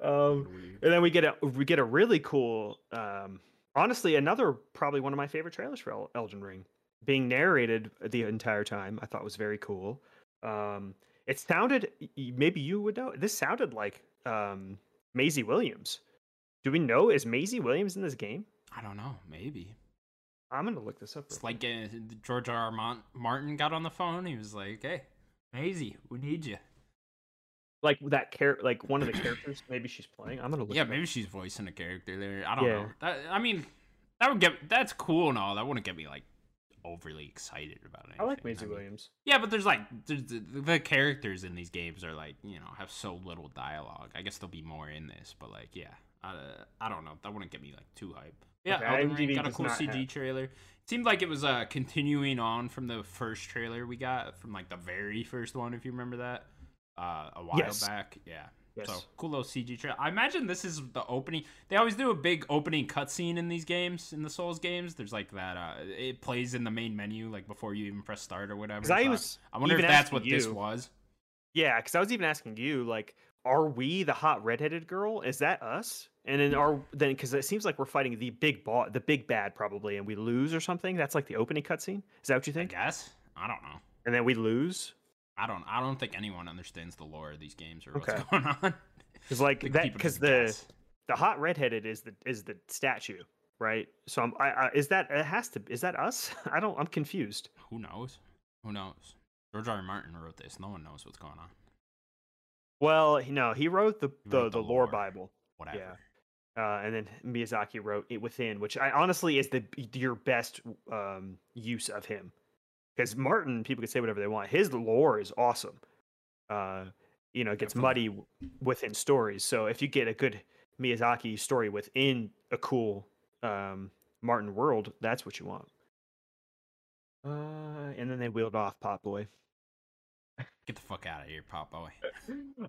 [SPEAKER 2] Um,
[SPEAKER 1] Weird.
[SPEAKER 2] And then we get a we get a really cool, um, honestly, another probably one of my favorite trailers for El- Elden Ring, being narrated the entire time. I thought was very cool. Um, it sounded y- y- maybe you would know this sounded like um, Maisie Williams. Do we know is Maisie Williams in this game?
[SPEAKER 1] I don't know. Maybe
[SPEAKER 2] I'm gonna look this up. real
[SPEAKER 1] it's like uh, George R. R. Mon- Martin got on the phone. He was like, "Hey, Maisie, we need you."
[SPEAKER 2] quick. like that character, like one of the characters. Maybe she's playing. I'm gonna look.
[SPEAKER 1] Yeah,
[SPEAKER 2] it up.
[SPEAKER 1] maybe she's voicing a character there. I don't
[SPEAKER 2] Yeah.
[SPEAKER 1] know. That, I mean, that would get that's cool and all. That wouldn't get me like overly excited about anything.
[SPEAKER 2] I like Maisie
[SPEAKER 1] mean,
[SPEAKER 2] Williams.
[SPEAKER 1] Yeah, but there's like there's the, the characters in these games are like you know have so little dialogue. I guess there'll be more in this, but like yeah, I, I don't know. That wouldn't get me like too hype. Yeah,
[SPEAKER 2] Okay,
[SPEAKER 1] Elden Ring
[SPEAKER 2] IMDb
[SPEAKER 1] got a
[SPEAKER 2] does
[SPEAKER 1] cool
[SPEAKER 2] not
[SPEAKER 1] CG
[SPEAKER 2] have-
[SPEAKER 1] trailer. It seemed like it was uh continuing on from the first trailer we got from like the very first one, if you remember that, uh, a while
[SPEAKER 2] Yes.
[SPEAKER 1] back. Yeah.
[SPEAKER 2] Yes.
[SPEAKER 1] So cool little CG trailer. I imagine this is the opening. They always do a big opening cutscene in these games, in the Souls games. There's like that. Uh, it plays in the main menu, like before you even press start or whatever.
[SPEAKER 2] 'Cause I
[SPEAKER 1] So
[SPEAKER 2] was
[SPEAKER 1] I wonder if
[SPEAKER 2] even
[SPEAKER 1] that's
[SPEAKER 2] asking
[SPEAKER 1] what this
[SPEAKER 2] you-
[SPEAKER 1] was.
[SPEAKER 2] Yeah, because I was even asking you, like, are we the hot redheaded girl? Is that us? And then are then because it seems like we're fighting the big boss, the big bad, probably, and we lose or something. That's like the opening cutscene. Is that what you
[SPEAKER 1] I
[SPEAKER 2] think?
[SPEAKER 1] guess. I don't know.
[SPEAKER 2] And then we lose
[SPEAKER 1] I don't. I don't think anyone understands the lore of these games or what's
[SPEAKER 2] Okay.
[SPEAKER 1] going on.
[SPEAKER 2] because like
[SPEAKER 1] They
[SPEAKER 2] that
[SPEAKER 1] keep it as
[SPEAKER 2] because
[SPEAKER 1] a
[SPEAKER 2] the
[SPEAKER 1] guess.
[SPEAKER 2] the hot redheaded is the is the statue, right? So I'm I, I is that it has to is that us? I don't I'm confused.
[SPEAKER 1] who knows? Who knows? George R. R. Martin wrote this. No one knows what's going on.
[SPEAKER 2] Well, he- no, he wrote the
[SPEAKER 1] He
[SPEAKER 2] the,
[SPEAKER 1] wrote
[SPEAKER 2] the
[SPEAKER 1] the
[SPEAKER 2] lore
[SPEAKER 1] lore.
[SPEAKER 2] Bible.
[SPEAKER 1] Whatever.
[SPEAKER 2] Yeah. uh, and then Miyazaki wrote It Within, which I honestly is the your best um, use of him because Martin, people can say whatever they want. His lore is awesome. Uh, you know, it gets
[SPEAKER 1] Definitely.
[SPEAKER 2] muddy w- within stories. So if you get a good Miyazaki story within a cool um, Martin world, that's what you want. Uh, and then they wheeled off Pop Boy.
[SPEAKER 1] Get the fuck out of here, Pop Boy.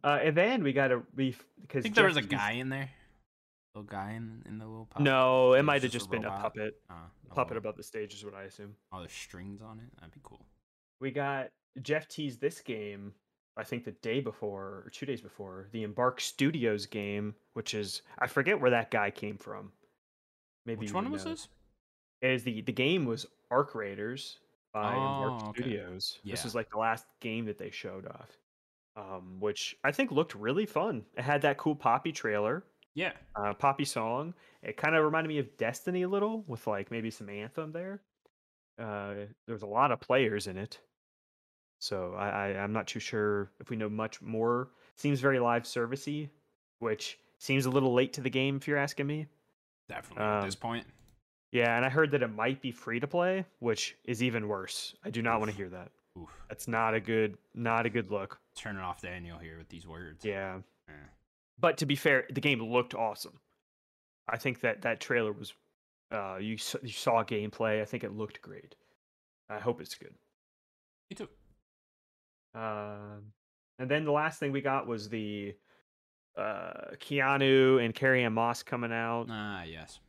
[SPEAKER 2] Uh, and then we got a reef
[SPEAKER 1] I
[SPEAKER 2] because
[SPEAKER 1] think there was a guy in there. Little guy in, in the little pop.
[SPEAKER 2] No,
[SPEAKER 1] He
[SPEAKER 2] it
[SPEAKER 1] was
[SPEAKER 2] might have
[SPEAKER 1] just a
[SPEAKER 2] just been a
[SPEAKER 1] robot.
[SPEAKER 2] puppet.
[SPEAKER 1] Uh, a
[SPEAKER 2] Puppet
[SPEAKER 1] little-
[SPEAKER 2] above the stage is what I assume.
[SPEAKER 1] all the strings on it. That'd be cool.
[SPEAKER 2] we got Jeff teased this game, I think the day before or two days before the Embark Studios game, which is I forget where that guy came from. Maybe
[SPEAKER 1] Which
[SPEAKER 2] you
[SPEAKER 1] one
[SPEAKER 2] would
[SPEAKER 1] was
[SPEAKER 2] know.
[SPEAKER 1] this?
[SPEAKER 2] It is the the game was Arc Raiders by Embark
[SPEAKER 1] Oh, okay.
[SPEAKER 2] Studios.
[SPEAKER 1] Yeah.
[SPEAKER 2] This was like the last game that they showed off, um, which I think looked really fun. It had that cool Poppy trailer,
[SPEAKER 1] Yeah.
[SPEAKER 2] uh, Poppy song. It kind of reminded me of Destiny a little, with like maybe some anthem there. Uh, there was a lot of players in it, so I, I I'm not too sure if we know much more. Seems very live servicey, which seems a little late to the game if you're asking me.
[SPEAKER 1] Definitely at
[SPEAKER 2] Um,
[SPEAKER 1] this point.
[SPEAKER 2] Yeah, and I heard that it might be free to play, which is even worse. I do not want
[SPEAKER 1] Oof.
[SPEAKER 2] to hear that.
[SPEAKER 1] Oof.
[SPEAKER 2] That's not a good not a good look.
[SPEAKER 1] Turn it off Daniel here with these words.
[SPEAKER 2] Yeah.
[SPEAKER 1] Eh.
[SPEAKER 2] but to be fair, the game looked awesome. I think that that trailer was, uh, you s- you saw gameplay. I think it looked great. I hope it's good.
[SPEAKER 1] Me too.
[SPEAKER 2] Um, and then the last thing we got was the uh, Keanu and Carrie Ann Moss coming out,
[SPEAKER 1] Ah, yes.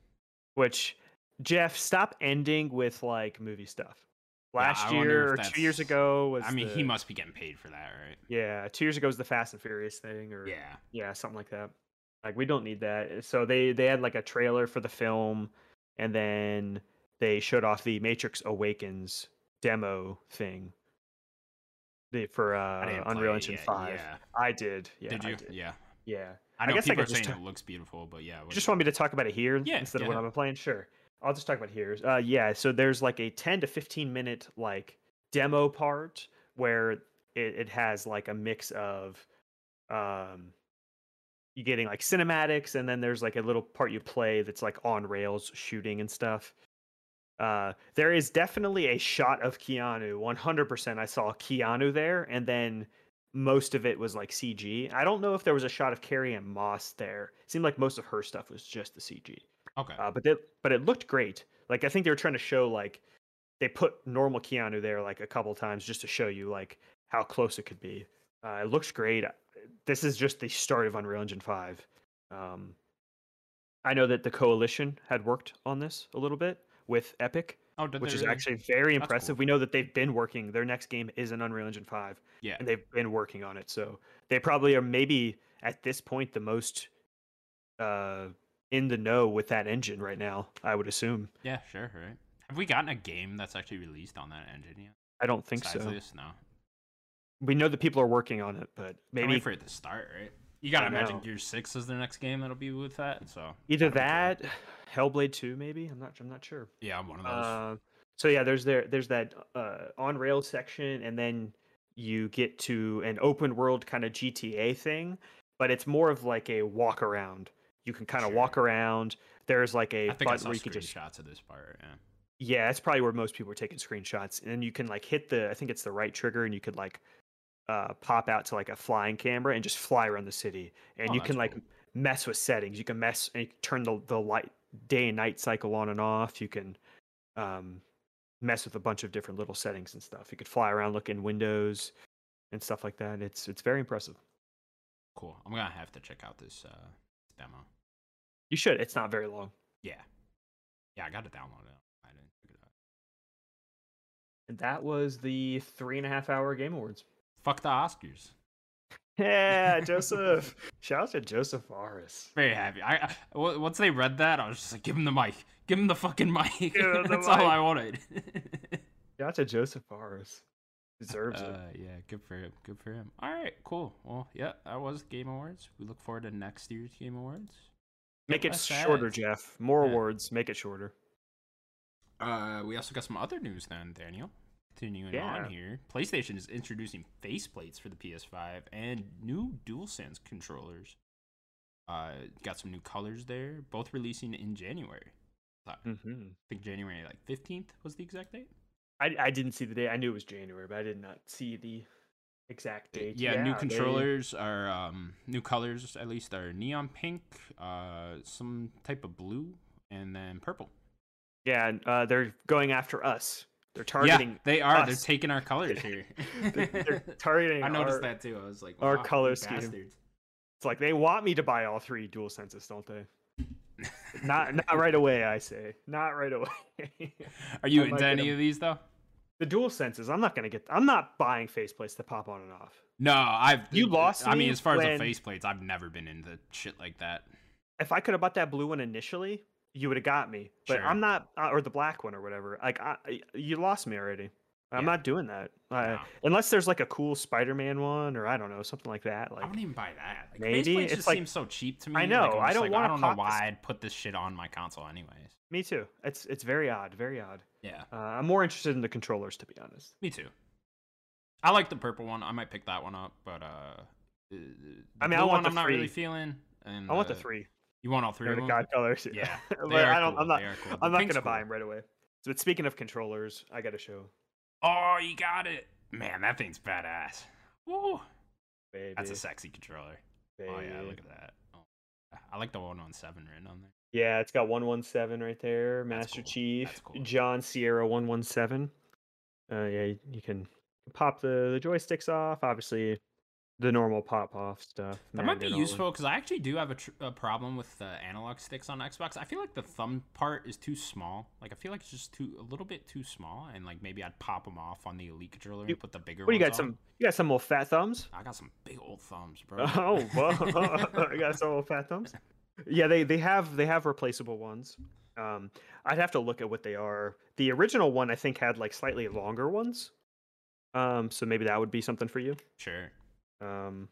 [SPEAKER 2] which Jeff, stop ending with like movie stuff.
[SPEAKER 1] Yeah, I
[SPEAKER 2] Last
[SPEAKER 1] wonder if
[SPEAKER 2] year or two years
[SPEAKER 1] that's-
[SPEAKER 2] ago was.
[SPEAKER 1] I mean, he
[SPEAKER 2] the-
[SPEAKER 1] must be getting paid for that, right?
[SPEAKER 2] Yeah, two years ago was the Fast and Furious thing, or
[SPEAKER 1] Yeah.
[SPEAKER 2] yeah something like that like we don't need that eh, so they they had like a trailer for the film and then they showed off the matrix awakens demo thing the, for uh,
[SPEAKER 1] didn't play
[SPEAKER 2] unreal
[SPEAKER 1] it
[SPEAKER 2] engine
[SPEAKER 1] yet,
[SPEAKER 2] 5
[SPEAKER 1] yeah.
[SPEAKER 2] i did yeah
[SPEAKER 1] did
[SPEAKER 2] I
[SPEAKER 1] you?
[SPEAKER 2] did.
[SPEAKER 1] Yeah.
[SPEAKER 2] yeah
[SPEAKER 1] I
[SPEAKER 2] I
[SPEAKER 1] know
[SPEAKER 2] guess I
[SPEAKER 1] people are
[SPEAKER 2] could just
[SPEAKER 1] saying
[SPEAKER 2] talk-
[SPEAKER 1] it looks beautiful, but yeah.
[SPEAKER 2] you
[SPEAKER 1] what-
[SPEAKER 2] just want me to talk about it here
[SPEAKER 1] Yeah,
[SPEAKER 2] instead
[SPEAKER 1] go
[SPEAKER 2] of what
[SPEAKER 1] ahead.
[SPEAKER 2] i've been playing sure i'll just talk about it here uh, yeah so there's like a 10 to 15 minute like demo part where it, it has like a mix of um you're getting like cinematics and then there's like a little part you play that's like on rails shooting and stuff uh, there is definitely a shot of keanu 100% i saw keanu there and then most of it was like cg i don't know if there was a shot of carrie and moss there it seemed like most of her stuff was just the cg
[SPEAKER 1] Okay.
[SPEAKER 2] uh, but they, but it looked great like i think they were trying to show like they put normal keanu there like a couple times just to show you like how close it could be uh, it looks great this is just the start of Unreal Engine 5. Um, I know that the Coalition had worked on this a little bit with Epic,
[SPEAKER 1] Oh, did
[SPEAKER 2] which
[SPEAKER 1] they
[SPEAKER 2] is
[SPEAKER 1] really?
[SPEAKER 2] actually very
[SPEAKER 1] That's
[SPEAKER 2] impressive.
[SPEAKER 1] cool.
[SPEAKER 2] We know that they've been working. Their next game is an Unreal Engine 5,
[SPEAKER 1] yeah.
[SPEAKER 2] and they've been working on it. So they probably are maybe at this point the most uh, in the know with that engine right now, I would assume.
[SPEAKER 1] Yeah, sure, right. Have we gotten a game that's actually released on that engine yet?
[SPEAKER 2] I don't think
[SPEAKER 1] Besides
[SPEAKER 2] so.
[SPEAKER 1] This? No.
[SPEAKER 2] We know that people are working on it, but
[SPEAKER 1] Maybe
[SPEAKER 2] maybe
[SPEAKER 1] for it to start, right? You gotta
[SPEAKER 2] I
[SPEAKER 1] imagine
[SPEAKER 2] know.
[SPEAKER 1] Gear Six is their next game that'll be with that. So
[SPEAKER 2] either
[SPEAKER 1] that'll be cool.
[SPEAKER 2] that, Hellblade 2, maybe. I'm not. I'm not sure.
[SPEAKER 1] Yeah, I'm one of those.
[SPEAKER 2] Uh, so yeah, there's there there's that uh, on rail section, and then you get to an open world kind of GTA thing, but it's more of like a walk around. You can kind of
[SPEAKER 1] Sure.
[SPEAKER 2] walk around. There's like a
[SPEAKER 1] I think I
[SPEAKER 2] button
[SPEAKER 1] saw
[SPEAKER 2] where you can just
[SPEAKER 1] screenshots of this part. Yeah.
[SPEAKER 2] yeah, that's probably where most people are taking screenshots. And then you can like hit the I think it's the right trigger, and you could like uh, pop out to like a flying camera and just fly around the city. And
[SPEAKER 1] Oh,
[SPEAKER 2] you
[SPEAKER 1] that's
[SPEAKER 2] can like
[SPEAKER 1] cool.
[SPEAKER 2] mess with settings. You can mess and turn the the light day and night cycle on and off. You can um, mess with a bunch of different little settings and stuff. You could fly around, look in windows and stuff like that. It's it's very impressive.
[SPEAKER 1] Cool. I'm gonna have to check out this uh, demo.
[SPEAKER 2] You should. It's not very long.
[SPEAKER 1] Yeah. Yeah, I gotta download it. I didn't check it out.
[SPEAKER 2] And that was the three and a half hour game awards.
[SPEAKER 1] Fuck the Oscars.
[SPEAKER 2] Yeah, Joseph. Shout out to Joseph Morris.
[SPEAKER 1] Very happy. I, I w- once they read that, I was just like, give him the mic. Give him the fucking mic.
[SPEAKER 2] him the
[SPEAKER 1] That's all I
[SPEAKER 2] mic.
[SPEAKER 1] wanted.
[SPEAKER 2] Shout out to Joseph Morris. Deserves
[SPEAKER 1] Uh,
[SPEAKER 2] it.
[SPEAKER 1] yeah, good for him. Good for him. All right, cool. Well, yeah, that was Game Awards. We look forward to next year's Game Awards.
[SPEAKER 2] Make it
[SPEAKER 1] less
[SPEAKER 2] shorter,
[SPEAKER 1] ads.
[SPEAKER 2] Jeff. More
[SPEAKER 1] Yeah.
[SPEAKER 2] awards. Make it shorter.
[SPEAKER 1] Uh, we also got some other news then, Daniel. Continuing
[SPEAKER 2] Yeah.
[SPEAKER 1] on here, PlayStation is introducing faceplates for the PS5 and new DualSense controllers. Uh, got some new colors there, both releasing in January. I
[SPEAKER 2] Mm-hmm.
[SPEAKER 1] think January like 15th was the exact date.
[SPEAKER 2] I, I didn't see the date. I knew it was January, but I did not see the exact date.
[SPEAKER 1] Yeah, new
[SPEAKER 2] they-
[SPEAKER 1] controllers are um, new colors at least are neon pink, uh, some type of blue, and then purple.
[SPEAKER 2] Yeah, and, uh, they're going after us. They're targeting.
[SPEAKER 1] yeah, they are. They're
[SPEAKER 2] us.
[SPEAKER 1] taking our colors here.
[SPEAKER 2] they're, they're targeting.
[SPEAKER 1] I noticed
[SPEAKER 2] our-
[SPEAKER 1] that too. I was like,
[SPEAKER 2] our
[SPEAKER 1] wow,
[SPEAKER 2] color
[SPEAKER 1] you
[SPEAKER 2] scheme.
[SPEAKER 1] bastards.
[SPEAKER 2] It's like they want me to buy all three dual senses, don't they? Not not right away. I say not right away.
[SPEAKER 1] Are you
[SPEAKER 2] I might
[SPEAKER 1] into
[SPEAKER 2] get
[SPEAKER 1] any
[SPEAKER 2] 'em.
[SPEAKER 1] of these though?
[SPEAKER 2] the dual senses. I'm not gonna get. I'm not buying faceplates to pop on and off.
[SPEAKER 1] No, I've.
[SPEAKER 2] You lost
[SPEAKER 1] I
[SPEAKER 2] me
[SPEAKER 1] mean, as far
[SPEAKER 2] when-
[SPEAKER 1] as the faceplates, I've never been into shit like that.
[SPEAKER 2] if I could have bought that blue one initially, you would have got me. But
[SPEAKER 1] Sure.
[SPEAKER 2] I'm not, uh, or the black one or whatever. Like I, I- you lost me already. I'm
[SPEAKER 1] Yeah.
[SPEAKER 2] not doing that. I,
[SPEAKER 1] Nah.
[SPEAKER 2] Unless there's like a cool Spider-Man one or I don't know something like that.
[SPEAKER 1] I
[SPEAKER 2] Like
[SPEAKER 1] wouldn't even buy that. Like,
[SPEAKER 2] maybe,
[SPEAKER 1] faceplates
[SPEAKER 2] it's
[SPEAKER 1] just
[SPEAKER 2] like-
[SPEAKER 1] seem so cheap to me.
[SPEAKER 2] I
[SPEAKER 1] like,
[SPEAKER 2] know,
[SPEAKER 1] I'm
[SPEAKER 2] I
[SPEAKER 1] just
[SPEAKER 2] don't
[SPEAKER 1] like, I
[SPEAKER 2] wanna
[SPEAKER 1] don't know
[SPEAKER 2] pop this-
[SPEAKER 1] why I'd put this shit on my console, anyways.
[SPEAKER 2] me too. It's it's very odd, very odd.
[SPEAKER 1] Yeah.
[SPEAKER 2] Uh, I'm more interested in the controllers to be honest.
[SPEAKER 1] Me too. I like the purple one. I might pick that one up, but uh, uh, the
[SPEAKER 2] I
[SPEAKER 1] blue
[SPEAKER 2] mean, I want
[SPEAKER 1] one
[SPEAKER 2] the
[SPEAKER 1] I'm not really
[SPEAKER 2] three.
[SPEAKER 1] feeling. And
[SPEAKER 2] I want the
[SPEAKER 1] uh,
[SPEAKER 2] three.
[SPEAKER 1] You want all three
[SPEAKER 2] They're
[SPEAKER 1] of
[SPEAKER 2] the
[SPEAKER 1] them?
[SPEAKER 2] god colors.
[SPEAKER 1] Yeah,
[SPEAKER 2] but
[SPEAKER 1] They are
[SPEAKER 2] I don't.
[SPEAKER 1] cool.
[SPEAKER 2] I'm not.
[SPEAKER 1] They are cool. The
[SPEAKER 2] I'm not
[SPEAKER 1] pink's
[SPEAKER 2] gonna buy
[SPEAKER 1] cool.
[SPEAKER 2] them right away. So, but speaking of controllers, I got to show.
[SPEAKER 1] Oh, you got it, man. That thing's badass. Woo!
[SPEAKER 2] Baby,
[SPEAKER 1] That's a sexy controller.
[SPEAKER 2] baby.
[SPEAKER 1] Oh yeah, look at that. Oh, I like the one on seven written on there.
[SPEAKER 2] Yeah, it's got 117 right there.
[SPEAKER 1] That's
[SPEAKER 2] Master
[SPEAKER 1] cool. That's
[SPEAKER 2] Chief,
[SPEAKER 1] cool.
[SPEAKER 2] John Sierra 117. Uh, yeah, you, you can pop the, the joysticks off. Obviously, the normal pop off stuff.
[SPEAKER 1] That might be
[SPEAKER 2] magnet, all
[SPEAKER 1] useful because I actually do have a, tr- a problem with the analog sticks on Xbox. I feel like the thumb part is too small. Like I feel like it's just too a little bit too small, and like maybe I'd pop them off on the Elite controller
[SPEAKER 2] You-
[SPEAKER 1] and put the bigger.
[SPEAKER 2] What do you got?
[SPEAKER 1] ones on.
[SPEAKER 2] Some you got some little fat thumbs.
[SPEAKER 1] I got some big old thumbs, bro.
[SPEAKER 2] Oh, whoa! I got some little fat thumbs. Yeah, they they have they have replaceable ones. Um, I'd have to look at what they are. The original one I think had like slightly longer ones. Um, so maybe that would be something for you.
[SPEAKER 1] Sure.
[SPEAKER 2] Um,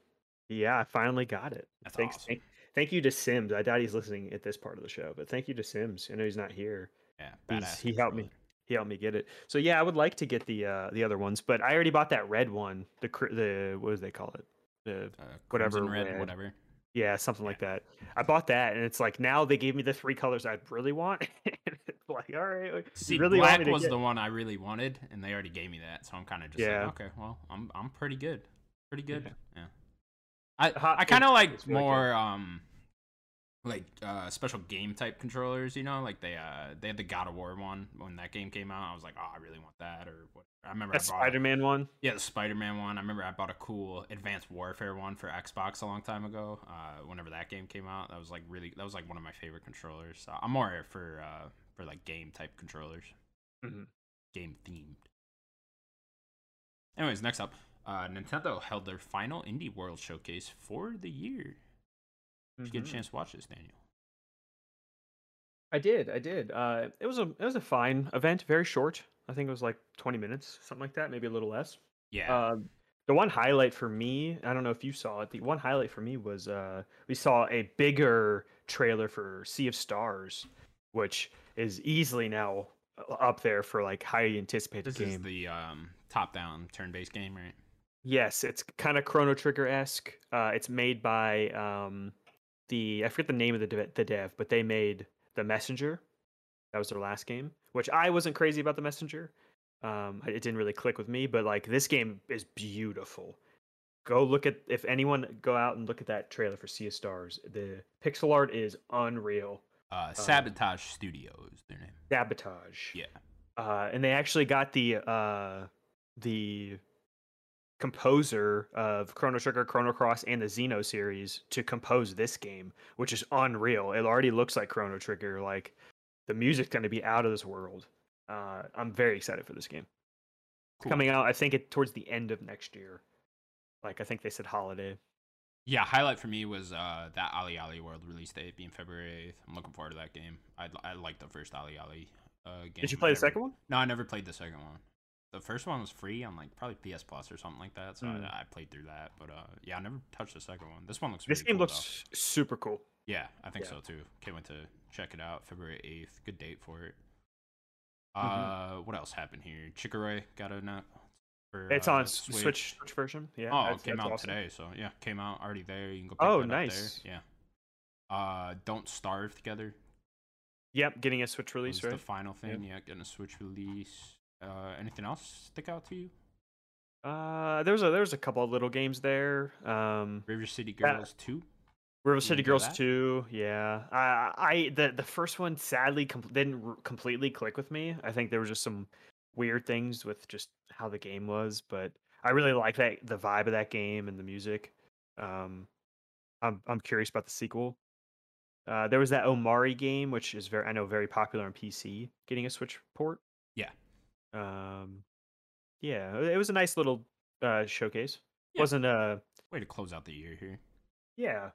[SPEAKER 2] yeah, I finally got it.
[SPEAKER 1] That's
[SPEAKER 2] Thanks.
[SPEAKER 1] awesome.
[SPEAKER 2] Thank, thank you to Sims. I doubt he's listening at this part of the show, but thank you to Sims. I know he's not here.
[SPEAKER 1] Yeah,
[SPEAKER 2] He's-
[SPEAKER 1] badass.
[SPEAKER 2] he helped me.
[SPEAKER 1] controller.
[SPEAKER 2] He helped me get it. So yeah, I would like to get the uh, the other ones, but I already bought that red one. The cr- the what do they call it? The
[SPEAKER 1] Uh,
[SPEAKER 2] Whatever
[SPEAKER 1] whatever red,
[SPEAKER 2] red.
[SPEAKER 1] whatever.
[SPEAKER 2] Yeah, something like that. I bought that, and it's like now they gave me the three colors I really want. and it's like, all right, like, you
[SPEAKER 1] See,
[SPEAKER 2] really want
[SPEAKER 1] black
[SPEAKER 2] me to
[SPEAKER 1] was
[SPEAKER 2] get-
[SPEAKER 1] the one I really wanted, and they already gave me that, so I'm kind of just
[SPEAKER 2] Yeah.
[SPEAKER 1] like, okay, well, I'm I'm pretty good, pretty good.
[SPEAKER 2] Yeah.
[SPEAKER 1] Yeah, I
[SPEAKER 2] The hot
[SPEAKER 1] I kind of
[SPEAKER 2] pink
[SPEAKER 1] like
[SPEAKER 2] is really good.
[SPEAKER 1] more um like uh special game type controllers. You know, like they uh they had the God of War one when that game came out. I was like, oh, I really want that. Or what? I remember
[SPEAKER 2] that
[SPEAKER 1] I bought a-
[SPEAKER 2] Spider-Man one.
[SPEAKER 1] yeah the Spider Man one. I remember I bought a cool Advanced Warfare one for Xbox a long time ago. Uh, whenever that game came out, that was like really that was like one of my favorite controllers. So I'm more for uh for like game type controllers Mm-hmm.
[SPEAKER 2] Mhm.
[SPEAKER 1] game themed. Anyways, next up, uh, Nintendo held their final Indie World showcase for the year. Did you get
[SPEAKER 2] Mhm.
[SPEAKER 1] a chance to watch this, Daniel?
[SPEAKER 2] I did. I did. Uh, it was a it was a fine event. Very short. I think it was like 20 minutes, something like that, maybe a little less.
[SPEAKER 1] Yeah,
[SPEAKER 2] Um, the one highlight for me, I don't know if you saw it. The one highlight for me was uh, we saw a bigger trailer for Sea of Stars, which is easily now u- up there for like highly anticipated
[SPEAKER 1] this
[SPEAKER 2] game.
[SPEAKER 1] is the um, top-down turn-based game, right?
[SPEAKER 2] Yes, it's kind of Chrono Trigger esque. Uh, it's made by um, the I forget the name of the dev, the dev, but they made the Messenger. That was their last game, which I wasn't crazy about the Messenger. Um, it didn't really click with me, but like this game is beautiful. Go look at if anyone go out and look at that trailer for Sea of Stars. The pixel art is unreal.
[SPEAKER 1] Uh, Sabotage Studios, is their name.
[SPEAKER 2] Sabotage.
[SPEAKER 1] Yeah.
[SPEAKER 2] Uh, and they actually got the uh, the composer of Chrono Trigger, Chrono Cross, and the Xeno series to compose this game, which is unreal. It already looks like Chrono Trigger. Like the music's going to be out of this world. Uh, I'm very excited for this game. It's
[SPEAKER 1] Cool.
[SPEAKER 2] Coming out, I think it towards the end of next year. Like I think they said holiday.
[SPEAKER 1] Yeah, highlight for me was uh, that Ali Ali World release date being February 8th. I'm looking forward to that game. I, I like the first Ali Ali uh, game.
[SPEAKER 2] Did you play the
[SPEAKER 1] Whenever-
[SPEAKER 2] second one?
[SPEAKER 1] No, I never played the second one. The first one was free on like probably PS Plus or something like that, so
[SPEAKER 2] Mm.
[SPEAKER 1] I, I played through that. But uh, yeah, I never touched the second one. This one looks.
[SPEAKER 2] This
[SPEAKER 1] really
[SPEAKER 2] game
[SPEAKER 1] cool, though.
[SPEAKER 2] looks super cool.
[SPEAKER 1] Yeah, I think
[SPEAKER 2] yeah.
[SPEAKER 1] so too. Can't wait to check it out. February eighth, good date for it. Uh,
[SPEAKER 2] Mhm.
[SPEAKER 1] what else happened here? Chikoroi got a nut. for,
[SPEAKER 2] It's
[SPEAKER 1] uh,
[SPEAKER 2] on S- Switch Switch version. Yeah.
[SPEAKER 1] Oh,
[SPEAKER 2] that's-
[SPEAKER 1] it came
[SPEAKER 2] that's
[SPEAKER 1] out
[SPEAKER 2] awesome.
[SPEAKER 1] today, so yeah, came out already there. You can go. Pick
[SPEAKER 2] Oh,
[SPEAKER 1] that
[SPEAKER 2] nice.
[SPEAKER 1] Up there. Yeah. Uh, don't starve together.
[SPEAKER 2] Yep, getting a
[SPEAKER 1] Was
[SPEAKER 2] Switch release,
[SPEAKER 1] the
[SPEAKER 2] right?
[SPEAKER 1] final thing. Yeah, getting a Switch release. Uh, anything else stick out to you?
[SPEAKER 2] Uh, there was a there was a couple of little games there. Um,
[SPEAKER 1] River City
[SPEAKER 2] Yeah.
[SPEAKER 1] Girls two.
[SPEAKER 2] River
[SPEAKER 1] you
[SPEAKER 2] City
[SPEAKER 1] enjoy
[SPEAKER 2] Girls
[SPEAKER 1] that?
[SPEAKER 2] two, yeah. I I the the first one sadly com- didn't r- completely click with me. I think there were just some weird things with just how the game was, but I really like that the vibe of that game and the music. Um, I'm I'm curious about the sequel. Uh, there was that Omari game, which is very I know very popular on PC, getting a Switch port.
[SPEAKER 1] Yeah.
[SPEAKER 2] Um, yeah, it was a nice little uh, showcase.
[SPEAKER 1] Yeah.
[SPEAKER 2] Wasn't uh
[SPEAKER 1] Way to close out the year here.
[SPEAKER 2] yeah.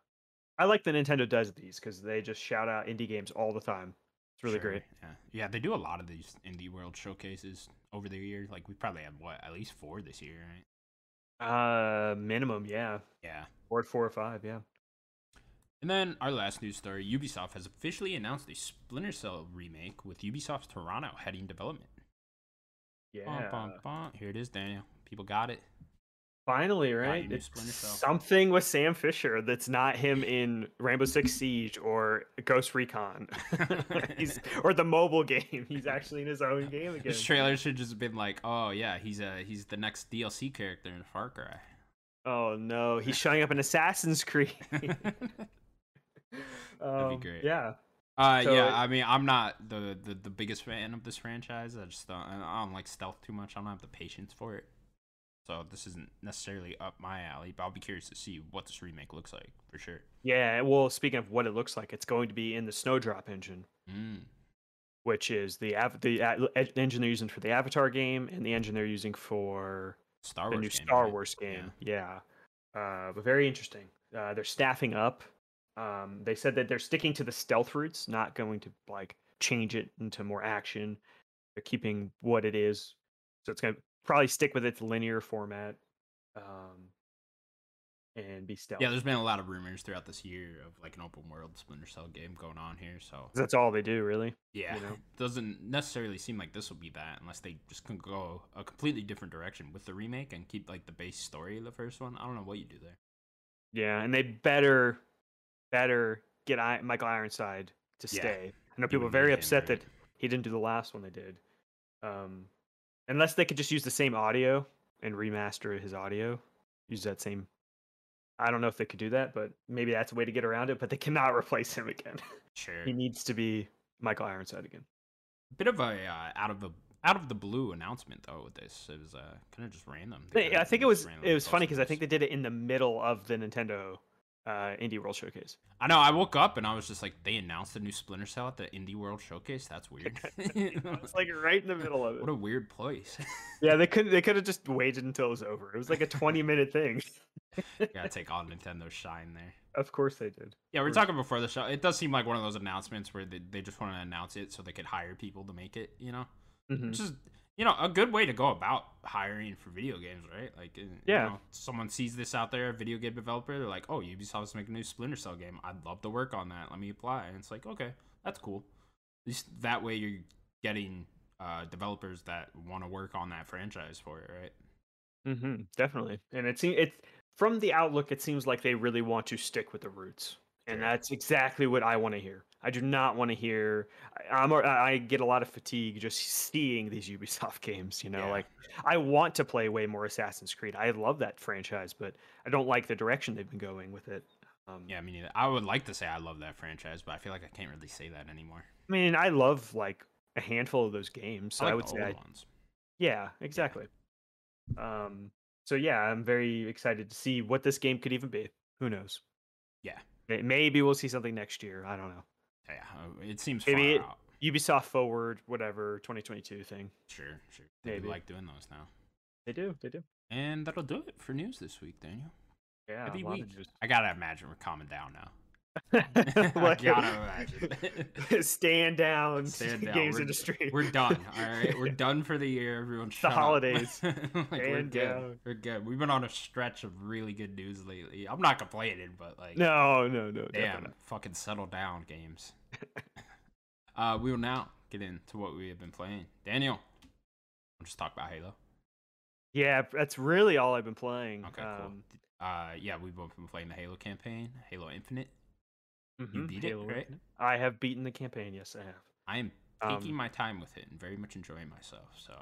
[SPEAKER 2] I like that Nintendo does these because they just shout out indie games all the time. It's really
[SPEAKER 1] Sure,
[SPEAKER 2] great.
[SPEAKER 1] Yeah. yeah, they do a lot of these indie world showcases over the year. Like we probably had what at least four this year, right?
[SPEAKER 2] Uh, minimum, yeah.
[SPEAKER 1] Yeah.
[SPEAKER 2] Or four or five, yeah.
[SPEAKER 1] And then our last news story: Ubisoft has officially announced a Splinter Cell remake with Ubisoft Toronto heading development. Bum,
[SPEAKER 2] Yeah.
[SPEAKER 1] bum, bum. Here it is, Daniel. People got it.
[SPEAKER 2] Finally,
[SPEAKER 1] your
[SPEAKER 2] right?
[SPEAKER 1] new
[SPEAKER 2] It's
[SPEAKER 1] Splinter Cell.
[SPEAKER 2] something with Sam Fisher that's not him in Rainbow Six Siege or Ghost Recon He's, or the mobile game. He's actually in his own game again.
[SPEAKER 1] This trailer should just have been like, "Oh yeah, he's uh he's the next DLC character in Far Cry."
[SPEAKER 2] Oh, no. He's showing up in Assassin's Creed. Um,
[SPEAKER 1] great.
[SPEAKER 2] Yeah.
[SPEAKER 1] Uh,
[SPEAKER 2] So
[SPEAKER 1] yeah,
[SPEAKER 2] it-
[SPEAKER 1] I mean, I'm not the, the the biggest fan of this franchise. I just don't, I don't like stealth too much. I don't have the patience for it. So this isn't necessarily up my alley. But I'll be curious to see what this remake looks like for sure.
[SPEAKER 2] Yeah. Well, speaking of what it looks like, it's going to be in the Snowdrop engine.
[SPEAKER 1] Mm.
[SPEAKER 2] which is the av- the a- l- ed- engine they're using for the Avatar game and the engine they're using for
[SPEAKER 1] Star
[SPEAKER 2] the
[SPEAKER 1] Wars.
[SPEAKER 2] new
[SPEAKER 1] game,
[SPEAKER 2] Star
[SPEAKER 1] right?
[SPEAKER 2] Wars
[SPEAKER 1] Yeah.
[SPEAKER 2] game. Yeah, Uh, but very interesting. Uh, they're staffing up. Um, they said that they're sticking to the stealth routes, not going to like change it into more action. They're keeping what it is, so it's going to probably stick with its linear format um, and be stealth.
[SPEAKER 1] Yeah, there's been a lot of rumors throughout this year of like an open world Splinter Cell game going on here. So
[SPEAKER 2] 'Cause that's all they do, really.
[SPEAKER 1] yeah,
[SPEAKER 2] know?
[SPEAKER 1] doesn't necessarily seem like this will be that unless they just can go a completely different direction with the remake and keep like the base story of the first one. I don't know what you do there.
[SPEAKER 2] Yeah, and they better better get I- Michael Ironside to
[SPEAKER 1] Yeah,
[SPEAKER 2] stay. I know
[SPEAKER 1] you
[SPEAKER 2] people are
[SPEAKER 1] would
[SPEAKER 2] very
[SPEAKER 1] need him,
[SPEAKER 2] upset
[SPEAKER 1] right?
[SPEAKER 2] that he didn't do the last one they did. Um, unless they could just use the same audio and remaster his audio, use that same. I don't know if they could do that, but maybe that's a way to get around it. But they cannot replace him again.
[SPEAKER 1] Sure.
[SPEAKER 2] he needs to be Michael Ironside again.
[SPEAKER 1] Bit of a uh, out of a out of the blue announcement though with this. It was uh, kind of just random. They
[SPEAKER 2] Yeah,
[SPEAKER 1] kinda
[SPEAKER 2] I think it
[SPEAKER 1] just
[SPEAKER 2] was
[SPEAKER 1] randomly
[SPEAKER 2] it was funny
[SPEAKER 1] posted
[SPEAKER 2] because I
[SPEAKER 1] this.
[SPEAKER 2] think they did it in the middle of the Nintendo uh, Indie World Showcase.
[SPEAKER 1] I know. I woke up and I was just like, they announced the new Splinter Cell at the Indie World Showcase. That's weird.
[SPEAKER 2] It's like right in the middle of
[SPEAKER 1] what
[SPEAKER 2] it.
[SPEAKER 1] a weird place.
[SPEAKER 2] Yeah, they could they could have just waited until it was over. It was like a twenty minute thing.
[SPEAKER 1] Gotta take all Nintendo's shine there.
[SPEAKER 2] Of course they did.
[SPEAKER 1] Yeah, we were
[SPEAKER 2] Or-
[SPEAKER 1] talking before the show. It does seem like one of those announcements where they, they just want to announce it so they could hire people to make it, you know?
[SPEAKER 2] Mm-hmm.
[SPEAKER 1] Which is, you know, a good way to go about hiring for video games, right? Like, uh, you
[SPEAKER 2] Yeah.
[SPEAKER 1] know, someone sees this out there, a video game developer, they're like, oh, Ubisoft's making a new Splinter Cell game. I'd love to work on that. Let me apply. And it's like, okay, that's cool. At least that way you're getting uh, developers that want to work on that franchise for it, right?
[SPEAKER 2] Mm-hmm, definitely. And it seems it from the outlook, it seems like they really want to stick with the roots, and
[SPEAKER 1] Sure.
[SPEAKER 2] that's exactly what I want to hear. I do not want to hear. I, I'm. a- I I get a lot of fatigue just seeing these Ubisoft games. You know,
[SPEAKER 1] Yeah.
[SPEAKER 2] like I want to play way more Assassin's Creed. I love that franchise, but I don't like the direction they've been going with it. Um,
[SPEAKER 1] Yeah, I mean, I would like to say I love that franchise, but I feel like I can't really say that anymore.
[SPEAKER 2] I mean, I love like a handful of those games. So I,
[SPEAKER 1] like
[SPEAKER 2] would
[SPEAKER 1] the
[SPEAKER 2] say I
[SPEAKER 1] old ones.
[SPEAKER 2] Yeah, exactly. Um, so yeah, I'm very excited to see what this game could even be. Who knows?
[SPEAKER 1] Yeah.
[SPEAKER 2] May- Maybe we'll see something next year. I don't know.
[SPEAKER 1] Yeah, uh, it seems far
[SPEAKER 2] Maybe it-
[SPEAKER 1] out.
[SPEAKER 2] Ubisoft Forward, whatever 2022 thing.
[SPEAKER 1] Sure, sure. They do
[SPEAKER 2] Maybe.
[SPEAKER 1] like doing those now.
[SPEAKER 2] They do. They do.
[SPEAKER 1] And that'll do it for news this week, Daniel.
[SPEAKER 2] Yeah.
[SPEAKER 1] Heavy
[SPEAKER 2] a lot of
[SPEAKER 1] week.
[SPEAKER 2] news.
[SPEAKER 1] I gotta imagine we're calming down now. I
[SPEAKER 2] Like,
[SPEAKER 1] gotta imagine.
[SPEAKER 2] Stand down.
[SPEAKER 1] Stand down.
[SPEAKER 2] Games
[SPEAKER 1] We're-
[SPEAKER 2] industry.
[SPEAKER 1] we're done. All right, we're done for the year. Everyone, shut up.
[SPEAKER 2] holidays.
[SPEAKER 1] like, we're good.
[SPEAKER 2] Stand down.
[SPEAKER 1] We're good. We've been on a stretch of really good news lately. I'm not complaining, but like,
[SPEAKER 2] No, no, no. definitely
[SPEAKER 1] damn,
[SPEAKER 2] not.
[SPEAKER 1] fucking settle down, games. uh, we will now get into what we have been playing. Daniel, we'll just talk about Halo.
[SPEAKER 2] Yeah, that's really all I've been playing.
[SPEAKER 1] Okay,
[SPEAKER 2] Um,
[SPEAKER 1] cool. Uh, yeah, we've both been playing the Halo campaign, Halo Infinite.
[SPEAKER 2] mhm,
[SPEAKER 1] beat it,
[SPEAKER 2] Halo
[SPEAKER 1] right?
[SPEAKER 2] Infinite. I have beaten the campaign. Yes, I have.
[SPEAKER 1] I am taking
[SPEAKER 2] Um,
[SPEAKER 1] my time with it and very much enjoying myself. So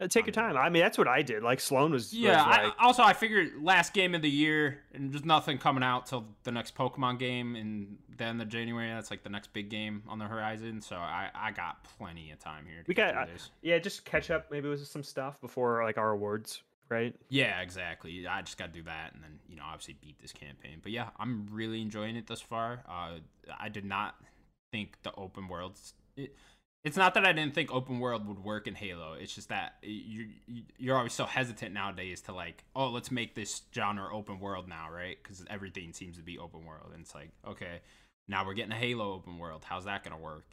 [SPEAKER 2] Uh, Take your
[SPEAKER 1] I'm-
[SPEAKER 2] time. I mean, that's what I did. Like Sloan was. was
[SPEAKER 1] yeah.
[SPEAKER 2] like,
[SPEAKER 1] I, also, I figured last game of the year and just nothing coming out till the next Pokemon game and then the January. That's like the next big game on the horizon. So I I got plenty of time here. To
[SPEAKER 2] We
[SPEAKER 1] get
[SPEAKER 2] got-
[SPEAKER 1] through this.
[SPEAKER 2] Yeah, just catch up maybe with some stuff before like our awards, right?
[SPEAKER 1] Yeah, exactly. I just got to do that, and then you know, obviously beat this campaign. But yeah, I'm really enjoying it thus far. Uh, I did not think the open worlds. It, it's not that I didn't think open world would work in Halo. It's just that you you- you're always so hesitant nowadays to like, oh, let's make this genre open world now, right? Because everything seems to be open world, and it's like, okay, now we're getting a Halo open world. How's that gonna work?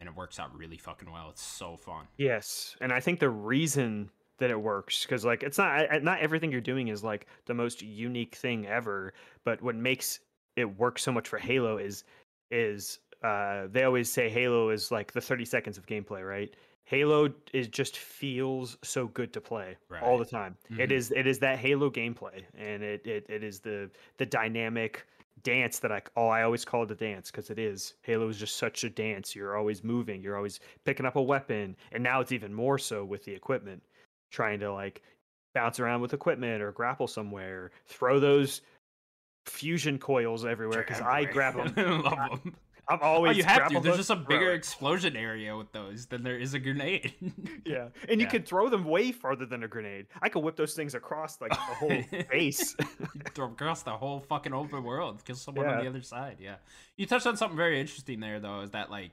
[SPEAKER 1] And it works out really fucking well. It's so fun.
[SPEAKER 2] Yes, and I think the reason that it works because like it's not I- I- not everything you're doing is like the most unique thing ever, but what makes it work so much for Halo is is uh, they always say Halo is like the 30 seconds of gameplay, right? Halo is just feels so good to play all the time.
[SPEAKER 1] Mhm.
[SPEAKER 2] It is it is that Halo gameplay, and it, it it is the the dynamic dance that I c- oh I always call it a dance because it is Halo is just such a dance. You're always moving. You're always picking up a weapon, and now it's even more so with the equipment, trying to like bounce around with equipment or grapple somewhere, throw those fusion coils everywhere because I grab them.
[SPEAKER 1] Love 'em.
[SPEAKER 2] I'm
[SPEAKER 1] Oh,
[SPEAKER 2] always
[SPEAKER 1] you have to.
[SPEAKER 2] grapple
[SPEAKER 1] There's
[SPEAKER 2] hook,
[SPEAKER 1] just a
[SPEAKER 2] throw
[SPEAKER 1] bigger
[SPEAKER 2] it.
[SPEAKER 1] explosion area with those than there is a grenade.
[SPEAKER 2] Yeah, and you
[SPEAKER 1] Yeah.
[SPEAKER 2] could throw them way farther than a grenade. I could whip those things across like the whole base.
[SPEAKER 1] You throw 'em across the whole fucking open world, kill someone on
[SPEAKER 2] Yeah.
[SPEAKER 1] the other side. Yeah. You touched on something very interesting there, though, is that like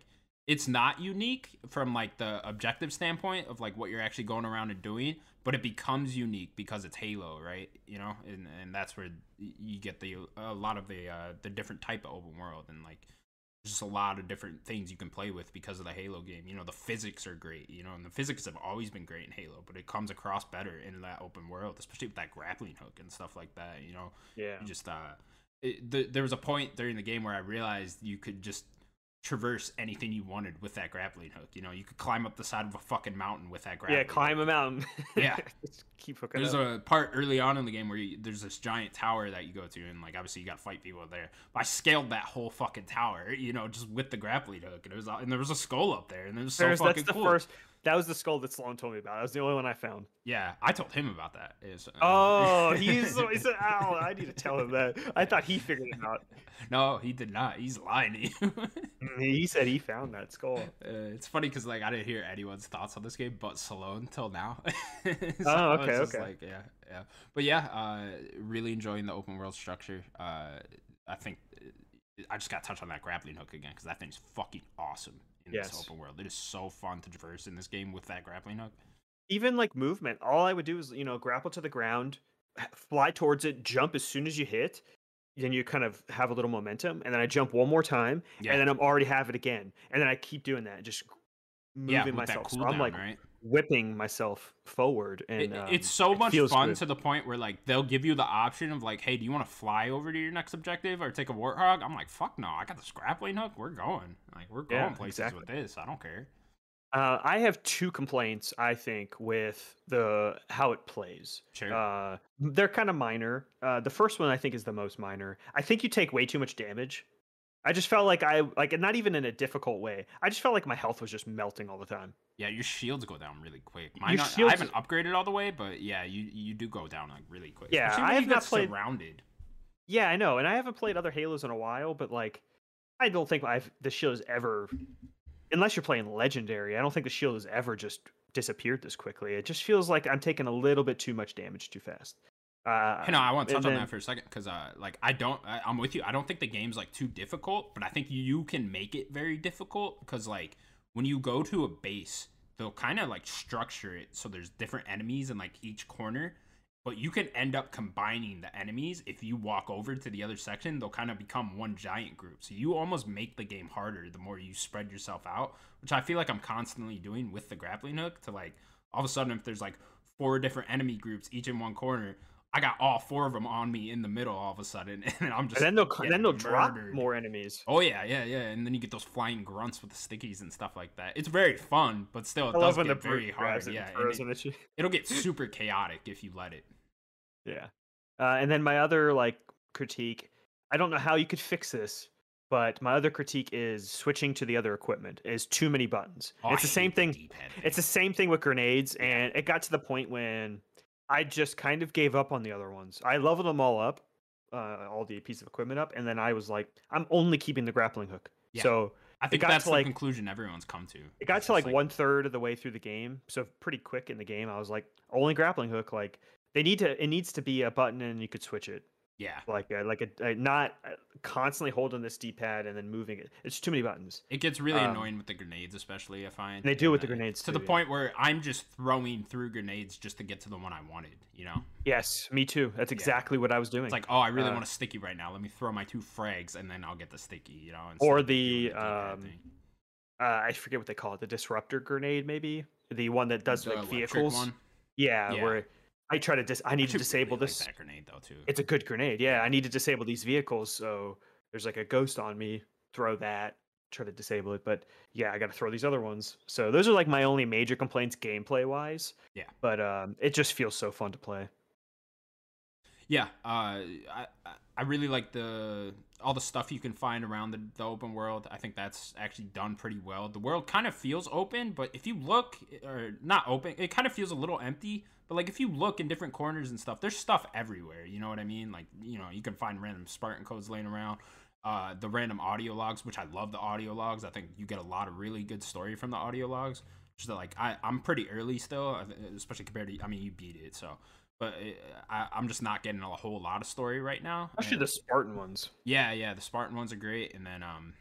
[SPEAKER 1] it's not unique from like the objective standpoint of like what you're actually going around and doing, but it becomes unique because it's Halo, right? You know, and and that's where y- you get the a lot of the uh, the different type of open world and like just a lot of different things you can play with because of the Halo game. You know, the physics are great, you know, and the physics have always been great in Halo, but it comes across better in that open world, especially with that grappling hook and stuff like that, you know.
[SPEAKER 2] Yeah.
[SPEAKER 1] You just uh it, th- there was a point during the game where I realized you could just traverse anything you wanted with that grappling hook. You know, you could climb up the side of a fucking mountain with that grappling.
[SPEAKER 2] yeah, climb
[SPEAKER 1] Hook.
[SPEAKER 2] a mountain.
[SPEAKER 1] Yeah.
[SPEAKER 2] Just keep hooking
[SPEAKER 1] There's
[SPEAKER 2] up.
[SPEAKER 1] a part early on in the game where you, there's this giant tower that you go to, and like obviously you got to fight people there. But I scaled that whole fucking tower, you know, just with the grappling hook, and it was and there was a skull up there, and it was so
[SPEAKER 2] There's-
[SPEAKER 1] fucking
[SPEAKER 2] that's the
[SPEAKER 1] cool.
[SPEAKER 2] first. That was the skull that Sloan told me about. That was the only one I found.
[SPEAKER 1] Yeah, I told him about that. uh, It was-
[SPEAKER 2] Oh, he's he said, "Ow, I need to tell him that." I thought he figured it out.
[SPEAKER 1] no, he did not. He's lying to you.
[SPEAKER 2] He said he found that skull.
[SPEAKER 1] Uh, it's funny because like I didn't hear anyone's thoughts on this game but Salone till now. So
[SPEAKER 2] Oh,
[SPEAKER 1] I was
[SPEAKER 2] okay,
[SPEAKER 1] just
[SPEAKER 2] okay.
[SPEAKER 1] Like, yeah, yeah. But yeah, uh, really enjoying the open world structure. Uh, I think uh, I just got to touch on that grappling hook again because that thing's fucking awesome in this
[SPEAKER 2] Yes.
[SPEAKER 1] open world. It is so fun to traverse in this game with that grappling hook.
[SPEAKER 2] Even like movement, all I would do is you know grapple to the ground, h- fly towards it, jump as soon as you hit. Then you kind of have a little momentum, and then I jump one more time,
[SPEAKER 1] Yeah,
[SPEAKER 2] and then I'm already have it again, and then I keep doing that, just moving
[SPEAKER 1] yeah, with
[SPEAKER 2] myself.
[SPEAKER 1] that
[SPEAKER 2] so I'm
[SPEAKER 1] cooldown,
[SPEAKER 2] like
[SPEAKER 1] right?
[SPEAKER 2] whipping myself forward, and
[SPEAKER 1] It-
[SPEAKER 2] um,
[SPEAKER 1] it's so
[SPEAKER 2] it
[SPEAKER 1] much
[SPEAKER 2] feels
[SPEAKER 1] fun
[SPEAKER 2] good.
[SPEAKER 1] to the point where like they'll give you the option of like, hey, do you want to fly over to your next objective or take a warthog? I'm like, fuck no, I got this grappling hook. We're going, like, we're going
[SPEAKER 2] Yeah,
[SPEAKER 1] places with this. I don't care.
[SPEAKER 2] Uh, I have two complaints, I think, with the how it plays.
[SPEAKER 1] Sure.
[SPEAKER 2] Uh, they're kind of minor. Uh, the first one I think is the most minor. I think you take way too much damage. I just felt like I like and not even in a difficult way. I just felt like my health was just melting all the time.
[SPEAKER 1] yeah, your shields go down really quick. Mine, not, I
[SPEAKER 2] shields-
[SPEAKER 1] haven't upgraded all the way, but yeah, you you do go down like really quick.
[SPEAKER 2] Yeah,
[SPEAKER 1] Especially
[SPEAKER 2] I
[SPEAKER 1] when
[SPEAKER 2] have
[SPEAKER 1] you get
[SPEAKER 2] not played-
[SPEAKER 1] surrounded.
[SPEAKER 2] Yeah, I know, and I haven't played other Halos in a while, but like, I don't think I've the shield has ever, unless you're playing Legendary. I don't think the shield has ever just disappeared this quickly. It just feels like I'm taking a little bit too much damage too fast. Uh,
[SPEAKER 1] Hey, no, I want to
[SPEAKER 2] and
[SPEAKER 1] touch on
[SPEAKER 2] then-
[SPEAKER 1] that for a second because, uh, like, I don't, I, I'm with you. I don't think the game's like too difficult, but I think you can make it very difficult because, like, when you go to a base, they'll kind of like structure it so there's different enemies in like each corner, but you can end up combining the enemies if you walk over to the other section. They'll kind of become one giant group, so you almost make the game harder the more you spread yourself out, which I feel like I'm constantly doing with the grappling hook to like all of a sudden if there's like four different enemy groups each in one corner i got all four of them on me in the middle all of a sudden and i'm just
[SPEAKER 2] and then they'll c- then
[SPEAKER 1] getting
[SPEAKER 2] they'll drop
[SPEAKER 1] murdered.
[SPEAKER 2] more enemies.
[SPEAKER 1] oh yeah yeah yeah and then you get those flying grunts with the stickies and stuff like that it's very fun but still Oh, it
[SPEAKER 2] I
[SPEAKER 1] does
[SPEAKER 2] love
[SPEAKER 1] get
[SPEAKER 2] when the
[SPEAKER 1] very
[SPEAKER 2] brute
[SPEAKER 1] hard
[SPEAKER 2] grabs it
[SPEAKER 1] yeah
[SPEAKER 2] and
[SPEAKER 1] and
[SPEAKER 2] throws
[SPEAKER 1] it,
[SPEAKER 2] them at you.
[SPEAKER 1] will get super chaotic if you let it
[SPEAKER 2] Yeah. Uh, and then my other like critique, I don't know how you could fix this, but my other critique is switching to the other equipment is too many buttons.
[SPEAKER 1] Oh, I
[SPEAKER 2] it's the same
[SPEAKER 1] hate
[SPEAKER 2] thing.
[SPEAKER 1] D-pad
[SPEAKER 2] It's the same thing with grenades, and it got to the point when I just kind of gave up on the other ones. I leveled them all up, uh, all the piece of equipment up, and then I was like, I'm only keeping the grappling hook.
[SPEAKER 1] Yeah.
[SPEAKER 2] So
[SPEAKER 1] i think
[SPEAKER 2] got
[SPEAKER 1] that's
[SPEAKER 2] to,
[SPEAKER 1] the
[SPEAKER 2] like-
[SPEAKER 1] conclusion everyone's come to
[SPEAKER 2] it got
[SPEAKER 1] It's
[SPEAKER 2] to
[SPEAKER 1] just
[SPEAKER 2] like, one third of the way through the game, so pretty quick in the game. I was like, only grappling hook. Like they need to. It needs to be a button, and you could switch it.
[SPEAKER 1] yeah
[SPEAKER 2] Like a, like a, a not uh, constantly holding this D pad and then moving it. It's too many buttons.
[SPEAKER 1] It gets really
[SPEAKER 2] Um,
[SPEAKER 1] annoying with the grenades, especially I find.
[SPEAKER 2] They do with the
[SPEAKER 1] uh,
[SPEAKER 2] grenades
[SPEAKER 1] to
[SPEAKER 2] too,
[SPEAKER 1] the
[SPEAKER 2] yeah.
[SPEAKER 1] point where I'm just throwing through grenades just to get to the one I wanted. You know,
[SPEAKER 2] Yes, me too. That's exactly what I was doing.
[SPEAKER 1] it's like, oh, I really
[SPEAKER 2] Uh,
[SPEAKER 1] want a sticky right now. Let me throw my two frags, and then I'll get the sticky. You know, instead
[SPEAKER 2] or
[SPEAKER 1] of doing
[SPEAKER 2] the
[SPEAKER 1] D-pad
[SPEAKER 2] um,
[SPEAKER 1] thing.
[SPEAKER 2] uh, I forget what they call it, the disruptor grenade, maybe the one that does
[SPEAKER 1] The
[SPEAKER 2] like
[SPEAKER 1] electric
[SPEAKER 2] vehicles.
[SPEAKER 1] one.
[SPEAKER 2] Yeah,
[SPEAKER 1] Yeah.
[SPEAKER 2] where I try to dis. I need
[SPEAKER 1] Actually
[SPEAKER 2] to
[SPEAKER 1] really
[SPEAKER 2] disable
[SPEAKER 1] like
[SPEAKER 2] this.
[SPEAKER 1] that grenade though too.
[SPEAKER 2] it's a good grenade. Yeah, I need to disable these vehicles. So there's like a ghost on me. Throw that. Try to disable it. But yeah, I got to throw these other ones. So those are like my only major complaints gameplay wise.
[SPEAKER 1] Yeah.
[SPEAKER 2] But um, it just feels so fun to play.
[SPEAKER 1] Yeah, uh, I I- I really like the all the stuff you can find around the, the open world. I think that's actually done pretty well. The world kind of feels open, but if you look or not open, it kind of feels a little empty. But like if you look in different corners and stuff, there's stuff everywhere. You know what I mean? Like you know you can find random Spartan codes laying around. Uh, the random audio logs, which I love the audio logs. I think you get a lot of really good story from the audio logs. Just that, like I, I'm pretty early still, I th- especially compared to. I mean, you beat it, so but it, I, I'm just not getting a whole lot of story right now.
[SPEAKER 2] Especially
[SPEAKER 1] and-
[SPEAKER 2] the Spartan ones.
[SPEAKER 1] yeah, yeah, the Spartan ones are great, and then um,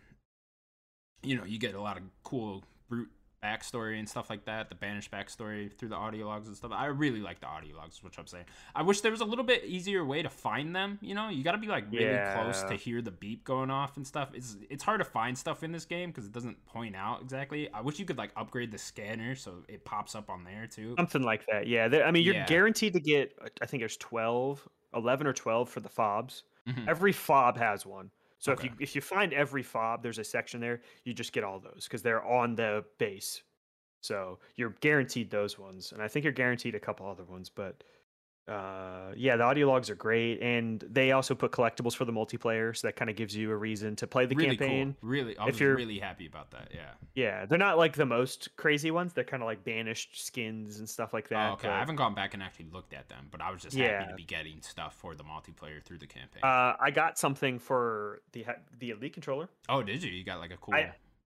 [SPEAKER 1] you know, you get a lot of cool brute backstory and stuff like that. The banished backstory through the audio logs and stuff. I really like the audio logs, which I'm saying. I wish there was a little bit easier way to find them. You know, you got to be like really close
[SPEAKER 2] Yeah.
[SPEAKER 1] to hear the beep going off and stuff. It's it's hard to find stuff in this game because it doesn't point out exactly. I wish you could like upgrade the scanner so it pops up on there too.
[SPEAKER 2] Something like that. Yeah. there- I mean, you're
[SPEAKER 1] Yeah.
[SPEAKER 2] guaranteed to get, I think there's 12, 11 or 12 for the fobs.
[SPEAKER 1] Mhm.
[SPEAKER 2] Every fob has one. So
[SPEAKER 1] Okay.
[SPEAKER 2] if you if you find every fob, there's a section there. You just get all those because they're on the base. So you're guaranteed those ones, and I think you're guaranteed a couple other ones. But uh, yeah, the audio logs are great, and they also put collectibles for the multiplayer, so that kind of gives you a reason to play the
[SPEAKER 1] really
[SPEAKER 2] campaign.
[SPEAKER 1] cool. Really, I
[SPEAKER 2] if
[SPEAKER 1] was
[SPEAKER 2] you're-
[SPEAKER 1] really happy about that. Yeah.
[SPEAKER 2] Yeah, they're not like the most crazy ones. They're kind of like banished skins and stuff like that.
[SPEAKER 1] oh, okay.
[SPEAKER 2] but-
[SPEAKER 1] I haven't gone back and actually looked at them, but I was just happy
[SPEAKER 2] Yeah.
[SPEAKER 1] to be getting stuff for the multiplayer through the campaign.
[SPEAKER 2] Uh, I got something for the ha- the elite controller.
[SPEAKER 1] oh, did you? You got like a cool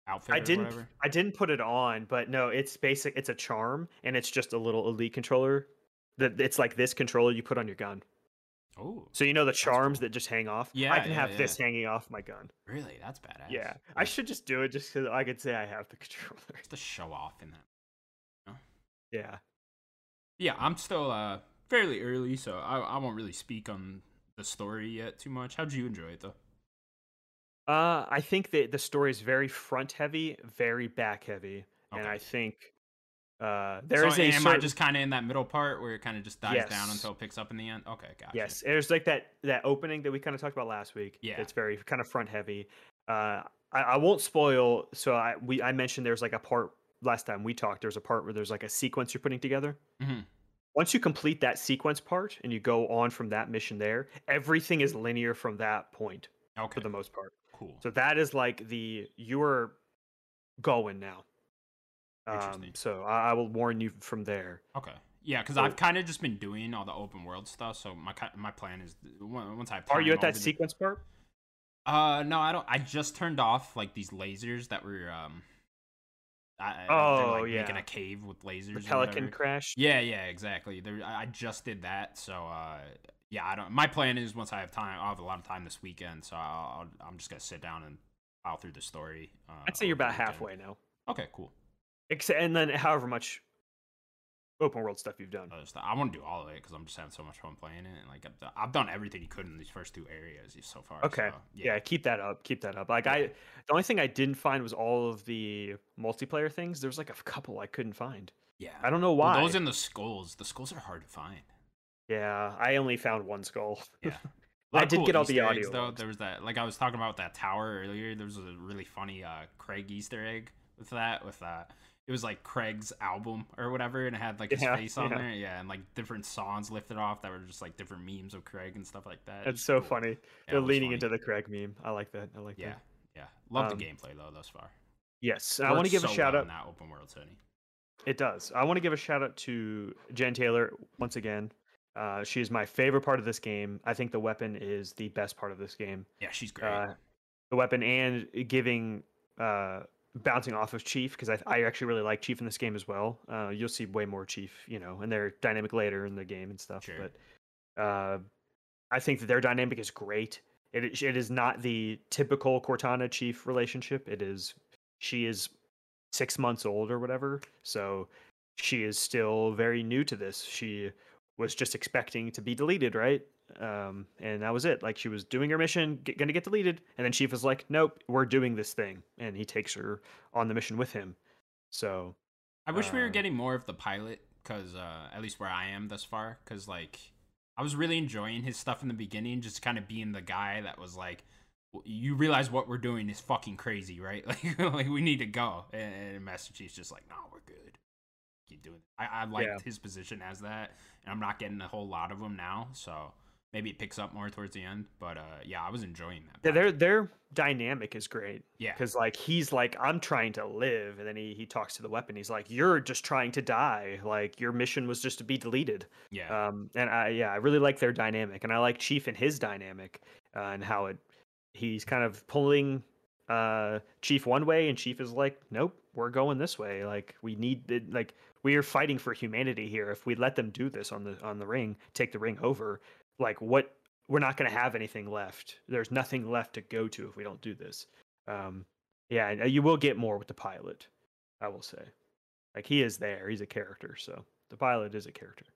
[SPEAKER 1] outfit
[SPEAKER 2] I
[SPEAKER 1] or
[SPEAKER 2] didn't.
[SPEAKER 1] whatever?
[SPEAKER 2] I didn't put it on, but no, it's basic. It's a charm, and it's just a little elite controller. That it's like this controller you put on your gun.
[SPEAKER 1] Oh,
[SPEAKER 2] So you know the
[SPEAKER 1] cool.
[SPEAKER 2] charms that just hang off. I
[SPEAKER 1] Yeah,
[SPEAKER 2] can
[SPEAKER 1] yeah,
[SPEAKER 2] have
[SPEAKER 1] yeah.
[SPEAKER 2] this hanging off my gun.
[SPEAKER 1] really? That's badass.
[SPEAKER 2] Yeah, I should just do it just because I could say I have the controller.
[SPEAKER 1] Just to show off in that.
[SPEAKER 2] yeah,
[SPEAKER 1] Yeah, I'm still uh fairly early, so I, I won't really speak on the story yet too much. How'd you enjoy it though?
[SPEAKER 2] uh, I think that the story is very front heavy, very back heavy, and
[SPEAKER 1] Okay.
[SPEAKER 2] I think uh, there is
[SPEAKER 1] so,
[SPEAKER 2] a
[SPEAKER 1] am I
[SPEAKER 2] certain-
[SPEAKER 1] just kind of in that middle part where it kind of just dies down
[SPEAKER 2] Yes.
[SPEAKER 1] until it picks up in the end? Okay, gotcha.
[SPEAKER 2] Yes, there's like that that opening that we kind of talked about last week.
[SPEAKER 1] Yeah.
[SPEAKER 2] it's very kind of front heavy. Uh, I, I won't spoil. So I we I mentioned there's like a part last time we talked. There's a part where there's like a sequence you're putting together.
[SPEAKER 1] Mhm.
[SPEAKER 2] Once you complete that sequence part and you go on from that mission there, everything is linear from that point for
[SPEAKER 1] Okay.
[SPEAKER 2] the most part.
[SPEAKER 1] cool.
[SPEAKER 2] So that is like the you're going now. Um,
[SPEAKER 1] Interesting.
[SPEAKER 2] so I, I will warn you from there.
[SPEAKER 1] okay. Yeah, because
[SPEAKER 2] so-
[SPEAKER 1] I've kind of just been doing all the open world stuff. So my ki- my plan is th- on- once I have
[SPEAKER 2] Are
[SPEAKER 1] time,
[SPEAKER 2] you at
[SPEAKER 1] I'll
[SPEAKER 2] that
[SPEAKER 1] do the-
[SPEAKER 2] sequence part?
[SPEAKER 1] Uh, no, I don't. I just turned off like these lasers that were um. I, I- they're,
[SPEAKER 2] Oh,
[SPEAKER 1] like, making
[SPEAKER 2] yeah.
[SPEAKER 1] a cave with lasers.
[SPEAKER 2] The
[SPEAKER 1] or
[SPEAKER 2] Pelican
[SPEAKER 1] whatever.
[SPEAKER 2] crash.
[SPEAKER 1] Yeah, yeah, exactly. There, I I just did that, so uh, yeah, I don't. My plan is once I have time, I'll have a lot of time this weekend, so I'll, I'll, I'm just gonna sit down and file through the story. Uh,
[SPEAKER 2] I'd say you're
[SPEAKER 1] over the
[SPEAKER 2] about
[SPEAKER 1] weekend.
[SPEAKER 2] halfway now.
[SPEAKER 1] Okay, cool.
[SPEAKER 2] Except, and then however much open world stuff you've done.
[SPEAKER 1] Other stuff. I want to do all of it because I'm just having so much fun playing it, and like I've, do- I've done everything you could in these first two areas so far.
[SPEAKER 2] Okay.
[SPEAKER 1] so,
[SPEAKER 2] yeah. keep that up. Keep that up. Like
[SPEAKER 1] Yeah.
[SPEAKER 2] I, the only thing I didn't find was all of the multiplayer things. There was like a couple I couldn't find.
[SPEAKER 1] yeah.
[SPEAKER 2] I don't know
[SPEAKER 1] Well,
[SPEAKER 2] why.
[SPEAKER 1] those in the skulls. The skulls are hard to find.
[SPEAKER 2] yeah, I only found one skull.
[SPEAKER 1] Yeah.
[SPEAKER 2] I
[SPEAKER 1] Lot of
[SPEAKER 2] did
[SPEAKER 1] cool
[SPEAKER 2] get all the
[SPEAKER 1] Easter
[SPEAKER 2] audio
[SPEAKER 1] eggs, though.
[SPEAKER 2] logs.
[SPEAKER 1] There was that, like I was talking about that tower earlier. There was a really funny uh, Craig Easter egg with that. With uh, it was like Craig's album or whatever, and it had like his
[SPEAKER 2] Yeah,
[SPEAKER 1] face on
[SPEAKER 2] yeah.
[SPEAKER 1] there. Yeah, and like different songs lifted off that were just like different memes of Craig and stuff like that.
[SPEAKER 2] That's
[SPEAKER 1] It's
[SPEAKER 2] so
[SPEAKER 1] cool.
[SPEAKER 2] funny.
[SPEAKER 1] Yeah,
[SPEAKER 2] They're
[SPEAKER 1] it was
[SPEAKER 2] leaning
[SPEAKER 1] funny.
[SPEAKER 2] into the Craig meme. I like that. I like
[SPEAKER 1] Yeah,
[SPEAKER 2] that.
[SPEAKER 1] yeah. Love
[SPEAKER 2] Um,
[SPEAKER 1] the gameplay though thus far.
[SPEAKER 2] Yes, and I want to
[SPEAKER 1] Works
[SPEAKER 2] give a
[SPEAKER 1] so
[SPEAKER 2] shout
[SPEAKER 1] well
[SPEAKER 2] out.
[SPEAKER 1] in that open world, Tony.
[SPEAKER 2] It does. I want to give a shout out to Jen Taylor once again. Uh, she is my favorite part of this game. I think the weapon is the best part of this game.
[SPEAKER 1] Yeah, she's great.
[SPEAKER 2] uh, the weapon and giving uh, bouncing off of Chief because I, I actually really like Chief in this game as well. Uh, you'll see way more Chief, you know, and their dynamic later in the game and stuff.
[SPEAKER 1] Sure.
[SPEAKER 2] But uh, I think that their dynamic is great. It is- it is not the typical Cortana Chief relationship. It is she is six months old or whatever, so she is still very new to this. She was just expecting to be deleted, right? Um, and that was it. Like she was doing her mission, g gonna get deleted, and then Chief was like, "Nope, we're doing this thing," and he takes her on the mission with him. So
[SPEAKER 1] I wish we were
[SPEAKER 2] uh,
[SPEAKER 1] getting more of the pilot, cause uh, at least where I am thus far, cause like I was really enjoying his stuff in the beginning, just kind of being the guy that was like, "W- you realize what we're doing is fucking crazy, right? Like, like we need to go. And, and Master Chief's just like, no, we're good. Keep doing. It. I, I liked
[SPEAKER 2] Yeah.
[SPEAKER 1] his position as that, and I'm not getting a whole lot of them now, so maybe it picks up more towards the end. But uh, yeah, I was enjoying that.
[SPEAKER 2] yeah,
[SPEAKER 1] pilot.
[SPEAKER 2] their their dynamic is great
[SPEAKER 1] yeah,
[SPEAKER 2] because like he's like, "I'm trying to live," and then he he talks to the weapon. He's like, "You're just trying to die. Like your mission was just to be deleted."
[SPEAKER 1] yeah.
[SPEAKER 2] Um, and I yeah, I really like their dynamic, and I like Chief and his dynamic uh, and how it he's kind of pulling uh Chief one way, and Chief is like, nope, we're going this way. Like we need the- like we are fighting for humanity here. If we let them do this on the on the ring, take the ring over, like what we're not going to have anything left. There's nothing left to go to if we don't do this. Um, yeah, and, uh, you will get more with the pilot. I will say, like he is there. He's a character, so the pilot is a character.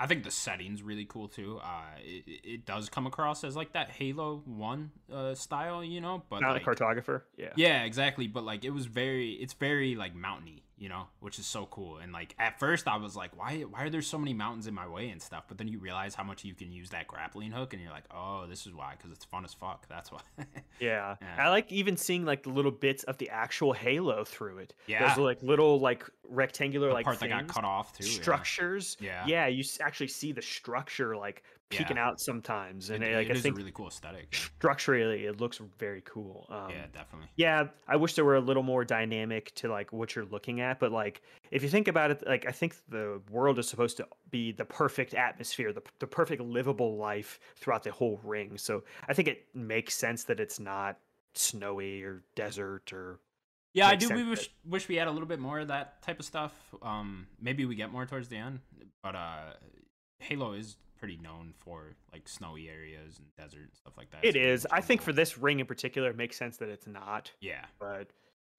[SPEAKER 1] I think the setting's really cool too. Uh, it, it- it does come across as like that Halo One uh, style, you know. But
[SPEAKER 2] not
[SPEAKER 1] like,
[SPEAKER 2] a cartographer. Yeah.
[SPEAKER 1] yeah, exactly. But like, it was very, it's very like mountainy, you know, which is so cool. And like at first I was like, why why are there so many mountains in my way and stuff? But then you realize how much you can use that grappling hook and you're like, "Oh, this is why cuz it's fun as fuck." That's why.
[SPEAKER 2] Yeah.
[SPEAKER 1] Yeah.
[SPEAKER 2] I like even seeing like the little bits of the actual halo through it.
[SPEAKER 1] yeah.
[SPEAKER 2] Those like little like rectangular
[SPEAKER 1] The
[SPEAKER 2] like
[SPEAKER 1] part that got
[SPEAKER 2] things,
[SPEAKER 1] cut off too. Yeah.
[SPEAKER 2] structures.
[SPEAKER 1] Yeah.
[SPEAKER 2] Yeah, you s- actually see the structure like peeking
[SPEAKER 1] Yeah.
[SPEAKER 2] out sometimes, and
[SPEAKER 1] It-
[SPEAKER 2] I- like
[SPEAKER 1] it
[SPEAKER 2] I
[SPEAKER 1] is a
[SPEAKER 2] think
[SPEAKER 1] really cool aesthetic. Yeah,
[SPEAKER 2] structurally it looks very cool. Um,
[SPEAKER 1] yeah definitely.
[SPEAKER 2] yeah i wish there were a little more dynamic to like what you're looking at but like if you think about it like i think the world is supposed to be the perfect atmosphere the, p- the perfect livable life throughout the whole ring so i think it makes sense that it's not snowy or desert or
[SPEAKER 1] Yeah, I
[SPEAKER 2] makes
[SPEAKER 1] do.
[SPEAKER 2] sense
[SPEAKER 1] We
[SPEAKER 2] that-
[SPEAKER 1] wish wish we had a little bit more of that type of stuff. Um, maybe we get more towards the end, but uh, Halo is pretty known for like snowy areas and desert and stuff like that.
[SPEAKER 2] it
[SPEAKER 1] so
[SPEAKER 2] is i think
[SPEAKER 1] jungle.
[SPEAKER 2] for this ring in particular it makes sense that it's not
[SPEAKER 1] yeah,
[SPEAKER 2] but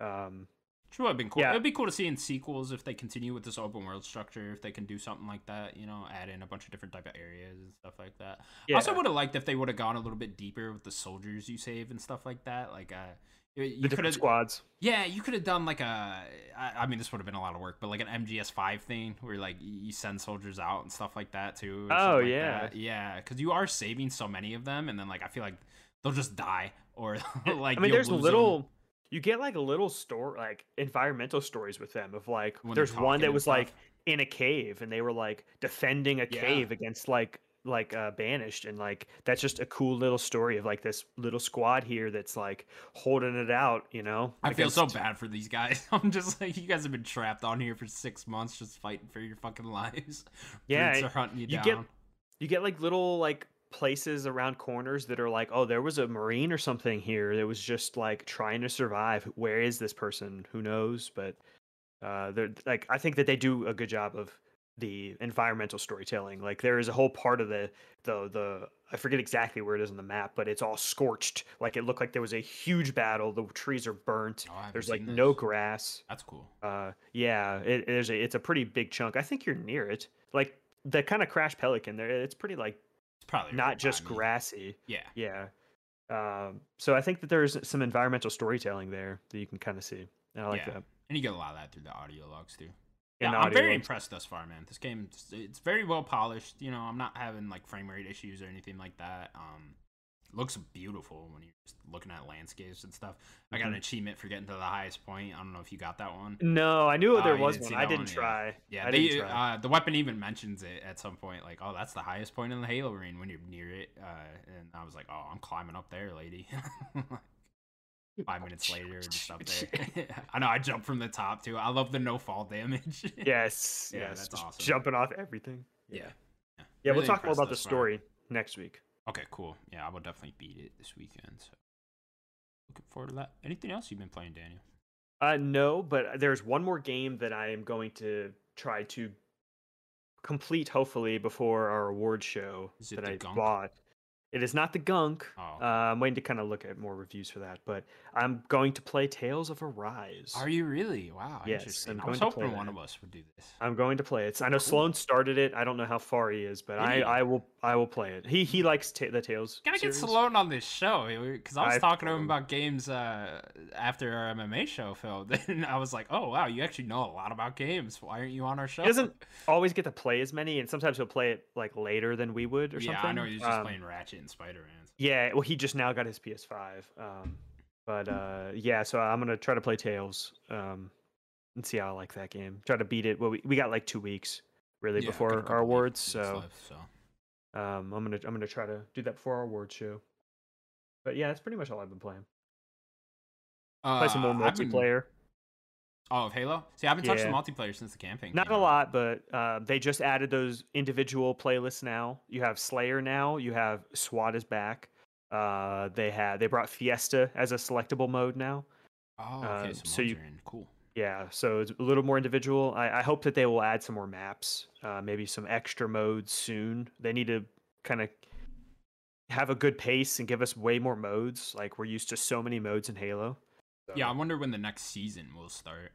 [SPEAKER 2] um
[SPEAKER 1] true. It'd been cool.
[SPEAKER 2] Yeah.
[SPEAKER 1] It'd be cool to see in sequels if they continue with this open world structure. If they can do something like that, you know, add in a bunch of different type of areas and stuff like that. I
[SPEAKER 2] yeah
[SPEAKER 1] also would have liked if they would have gone a little bit deeper with the soldiers you save and stuff like that. Like, uh, you-
[SPEAKER 2] the
[SPEAKER 1] you could
[SPEAKER 2] different
[SPEAKER 1] have
[SPEAKER 2] squads
[SPEAKER 1] Yeah, you could have done like a. I, I mean, this would have been a lot of work, but like an MGS five thing where like y- you send soldiers out and stuff like that too. or
[SPEAKER 2] Oh,
[SPEAKER 1] something like
[SPEAKER 2] yeah.
[SPEAKER 1] that. yeah, because you are saving so many of them, and then like I feel like they'll just die or
[SPEAKER 2] Yeah,
[SPEAKER 1] like
[SPEAKER 2] I mean,
[SPEAKER 1] you'll
[SPEAKER 2] there's
[SPEAKER 1] lose 'em.
[SPEAKER 2] little. You get like little store like environmental stories with them of like
[SPEAKER 1] When they're
[SPEAKER 2] there's one
[SPEAKER 1] talking
[SPEAKER 2] that
[SPEAKER 1] and
[SPEAKER 2] was
[SPEAKER 1] stuff.
[SPEAKER 2] like in a cave and they were like defending a
[SPEAKER 1] Yeah.
[SPEAKER 2] cave against like like uh banished and like that's just a cool little story of like this little squad here that's like holding it out you know
[SPEAKER 1] I feel so
[SPEAKER 2] against-
[SPEAKER 1] bad for these guys. I'm just like, you guys have been trapped on here for six months, just fighting for your fucking lives.
[SPEAKER 2] Yeah,
[SPEAKER 1] Brutes
[SPEAKER 2] and
[SPEAKER 1] are hunting you,
[SPEAKER 2] you
[SPEAKER 1] down.
[SPEAKER 2] get- you get like little like places around corners that are like oh there was a marine or something here that was just like trying to survive where is this person who knows but uh they're like i think that they do a good job of the environmental storytelling like there is a whole part of the the the i forget exactly where it is on the map but it's all scorched like it looked like there was a huge battle the trees are burnt
[SPEAKER 1] Oh, I haven't
[SPEAKER 2] there's like
[SPEAKER 1] seen this.
[SPEAKER 2] no grass
[SPEAKER 1] That's cool.
[SPEAKER 2] uh, yeah, it, there's a, it's a pretty big chunk. I think you're near it. Like the kind of crash pelican there, it's pretty like
[SPEAKER 1] It's probably right
[SPEAKER 2] not just
[SPEAKER 1] by me.
[SPEAKER 2] grassy.
[SPEAKER 1] Yeah.
[SPEAKER 2] Yeah. Um, so I think that there's some environmental storytelling there that you can kind of see. And I like
[SPEAKER 1] Yeah.
[SPEAKER 2] that.
[SPEAKER 1] And you get a lot of that through the audio logs too.
[SPEAKER 2] And
[SPEAKER 1] Yeah,
[SPEAKER 2] the
[SPEAKER 1] I'm
[SPEAKER 2] audio
[SPEAKER 1] very
[SPEAKER 2] logs.
[SPEAKER 1] impressed thus far, man. This game, it's- it's very well polished. You know, I'm not having like frame rate issues or anything like that. Um, looks beautiful when you're just looking at landscapes and stuff. I got an
[SPEAKER 2] Mhm.
[SPEAKER 1] achievement for getting to the highest point. I don't know if you got that one.
[SPEAKER 2] No, I knew
[SPEAKER 1] Oh,
[SPEAKER 2] there
[SPEAKER 1] you
[SPEAKER 2] was
[SPEAKER 1] didn't
[SPEAKER 2] one.
[SPEAKER 1] see
[SPEAKER 2] I
[SPEAKER 1] that
[SPEAKER 2] didn't
[SPEAKER 1] one? Yeah.
[SPEAKER 2] try.
[SPEAKER 1] Yeah,
[SPEAKER 2] I
[SPEAKER 1] they,
[SPEAKER 2] didn't try.
[SPEAKER 1] Uh, the weapon even mentions it at some point, like, "Oh, that's the highest point in the Halo ring when you're near it." Uh, and I was like, "Oh, I'm climbing up there, lady." Five minutes later, we're just up there. I know I jumped from the top too. I love the no fall damage.
[SPEAKER 2] yes,
[SPEAKER 1] Yeah,
[SPEAKER 2] yes.
[SPEAKER 1] that's
[SPEAKER 2] just
[SPEAKER 1] awesome.
[SPEAKER 2] Jumping off everything.
[SPEAKER 1] yeah. Yeah,
[SPEAKER 2] Yeah,
[SPEAKER 1] Really
[SPEAKER 2] we'll talk more
[SPEAKER 1] impressed
[SPEAKER 2] about the
[SPEAKER 1] thus far.
[SPEAKER 2] story next week.
[SPEAKER 1] Okay, cool. Yeah, I will definitely beat it this weekend. So looking forward to that. Anything else you've been playing, Daniel?
[SPEAKER 2] Uh, no, but there's one more game that I am going to try to complete, hopefully, before our award show
[SPEAKER 1] Is it
[SPEAKER 2] that
[SPEAKER 1] the
[SPEAKER 2] I
[SPEAKER 1] Gunk?
[SPEAKER 2] bought. It is not the gunk.
[SPEAKER 1] Oh,
[SPEAKER 2] Uh, I'm waiting to kind of look at more reviews for that, but I'm going to play Tales of Arise.
[SPEAKER 1] are you really? Wow,
[SPEAKER 2] yes,
[SPEAKER 1] interesting.
[SPEAKER 2] I'm
[SPEAKER 1] I was
[SPEAKER 2] going to play
[SPEAKER 1] hoping one
[SPEAKER 2] that.
[SPEAKER 1] of us would do this.
[SPEAKER 2] I'm going to play it. I know
[SPEAKER 1] Cool.
[SPEAKER 2] Sloan started it. I don't know how far he is, but I,
[SPEAKER 1] Yeah.
[SPEAKER 2] I will I will play it. He he likes ta- the Tales.
[SPEAKER 1] Gotta get
[SPEAKER 2] series.
[SPEAKER 1] Sloan on this show because I was
[SPEAKER 2] I've
[SPEAKER 1] talking to him
[SPEAKER 2] told him.
[SPEAKER 1] about games uh, after our MMA show filled, and I was like, "Oh wow, you actually know a lot about games. Why aren't you on our show?"
[SPEAKER 2] doesn't Always get to play as many, and sometimes he'll play it like later than we would or
[SPEAKER 1] yeah,
[SPEAKER 2] something.
[SPEAKER 1] I know he's just
[SPEAKER 2] Um,
[SPEAKER 1] playing Ratchet and Spider Man.
[SPEAKER 2] Yeah, well, he just now got his PS5. Um, but uh, yeah, so I'm gonna try to play Tails um, and see how I like that game. Try to beat it. Well, we, we got like two weeks really before our awards, so
[SPEAKER 1] so
[SPEAKER 2] um, I'm gonna I'm gonna try to do that before our awards show. But yeah, that's pretty much all I've been playing. Play some more
[SPEAKER 1] Uh, I've been-
[SPEAKER 2] multiplayer.
[SPEAKER 1] Oh, of Halo. See, I haven't touched
[SPEAKER 2] Yeah.
[SPEAKER 1] the multiplayer since the campaign.
[SPEAKER 2] Not
[SPEAKER 1] came
[SPEAKER 2] a
[SPEAKER 1] out.
[SPEAKER 2] lot, but uh, they just added those individual playlists now. You have Slayer now. You have SWAT is back. Uh, they had they brought Fiesta as a selectable mode now.
[SPEAKER 1] Oh, okay.
[SPEAKER 2] Um,
[SPEAKER 1] so,
[SPEAKER 2] so you-
[SPEAKER 1] mods are in. cool.
[SPEAKER 2] Yeah, so it's a little more individual. I, I hope that they will add some more maps, uh, maybe some extra modes soon. They need to kind of have a good pace and give us way more modes. Like we're used to so many modes in Halo.
[SPEAKER 1] Yeah, I
[SPEAKER 2] so-
[SPEAKER 1] wonder when the next season will start.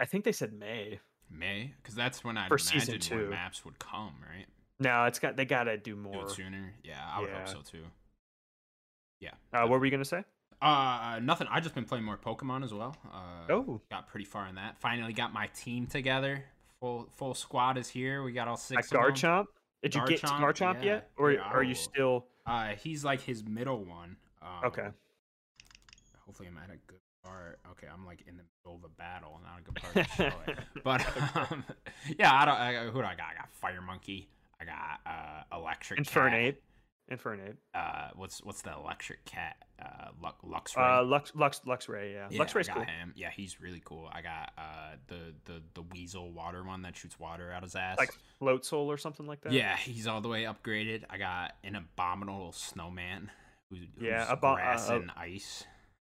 [SPEAKER 2] I think they said May.
[SPEAKER 1] May, because that's when I
[SPEAKER 2] For
[SPEAKER 1] imagine
[SPEAKER 2] season
[SPEAKER 1] more
[SPEAKER 2] two.
[SPEAKER 1] maps would come, right?
[SPEAKER 2] No, it's got they gotta do
[SPEAKER 1] Do
[SPEAKER 2] more.
[SPEAKER 1] it sooner. Yeah, I would
[SPEAKER 2] Yeah.
[SPEAKER 1] hope so too. Yeah.
[SPEAKER 2] Uh, what were you gonna say?
[SPEAKER 1] Uh, nothing. I just been playing more Pokemon as well. Uh,
[SPEAKER 2] Oh.
[SPEAKER 1] got pretty far in that. Finally got my team together. Full full squad is here. We got all
[SPEAKER 2] Like
[SPEAKER 1] six. Of them.
[SPEAKER 2] Garchomp? Did you get to
[SPEAKER 1] Garchomp,
[SPEAKER 2] Garchomp
[SPEAKER 1] yeah.
[SPEAKER 2] yet? Or
[SPEAKER 1] Yeah,
[SPEAKER 2] are
[SPEAKER 1] oh.
[SPEAKER 2] you still
[SPEAKER 1] Uh, he's like his middle one. Um,
[SPEAKER 2] Okay.
[SPEAKER 1] Hopefully, I'm at a good part. Okay, I'm like in the middle of a battle, not a good part to show it. But um, yeah, I don't. I, who do I got? I got Fire Monkey. I got uh, Electric
[SPEAKER 2] Infernape? Infernape.
[SPEAKER 1] Cat. Uh, what's what's the Electric Cat? Uh, Lux Luxray.
[SPEAKER 2] Uh Lux Lux Luxray, yeah.
[SPEAKER 1] Yeah,
[SPEAKER 2] Luxray's
[SPEAKER 1] I got
[SPEAKER 2] cool.
[SPEAKER 1] him. Yeah, he's really cool. I got uh the the the weasel water one that shoots water out his ass.
[SPEAKER 2] Like Float Soul or something like that.
[SPEAKER 1] yeah, he's all the way upgraded. I got an abominable snowman who, who's
[SPEAKER 2] Yeah, abo- uh,
[SPEAKER 1] grass
[SPEAKER 2] uh,
[SPEAKER 1] and ice.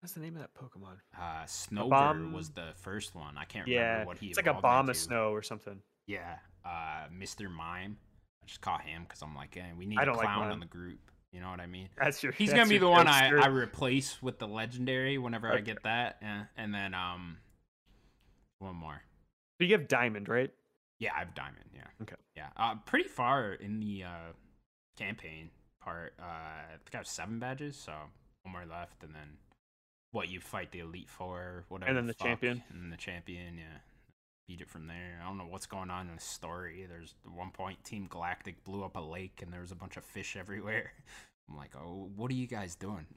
[SPEAKER 2] What's the name of that Pokemon?
[SPEAKER 1] Uh, Snowbird was
[SPEAKER 2] Abom-
[SPEAKER 1] the first one. I can't
[SPEAKER 2] Yeah,
[SPEAKER 1] remember what he.
[SPEAKER 2] It's like a
[SPEAKER 1] evolved
[SPEAKER 2] bomb of
[SPEAKER 1] into.
[SPEAKER 2] snow or something.
[SPEAKER 1] Yeah, uh, Mr. Mime. I just caught him because I'm like, hey, we need
[SPEAKER 2] I
[SPEAKER 1] a
[SPEAKER 2] don't like
[SPEAKER 1] clown
[SPEAKER 2] Mime.
[SPEAKER 1] on the group. You know what I mean?
[SPEAKER 2] That's your
[SPEAKER 1] He's
[SPEAKER 2] that's
[SPEAKER 1] gonna be
[SPEAKER 2] your
[SPEAKER 1] the one I,
[SPEAKER 2] jokester.
[SPEAKER 1] I replace with the legendary whenever I
[SPEAKER 2] Okay.
[SPEAKER 1] get that. Yeah. And then um, one more.
[SPEAKER 2] So you have diamond, right?
[SPEAKER 1] Yeah, I have diamond. Yeah.
[SPEAKER 2] Okay.
[SPEAKER 1] Yeah. Uh, pretty far in the uh, campaign part. Uh, I think I have seven badges, so one more left, and then what you fight the elite four, whatever.
[SPEAKER 2] then the
[SPEAKER 1] fuck,
[SPEAKER 2] champion.
[SPEAKER 1] And then the champion, yeah. Beat it from there. I don't know what's going on in the story. There's at one point Team Galactic blew up a lake, and there was a bunch of fish everywhere. I'm like, oh, what are you guys doing?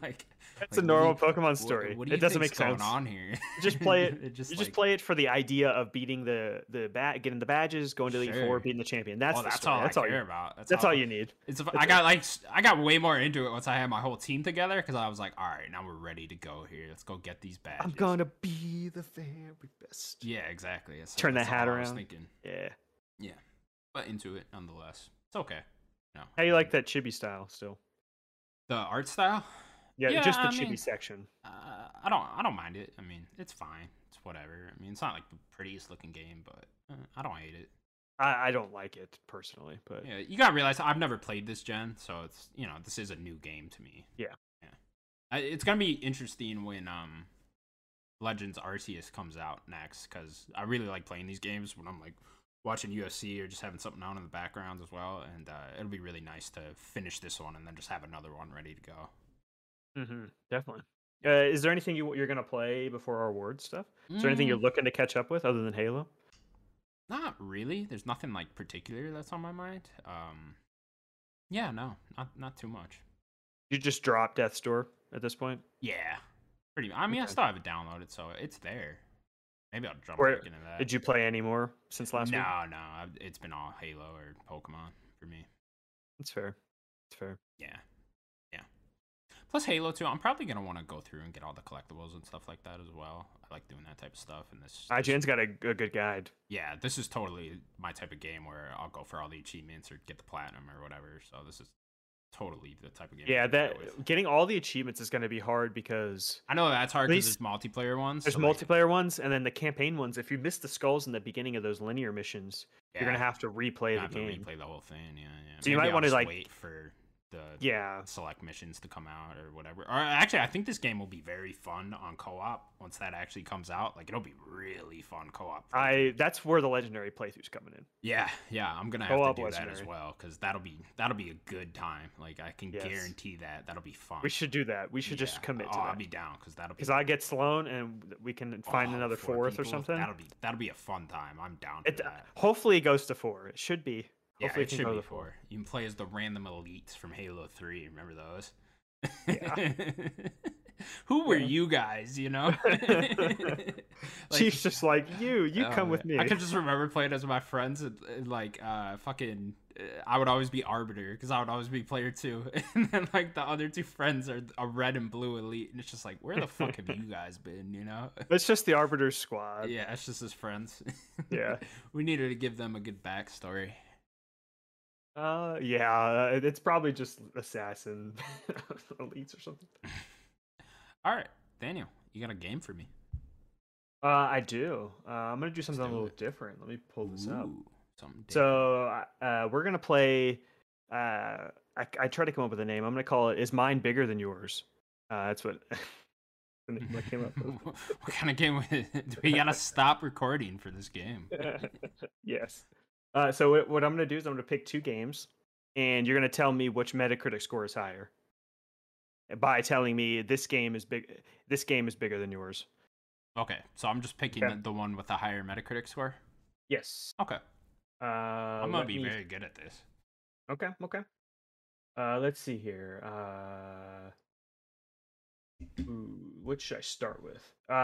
[SPEAKER 1] like,
[SPEAKER 2] That's
[SPEAKER 1] like, what do
[SPEAKER 2] a
[SPEAKER 1] you-
[SPEAKER 2] normal Pokemon
[SPEAKER 1] what-
[SPEAKER 2] story.
[SPEAKER 1] What do you
[SPEAKER 2] it doesn't make
[SPEAKER 1] think's
[SPEAKER 2] sense.
[SPEAKER 1] going on here?
[SPEAKER 2] Just play it-
[SPEAKER 1] just,
[SPEAKER 2] You just
[SPEAKER 1] like-
[SPEAKER 2] play it for the idea of beating the the bat, getting the badges, going to the
[SPEAKER 1] Sure.
[SPEAKER 2] four, beating the champion. That's
[SPEAKER 1] oh,
[SPEAKER 2] the
[SPEAKER 1] that's
[SPEAKER 2] story.
[SPEAKER 1] all
[SPEAKER 2] that's
[SPEAKER 1] I
[SPEAKER 2] all.
[SPEAKER 1] care
[SPEAKER 2] You,
[SPEAKER 1] about. That's,
[SPEAKER 2] that's all you need.
[SPEAKER 1] It's, I
[SPEAKER 2] That's
[SPEAKER 1] got like s- I got way more into it once I had my whole team together because I was like, all right, now we're ready to go here. Let's go get these badges.
[SPEAKER 2] I'm gonna be the very best.
[SPEAKER 1] Yeah, exactly. That's,
[SPEAKER 2] Turn
[SPEAKER 1] that's
[SPEAKER 2] that hat
[SPEAKER 1] all I was
[SPEAKER 2] around.
[SPEAKER 1] thinking,
[SPEAKER 2] Yeah.
[SPEAKER 1] but into it nonetheless. It's okay. No.
[SPEAKER 2] How you like that chibi style still?
[SPEAKER 1] the art style?
[SPEAKER 2] Yeah,
[SPEAKER 1] Yeah,
[SPEAKER 2] just the
[SPEAKER 1] I
[SPEAKER 2] chibi
[SPEAKER 1] mean-
[SPEAKER 2] section.
[SPEAKER 1] Uh, I don't. I don't mind it. I mean, it's fine. It's whatever. I mean, it's not like the prettiest looking game, but uh, I don't hate it.
[SPEAKER 2] I, I don't like it personally, but
[SPEAKER 1] Yeah, you gotta realize I've never played this gen, so it's you know this is a new game to me.
[SPEAKER 2] Yeah.
[SPEAKER 1] yeah. I, it's gonna be interesting when um Legends Arceus comes out next because I really like playing these games when I'm like watching UFC or just having something on in the background as well, and uh, it'll be really nice to finish this one and then just have another one ready to go.
[SPEAKER 2] mhm, definitely. Uh, is there anything you you're gonna play before our award stuff? Is there anything you're looking to catch up with other than Halo?
[SPEAKER 1] Mm, Not really. There's nothing like particular that's on my mind. Um, yeah, no, not not too much.
[SPEAKER 2] You just drop Death's Door at this point.
[SPEAKER 1] Yeah, pretty. I mean, I
[SPEAKER 2] Okay.
[SPEAKER 1] still haven't downloaded, it, so it's there. Maybe I'll jump
[SPEAKER 2] Where-
[SPEAKER 1] back into that.
[SPEAKER 2] Did you play any more since last
[SPEAKER 1] Uh, no,
[SPEAKER 2] week?
[SPEAKER 1] no, I've- it's been all Halo or Pokemon for me.
[SPEAKER 2] That's fair. That's fair.
[SPEAKER 1] Yeah, yeah. Plus Halo too. I'm probably gonna want to go through and get all the collectibles and stuff like that as well. I like doing that type of stuff. And this,
[SPEAKER 2] IGN's got a, g- a good guide.
[SPEAKER 1] yeah, this is totally my type of game where I'll go for all the achievements or get the platinum or whatever. So this is totally the type of game. I'm
[SPEAKER 2] Yeah,
[SPEAKER 1] gonna go
[SPEAKER 2] that
[SPEAKER 1] with.
[SPEAKER 2] getting all the achievements is going to be hard because
[SPEAKER 1] I know that's hard because
[SPEAKER 2] least
[SPEAKER 1] there's multiplayer ones.
[SPEAKER 2] there's
[SPEAKER 1] so, like,
[SPEAKER 2] multiplayer ones and then the campaign ones. If you miss the skulls in the beginning of those linear missions, you're
[SPEAKER 1] yeah.
[SPEAKER 2] going to have to replay
[SPEAKER 1] I have
[SPEAKER 2] the game.
[SPEAKER 1] to replay the whole thing. Yeah, yeah.
[SPEAKER 2] So you
[SPEAKER 1] Maybe
[SPEAKER 2] might
[SPEAKER 1] I'll
[SPEAKER 2] wanna,
[SPEAKER 1] just
[SPEAKER 2] like-
[SPEAKER 1] wait for the
[SPEAKER 2] Yeah,
[SPEAKER 1] select missions to come out or whatever. Or actually, I think this game will be very fun on co-op once that actually comes out. Like it'll be really fun co-op. for me.
[SPEAKER 2] I that's where the legendary playthrough's coming in.
[SPEAKER 1] yeah yeah I'm gonna have
[SPEAKER 2] Co-op
[SPEAKER 1] to do that as
[SPEAKER 2] legendary.
[SPEAKER 1] well because that'll be that'll be a good time. Like I can
[SPEAKER 2] Yes.
[SPEAKER 1] guarantee that that'll be fun.
[SPEAKER 2] We should do that. We should
[SPEAKER 1] Yeah.
[SPEAKER 2] just commit to
[SPEAKER 1] Oh, I'll
[SPEAKER 2] that
[SPEAKER 1] be down because that'll be
[SPEAKER 2] because I get Sloan and we can find
[SPEAKER 1] oh,
[SPEAKER 2] another
[SPEAKER 1] four
[SPEAKER 2] fourth or
[SPEAKER 1] people,
[SPEAKER 2] something.
[SPEAKER 1] That'll be that'll be a fun time. I'm down for
[SPEAKER 2] It,
[SPEAKER 1] that.
[SPEAKER 2] hopefully it goes to four. It should be.
[SPEAKER 1] Yeah,
[SPEAKER 2] hopefully
[SPEAKER 1] it
[SPEAKER 2] can
[SPEAKER 1] should
[SPEAKER 2] go
[SPEAKER 1] be
[SPEAKER 2] to four.
[SPEAKER 1] four. You can play as the random elites from Halo Three. Remember those?
[SPEAKER 2] Yeah.
[SPEAKER 1] Who were
[SPEAKER 2] Yeah.
[SPEAKER 1] you guys? You know. Like,
[SPEAKER 2] She's just like you. You
[SPEAKER 1] oh,
[SPEAKER 2] come with me.
[SPEAKER 1] man. I can just remember playing as my friends, and, and, like uh, fucking. uh, I would always be arbiter because I would always be player two, and then like the other two friends are a red and blue elite, and it's just like, where the fuck have you guys been? You know.
[SPEAKER 2] It's just the Arbiter's squad.
[SPEAKER 1] Yeah, it's just his friends.
[SPEAKER 2] Yeah.
[SPEAKER 1] we needed to give them a good backstory.
[SPEAKER 2] Uh, yeah, it- it's probably just assassin elites or something.
[SPEAKER 1] All right, Daniel, you got a game for me?
[SPEAKER 2] Uh, I do. Uh, I'm gonna do something a
[SPEAKER 1] do
[SPEAKER 2] little
[SPEAKER 1] it.
[SPEAKER 2] different. Let me pull this up.
[SPEAKER 1] Ooh, something different.
[SPEAKER 2] So, uh, we're gonna play. Uh, I, I try to come up with a name. I'm gonna call it "Is Mine Bigger Than Yours?" Uh, that's what the name I came up with.
[SPEAKER 1] what kind of game? was- Do we gotta stop recording for this game?
[SPEAKER 2] yes. Uh, so what, what I'm gonna do is I'm gonna pick two games, and you're gonna tell me which Metacritic score is higher. by telling me this game is big this game is bigger than yours.
[SPEAKER 1] Okay, so I'm just picking
[SPEAKER 2] Okay.
[SPEAKER 1] the- the one with the higher Metacritic score.
[SPEAKER 2] Yes.
[SPEAKER 1] Okay,
[SPEAKER 2] Uh,
[SPEAKER 1] I'm
[SPEAKER 2] let
[SPEAKER 1] gonna be
[SPEAKER 2] me-
[SPEAKER 1] very good at this.
[SPEAKER 2] Okay, okay. Uh, let's see here. Uh, ooh, what should I start with? Um,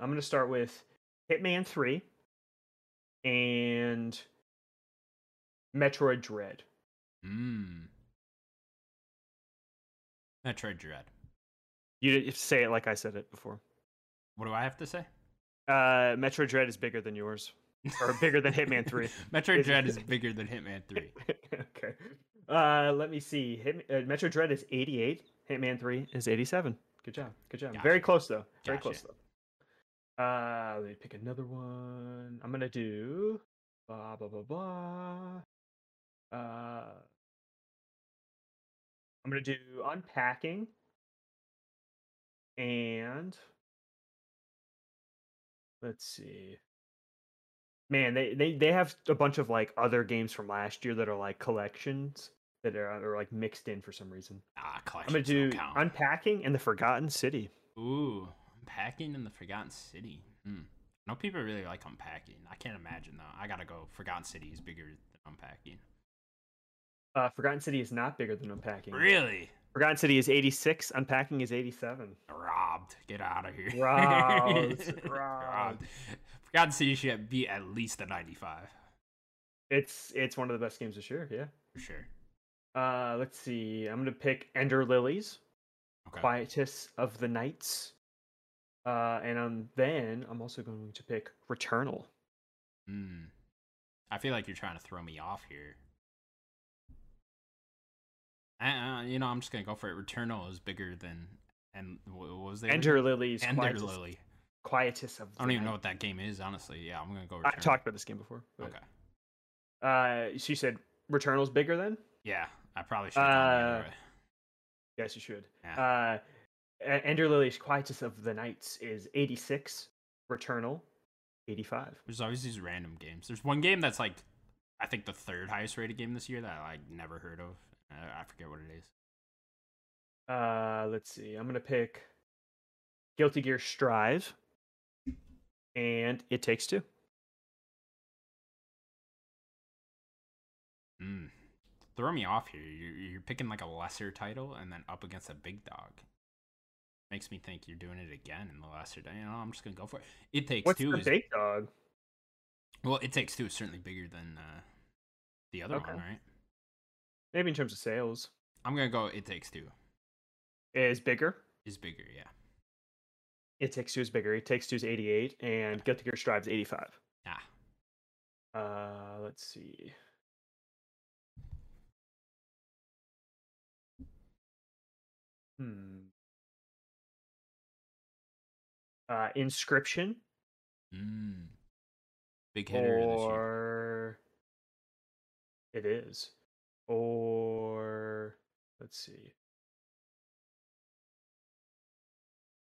[SPEAKER 2] I'm gonna start with Hitman Three and Metroid Dread.
[SPEAKER 1] Mmm. Metroid Dread.
[SPEAKER 2] You didn't say it like I said it before.
[SPEAKER 1] What do I have to say?
[SPEAKER 2] Uh, Metroid Dread is bigger than yours, or bigger than Hitman Three.
[SPEAKER 1] Metroid
[SPEAKER 2] Is-
[SPEAKER 1] Dread is bigger than Hitman 3.
[SPEAKER 2] okay. Uh, let me see. Hit, uh, Metro Dread is 88. Hitman 3 is 87. Good job. Good job. Very close though. Very
[SPEAKER 1] Gotcha.
[SPEAKER 2] close though. Uh, let me pick another one. I'm gonna do blah blah blah blah. Uh, I'm gonna do unpacking and let's see. Man, they, they they have a bunch of like other games from last year that are like collections that are, are like mixed in for some reason.
[SPEAKER 1] Ah,
[SPEAKER 2] I'm gonna
[SPEAKER 1] collections
[SPEAKER 2] do
[SPEAKER 1] don't count.
[SPEAKER 2] unpacking and the Forgotten City.
[SPEAKER 1] Ooh, Unpacking in the Forgotten City. Hmm. No people really like Unpacking. I can't imagine though. I gotta go. Forgotten City is bigger than Unpacking.
[SPEAKER 2] Uh, Forgotten City is not bigger than Unpacking.
[SPEAKER 1] Really?
[SPEAKER 2] Forgotten City is 86. Unpacking is 87.
[SPEAKER 1] Robbed. Get out of here.
[SPEAKER 2] Robbed. Robbed.
[SPEAKER 1] Forgotten City should be at least a 95
[SPEAKER 2] It's it's one of the best games this year. Yeah.
[SPEAKER 1] for sure.
[SPEAKER 2] Uh, let's see. I'm gonna pick Ender Lilies,
[SPEAKER 1] Okay.
[SPEAKER 2] Quietus of the Nights, uh, and um, then I'm also going to pick Returnal.
[SPEAKER 1] Hmm. I feel like you're trying to throw me off here. Uh, uh, you know, I'm just gonna go for it. Returnal is bigger than and wh- what was the other
[SPEAKER 2] Ender
[SPEAKER 1] game?
[SPEAKER 2] Lilies,
[SPEAKER 1] Ender
[SPEAKER 2] Quietus,
[SPEAKER 1] Lily.
[SPEAKER 2] Quietus of.
[SPEAKER 1] I don't
[SPEAKER 2] the
[SPEAKER 1] even know
[SPEAKER 2] Night.
[SPEAKER 1] what that game is, honestly. Yeah, I'm gonna go.
[SPEAKER 2] I
[SPEAKER 1] Returnal.
[SPEAKER 2] talked about this game before. But,
[SPEAKER 1] Okay.
[SPEAKER 2] Uh, so you said Returnal's bigger then?
[SPEAKER 1] Yeah, I probably should. Uh,
[SPEAKER 2] Uh, Yes, you should.
[SPEAKER 1] yeah.
[SPEAKER 2] Uh, E- Ender Lilies, Quietus of the Nights is 86. Returnal, 85.
[SPEAKER 1] There's always these random games. There's one game that's like, I think the third highest rated game this year that I like, never heard of. I, I forget what it is.
[SPEAKER 2] Uh, let's see. I'm gonna pick Guilty Gear Strive and It Takes Two.
[SPEAKER 1] Mm. Throw me off here. You're, you're picking like a lesser title and then up against a big dog. Makes me think you're doing it again in the lesser. You know, I'm just gonna go for it. It takes
[SPEAKER 2] What's
[SPEAKER 1] two.
[SPEAKER 2] the
[SPEAKER 1] Is,
[SPEAKER 2] big dog?
[SPEAKER 1] well, it takes two is certainly bigger than uh, the other
[SPEAKER 2] Okay.
[SPEAKER 1] one, right?
[SPEAKER 2] Maybe in terms of sales,
[SPEAKER 1] I'm gonna go. It takes two
[SPEAKER 2] is bigger.
[SPEAKER 1] is bigger. Yeah.
[SPEAKER 2] It Takes Two is bigger. It Takes Two is 88, and Guilty Gear Strive is 85.
[SPEAKER 1] Ah.
[SPEAKER 2] Uh, let's see. Hmm. Uh, Inscription
[SPEAKER 1] Mm. Big hitter this year.
[SPEAKER 2] or it is or let's see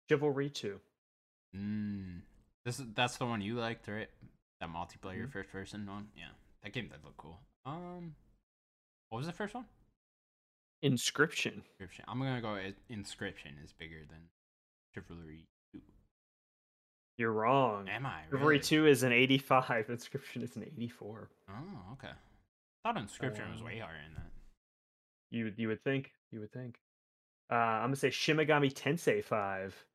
[SPEAKER 2] chivalry 2
[SPEAKER 1] Mm. This is that's the one you liked, right? That multiplayer
[SPEAKER 2] Mhm.
[SPEAKER 1] first person one. Yeah, that game did look cool. Um, what was the first one?
[SPEAKER 2] inscription
[SPEAKER 1] Inscription. I'm gonna go. i- Inscription is bigger than Chivalry. Two.
[SPEAKER 2] you're wrong
[SPEAKER 1] Am I
[SPEAKER 2] Mm. chivalry
[SPEAKER 1] really?
[SPEAKER 2] 2 is an 85 inscription is an 84
[SPEAKER 1] Oh, okay. Thought Inscription was way
[SPEAKER 2] Um,
[SPEAKER 1] higher than that.
[SPEAKER 2] you would- you would think you would think uh, i'm gonna say shimigami tensei 5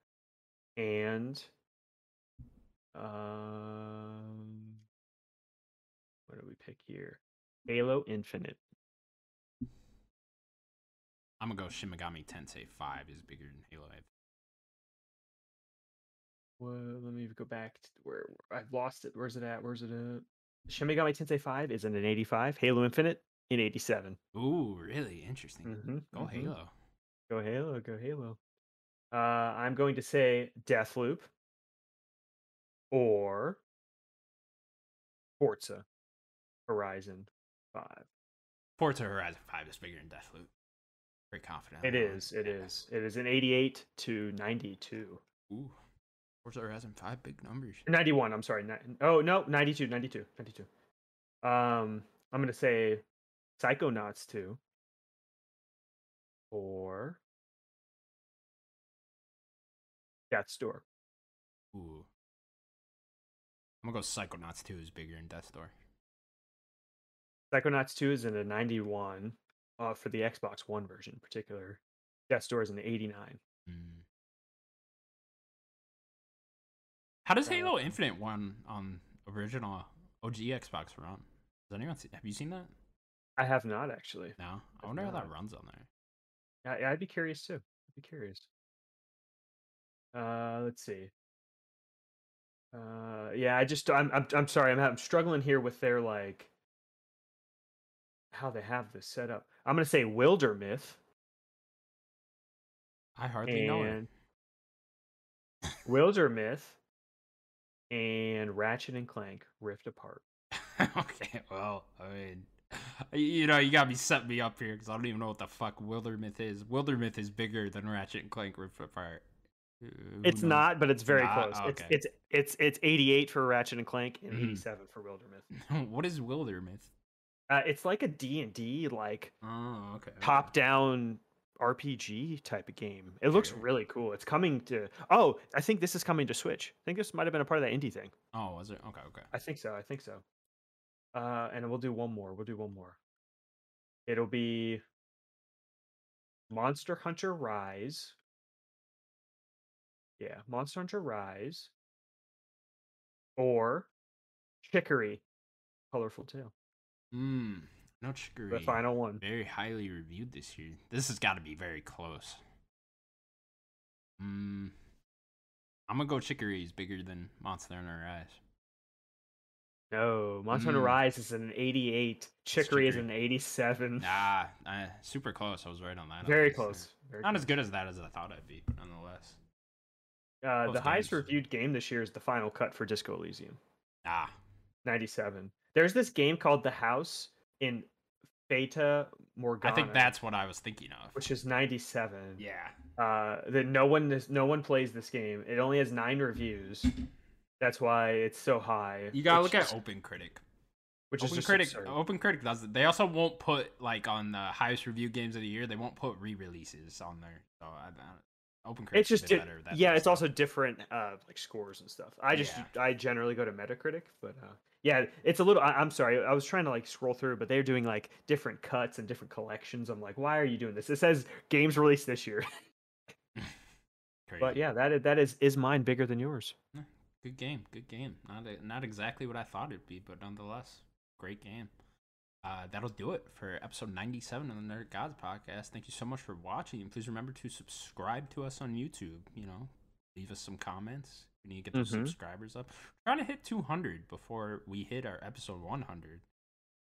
[SPEAKER 2] and um what do we pick here halo infinite
[SPEAKER 1] I'm gonna go Shimigami Tensei Five is bigger than Halo. Infinite.
[SPEAKER 2] Well, let me go back to where where- I've lost it. Where's it at? Where's it at? Shin Megami Tensei 5 is in an 85. Halo Infinite in 87.
[SPEAKER 1] Ooh, really interesting.
[SPEAKER 2] Mhm,
[SPEAKER 1] Go
[SPEAKER 2] mhm.
[SPEAKER 1] Halo.
[SPEAKER 2] Go Halo, go Halo. Uh, I'm going to say Deathloop or Forza Horizon 5.
[SPEAKER 1] Forza Horizon Five is bigger than Deathloop. Very confident. on
[SPEAKER 2] It
[SPEAKER 1] that one.
[SPEAKER 2] is, it
[SPEAKER 1] Ah, Yeah.
[SPEAKER 2] is. It is an 88 to 92.
[SPEAKER 1] Ooh, Forza Horizon Five big numbers.
[SPEAKER 2] 91 i'm sorry ni- oh no 92 92 92 um i'm gonna say psychonauts 2 or Death's Door.
[SPEAKER 1] Ooh. I'm gonna go Psychonauts 2 is bigger in Death Door.
[SPEAKER 2] Psychonauts 2 is in a 91 uh, for the Xbox One version in particular. Death's Door is an 89.
[SPEAKER 1] Mm. How does
[SPEAKER 2] Uh,
[SPEAKER 1] Halo Infinite one on original OG Xbox run? Does anyone see, have you seen that?
[SPEAKER 2] I have not actually.
[SPEAKER 1] No. I
[SPEAKER 2] I've
[SPEAKER 1] wonder how that
[SPEAKER 2] not.
[SPEAKER 1] runs on there.
[SPEAKER 2] I, I'd be curious too. I'd be curious. Uh, let's see. Uh, yeah, I just I'm I'm, I'm sorry. I'm, I'm struggling here with their like how they have this set up. I'm gonna say Wilder Myth
[SPEAKER 1] I hardly know it.
[SPEAKER 2] and Wilder Myth and Ratchet and Clank Rift Apart.
[SPEAKER 1] okay, well, I mean, you know, you gotta be setting me up here because I don't even know what the fuck Wildermyth is. Wildermyth is bigger than Ratchet and Clank Rift Apart. Uh, who
[SPEAKER 2] It's
[SPEAKER 1] knows?
[SPEAKER 2] not, but it's very
[SPEAKER 1] Not?
[SPEAKER 2] close.
[SPEAKER 1] Okay.
[SPEAKER 2] It's it's it's it's 88 for Ratchet and Clank and
[SPEAKER 1] Mhm.
[SPEAKER 2] 87 for Wilder Myth.
[SPEAKER 1] what is Wildermyth?
[SPEAKER 2] Uh, it's like a D and D like
[SPEAKER 1] Oh, okay. okay.
[SPEAKER 2] top down RPG type of game. It looks
[SPEAKER 1] Okay.
[SPEAKER 2] really cool. It's coming to oh, I think this is coming to Switch. I think this might have been a part of that indie thing.
[SPEAKER 1] Oh, was it? Okay, okay.
[SPEAKER 2] I think so. I think so. Uh, and we'll do one more. We'll do one more. It'll be Monster Hunter Rise. Yeah, Monster Hunter Rise. Or Chicory, Colorful Tale.
[SPEAKER 1] Mm, no chicory.
[SPEAKER 2] The final one.
[SPEAKER 1] Very highly reviewed this year. This has got to be very close. Mm, I'm gonna go chicory is bigger than Monster Hunter Rise.
[SPEAKER 2] No, Monster Hunter
[SPEAKER 1] Mm.
[SPEAKER 2] Rise is an 88. Chicory is
[SPEAKER 1] Chicory.
[SPEAKER 2] an 87.
[SPEAKER 1] Nah, uh, super close. I was right on that. at
[SPEAKER 2] Very
[SPEAKER 1] least.
[SPEAKER 2] close. Very
[SPEAKER 1] Not as
[SPEAKER 2] close.
[SPEAKER 1] good as that as I thought I'd be, but nonetheless.
[SPEAKER 2] Uh, the
[SPEAKER 1] close
[SPEAKER 2] highest
[SPEAKER 1] games.
[SPEAKER 2] reviewed game this year is the final cut for Disco Elysium,
[SPEAKER 1] Ah,
[SPEAKER 2] 97. There's this game called The House in Beta Morgana.
[SPEAKER 1] I think that's what I was thinking of.
[SPEAKER 2] eh? which is 97.
[SPEAKER 1] yeah.
[SPEAKER 2] Uh, that no one is, no one plays this game. It only has nine reviews. That's why it's so high.
[SPEAKER 1] You gotta
[SPEAKER 2] which
[SPEAKER 1] look at
[SPEAKER 2] is-
[SPEAKER 1] Open Critic.
[SPEAKER 2] which is
[SPEAKER 1] Open
[SPEAKER 2] just
[SPEAKER 1] Critic.
[SPEAKER 2] absurd.
[SPEAKER 1] Open Critic does it. They also won't put like on the highest review games of the year. They won't put re-releases on there. So I, I don't, Open Critic.
[SPEAKER 2] it's just di-
[SPEAKER 1] better. at that
[SPEAKER 2] yeah
[SPEAKER 1] sort of
[SPEAKER 2] it's
[SPEAKER 1] stuff.
[SPEAKER 2] also different uh like scores and stuff i just i generally go to metacritic but uh yeah it's a little I, i'm sorry i was trying to like scroll through but they're doing like different cuts and different collections i'm like why are you doing this it says games released this year
[SPEAKER 1] Crazy.
[SPEAKER 2] but yeah that is, that is is mine bigger than yours
[SPEAKER 1] Good game, good game. Not a, not exactly what I thought it'd be, but nonetheless, great game. Uh, that'll do it for episode 97 of the Nerd Gods podcast. Thank you so much for watching. And please remember to subscribe to us on YouTube. You know, leave us some comments. We need to get those
[SPEAKER 2] Mhm.
[SPEAKER 1] subscribers up. We're trying to hit 200 before we hit our episode 100.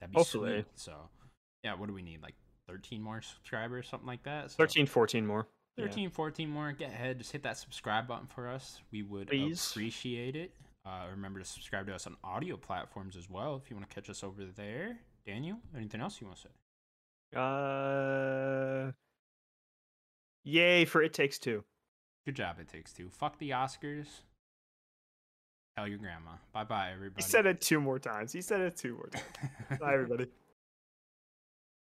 [SPEAKER 1] That'd be
[SPEAKER 2] Hopefully.
[SPEAKER 1] sweet. So, yeah, what do we need? Like 13 more subscribers, something like that? So,
[SPEAKER 2] 13 14 more Yeah.
[SPEAKER 1] 13, 14 more. Get ahead. Just hit that subscribe button for us. We would
[SPEAKER 2] Please.
[SPEAKER 1] appreciate it. Uh, remember to subscribe to us on audio platforms as well if you want to catch us over there. Daniel, anything else you want to say?
[SPEAKER 2] uh yay for it takes two
[SPEAKER 1] Good job, it takes two. Fuck the Oscars. Tell your grandma. Bye bye, everybody.
[SPEAKER 2] he said it two more times he said it two more times bye everybody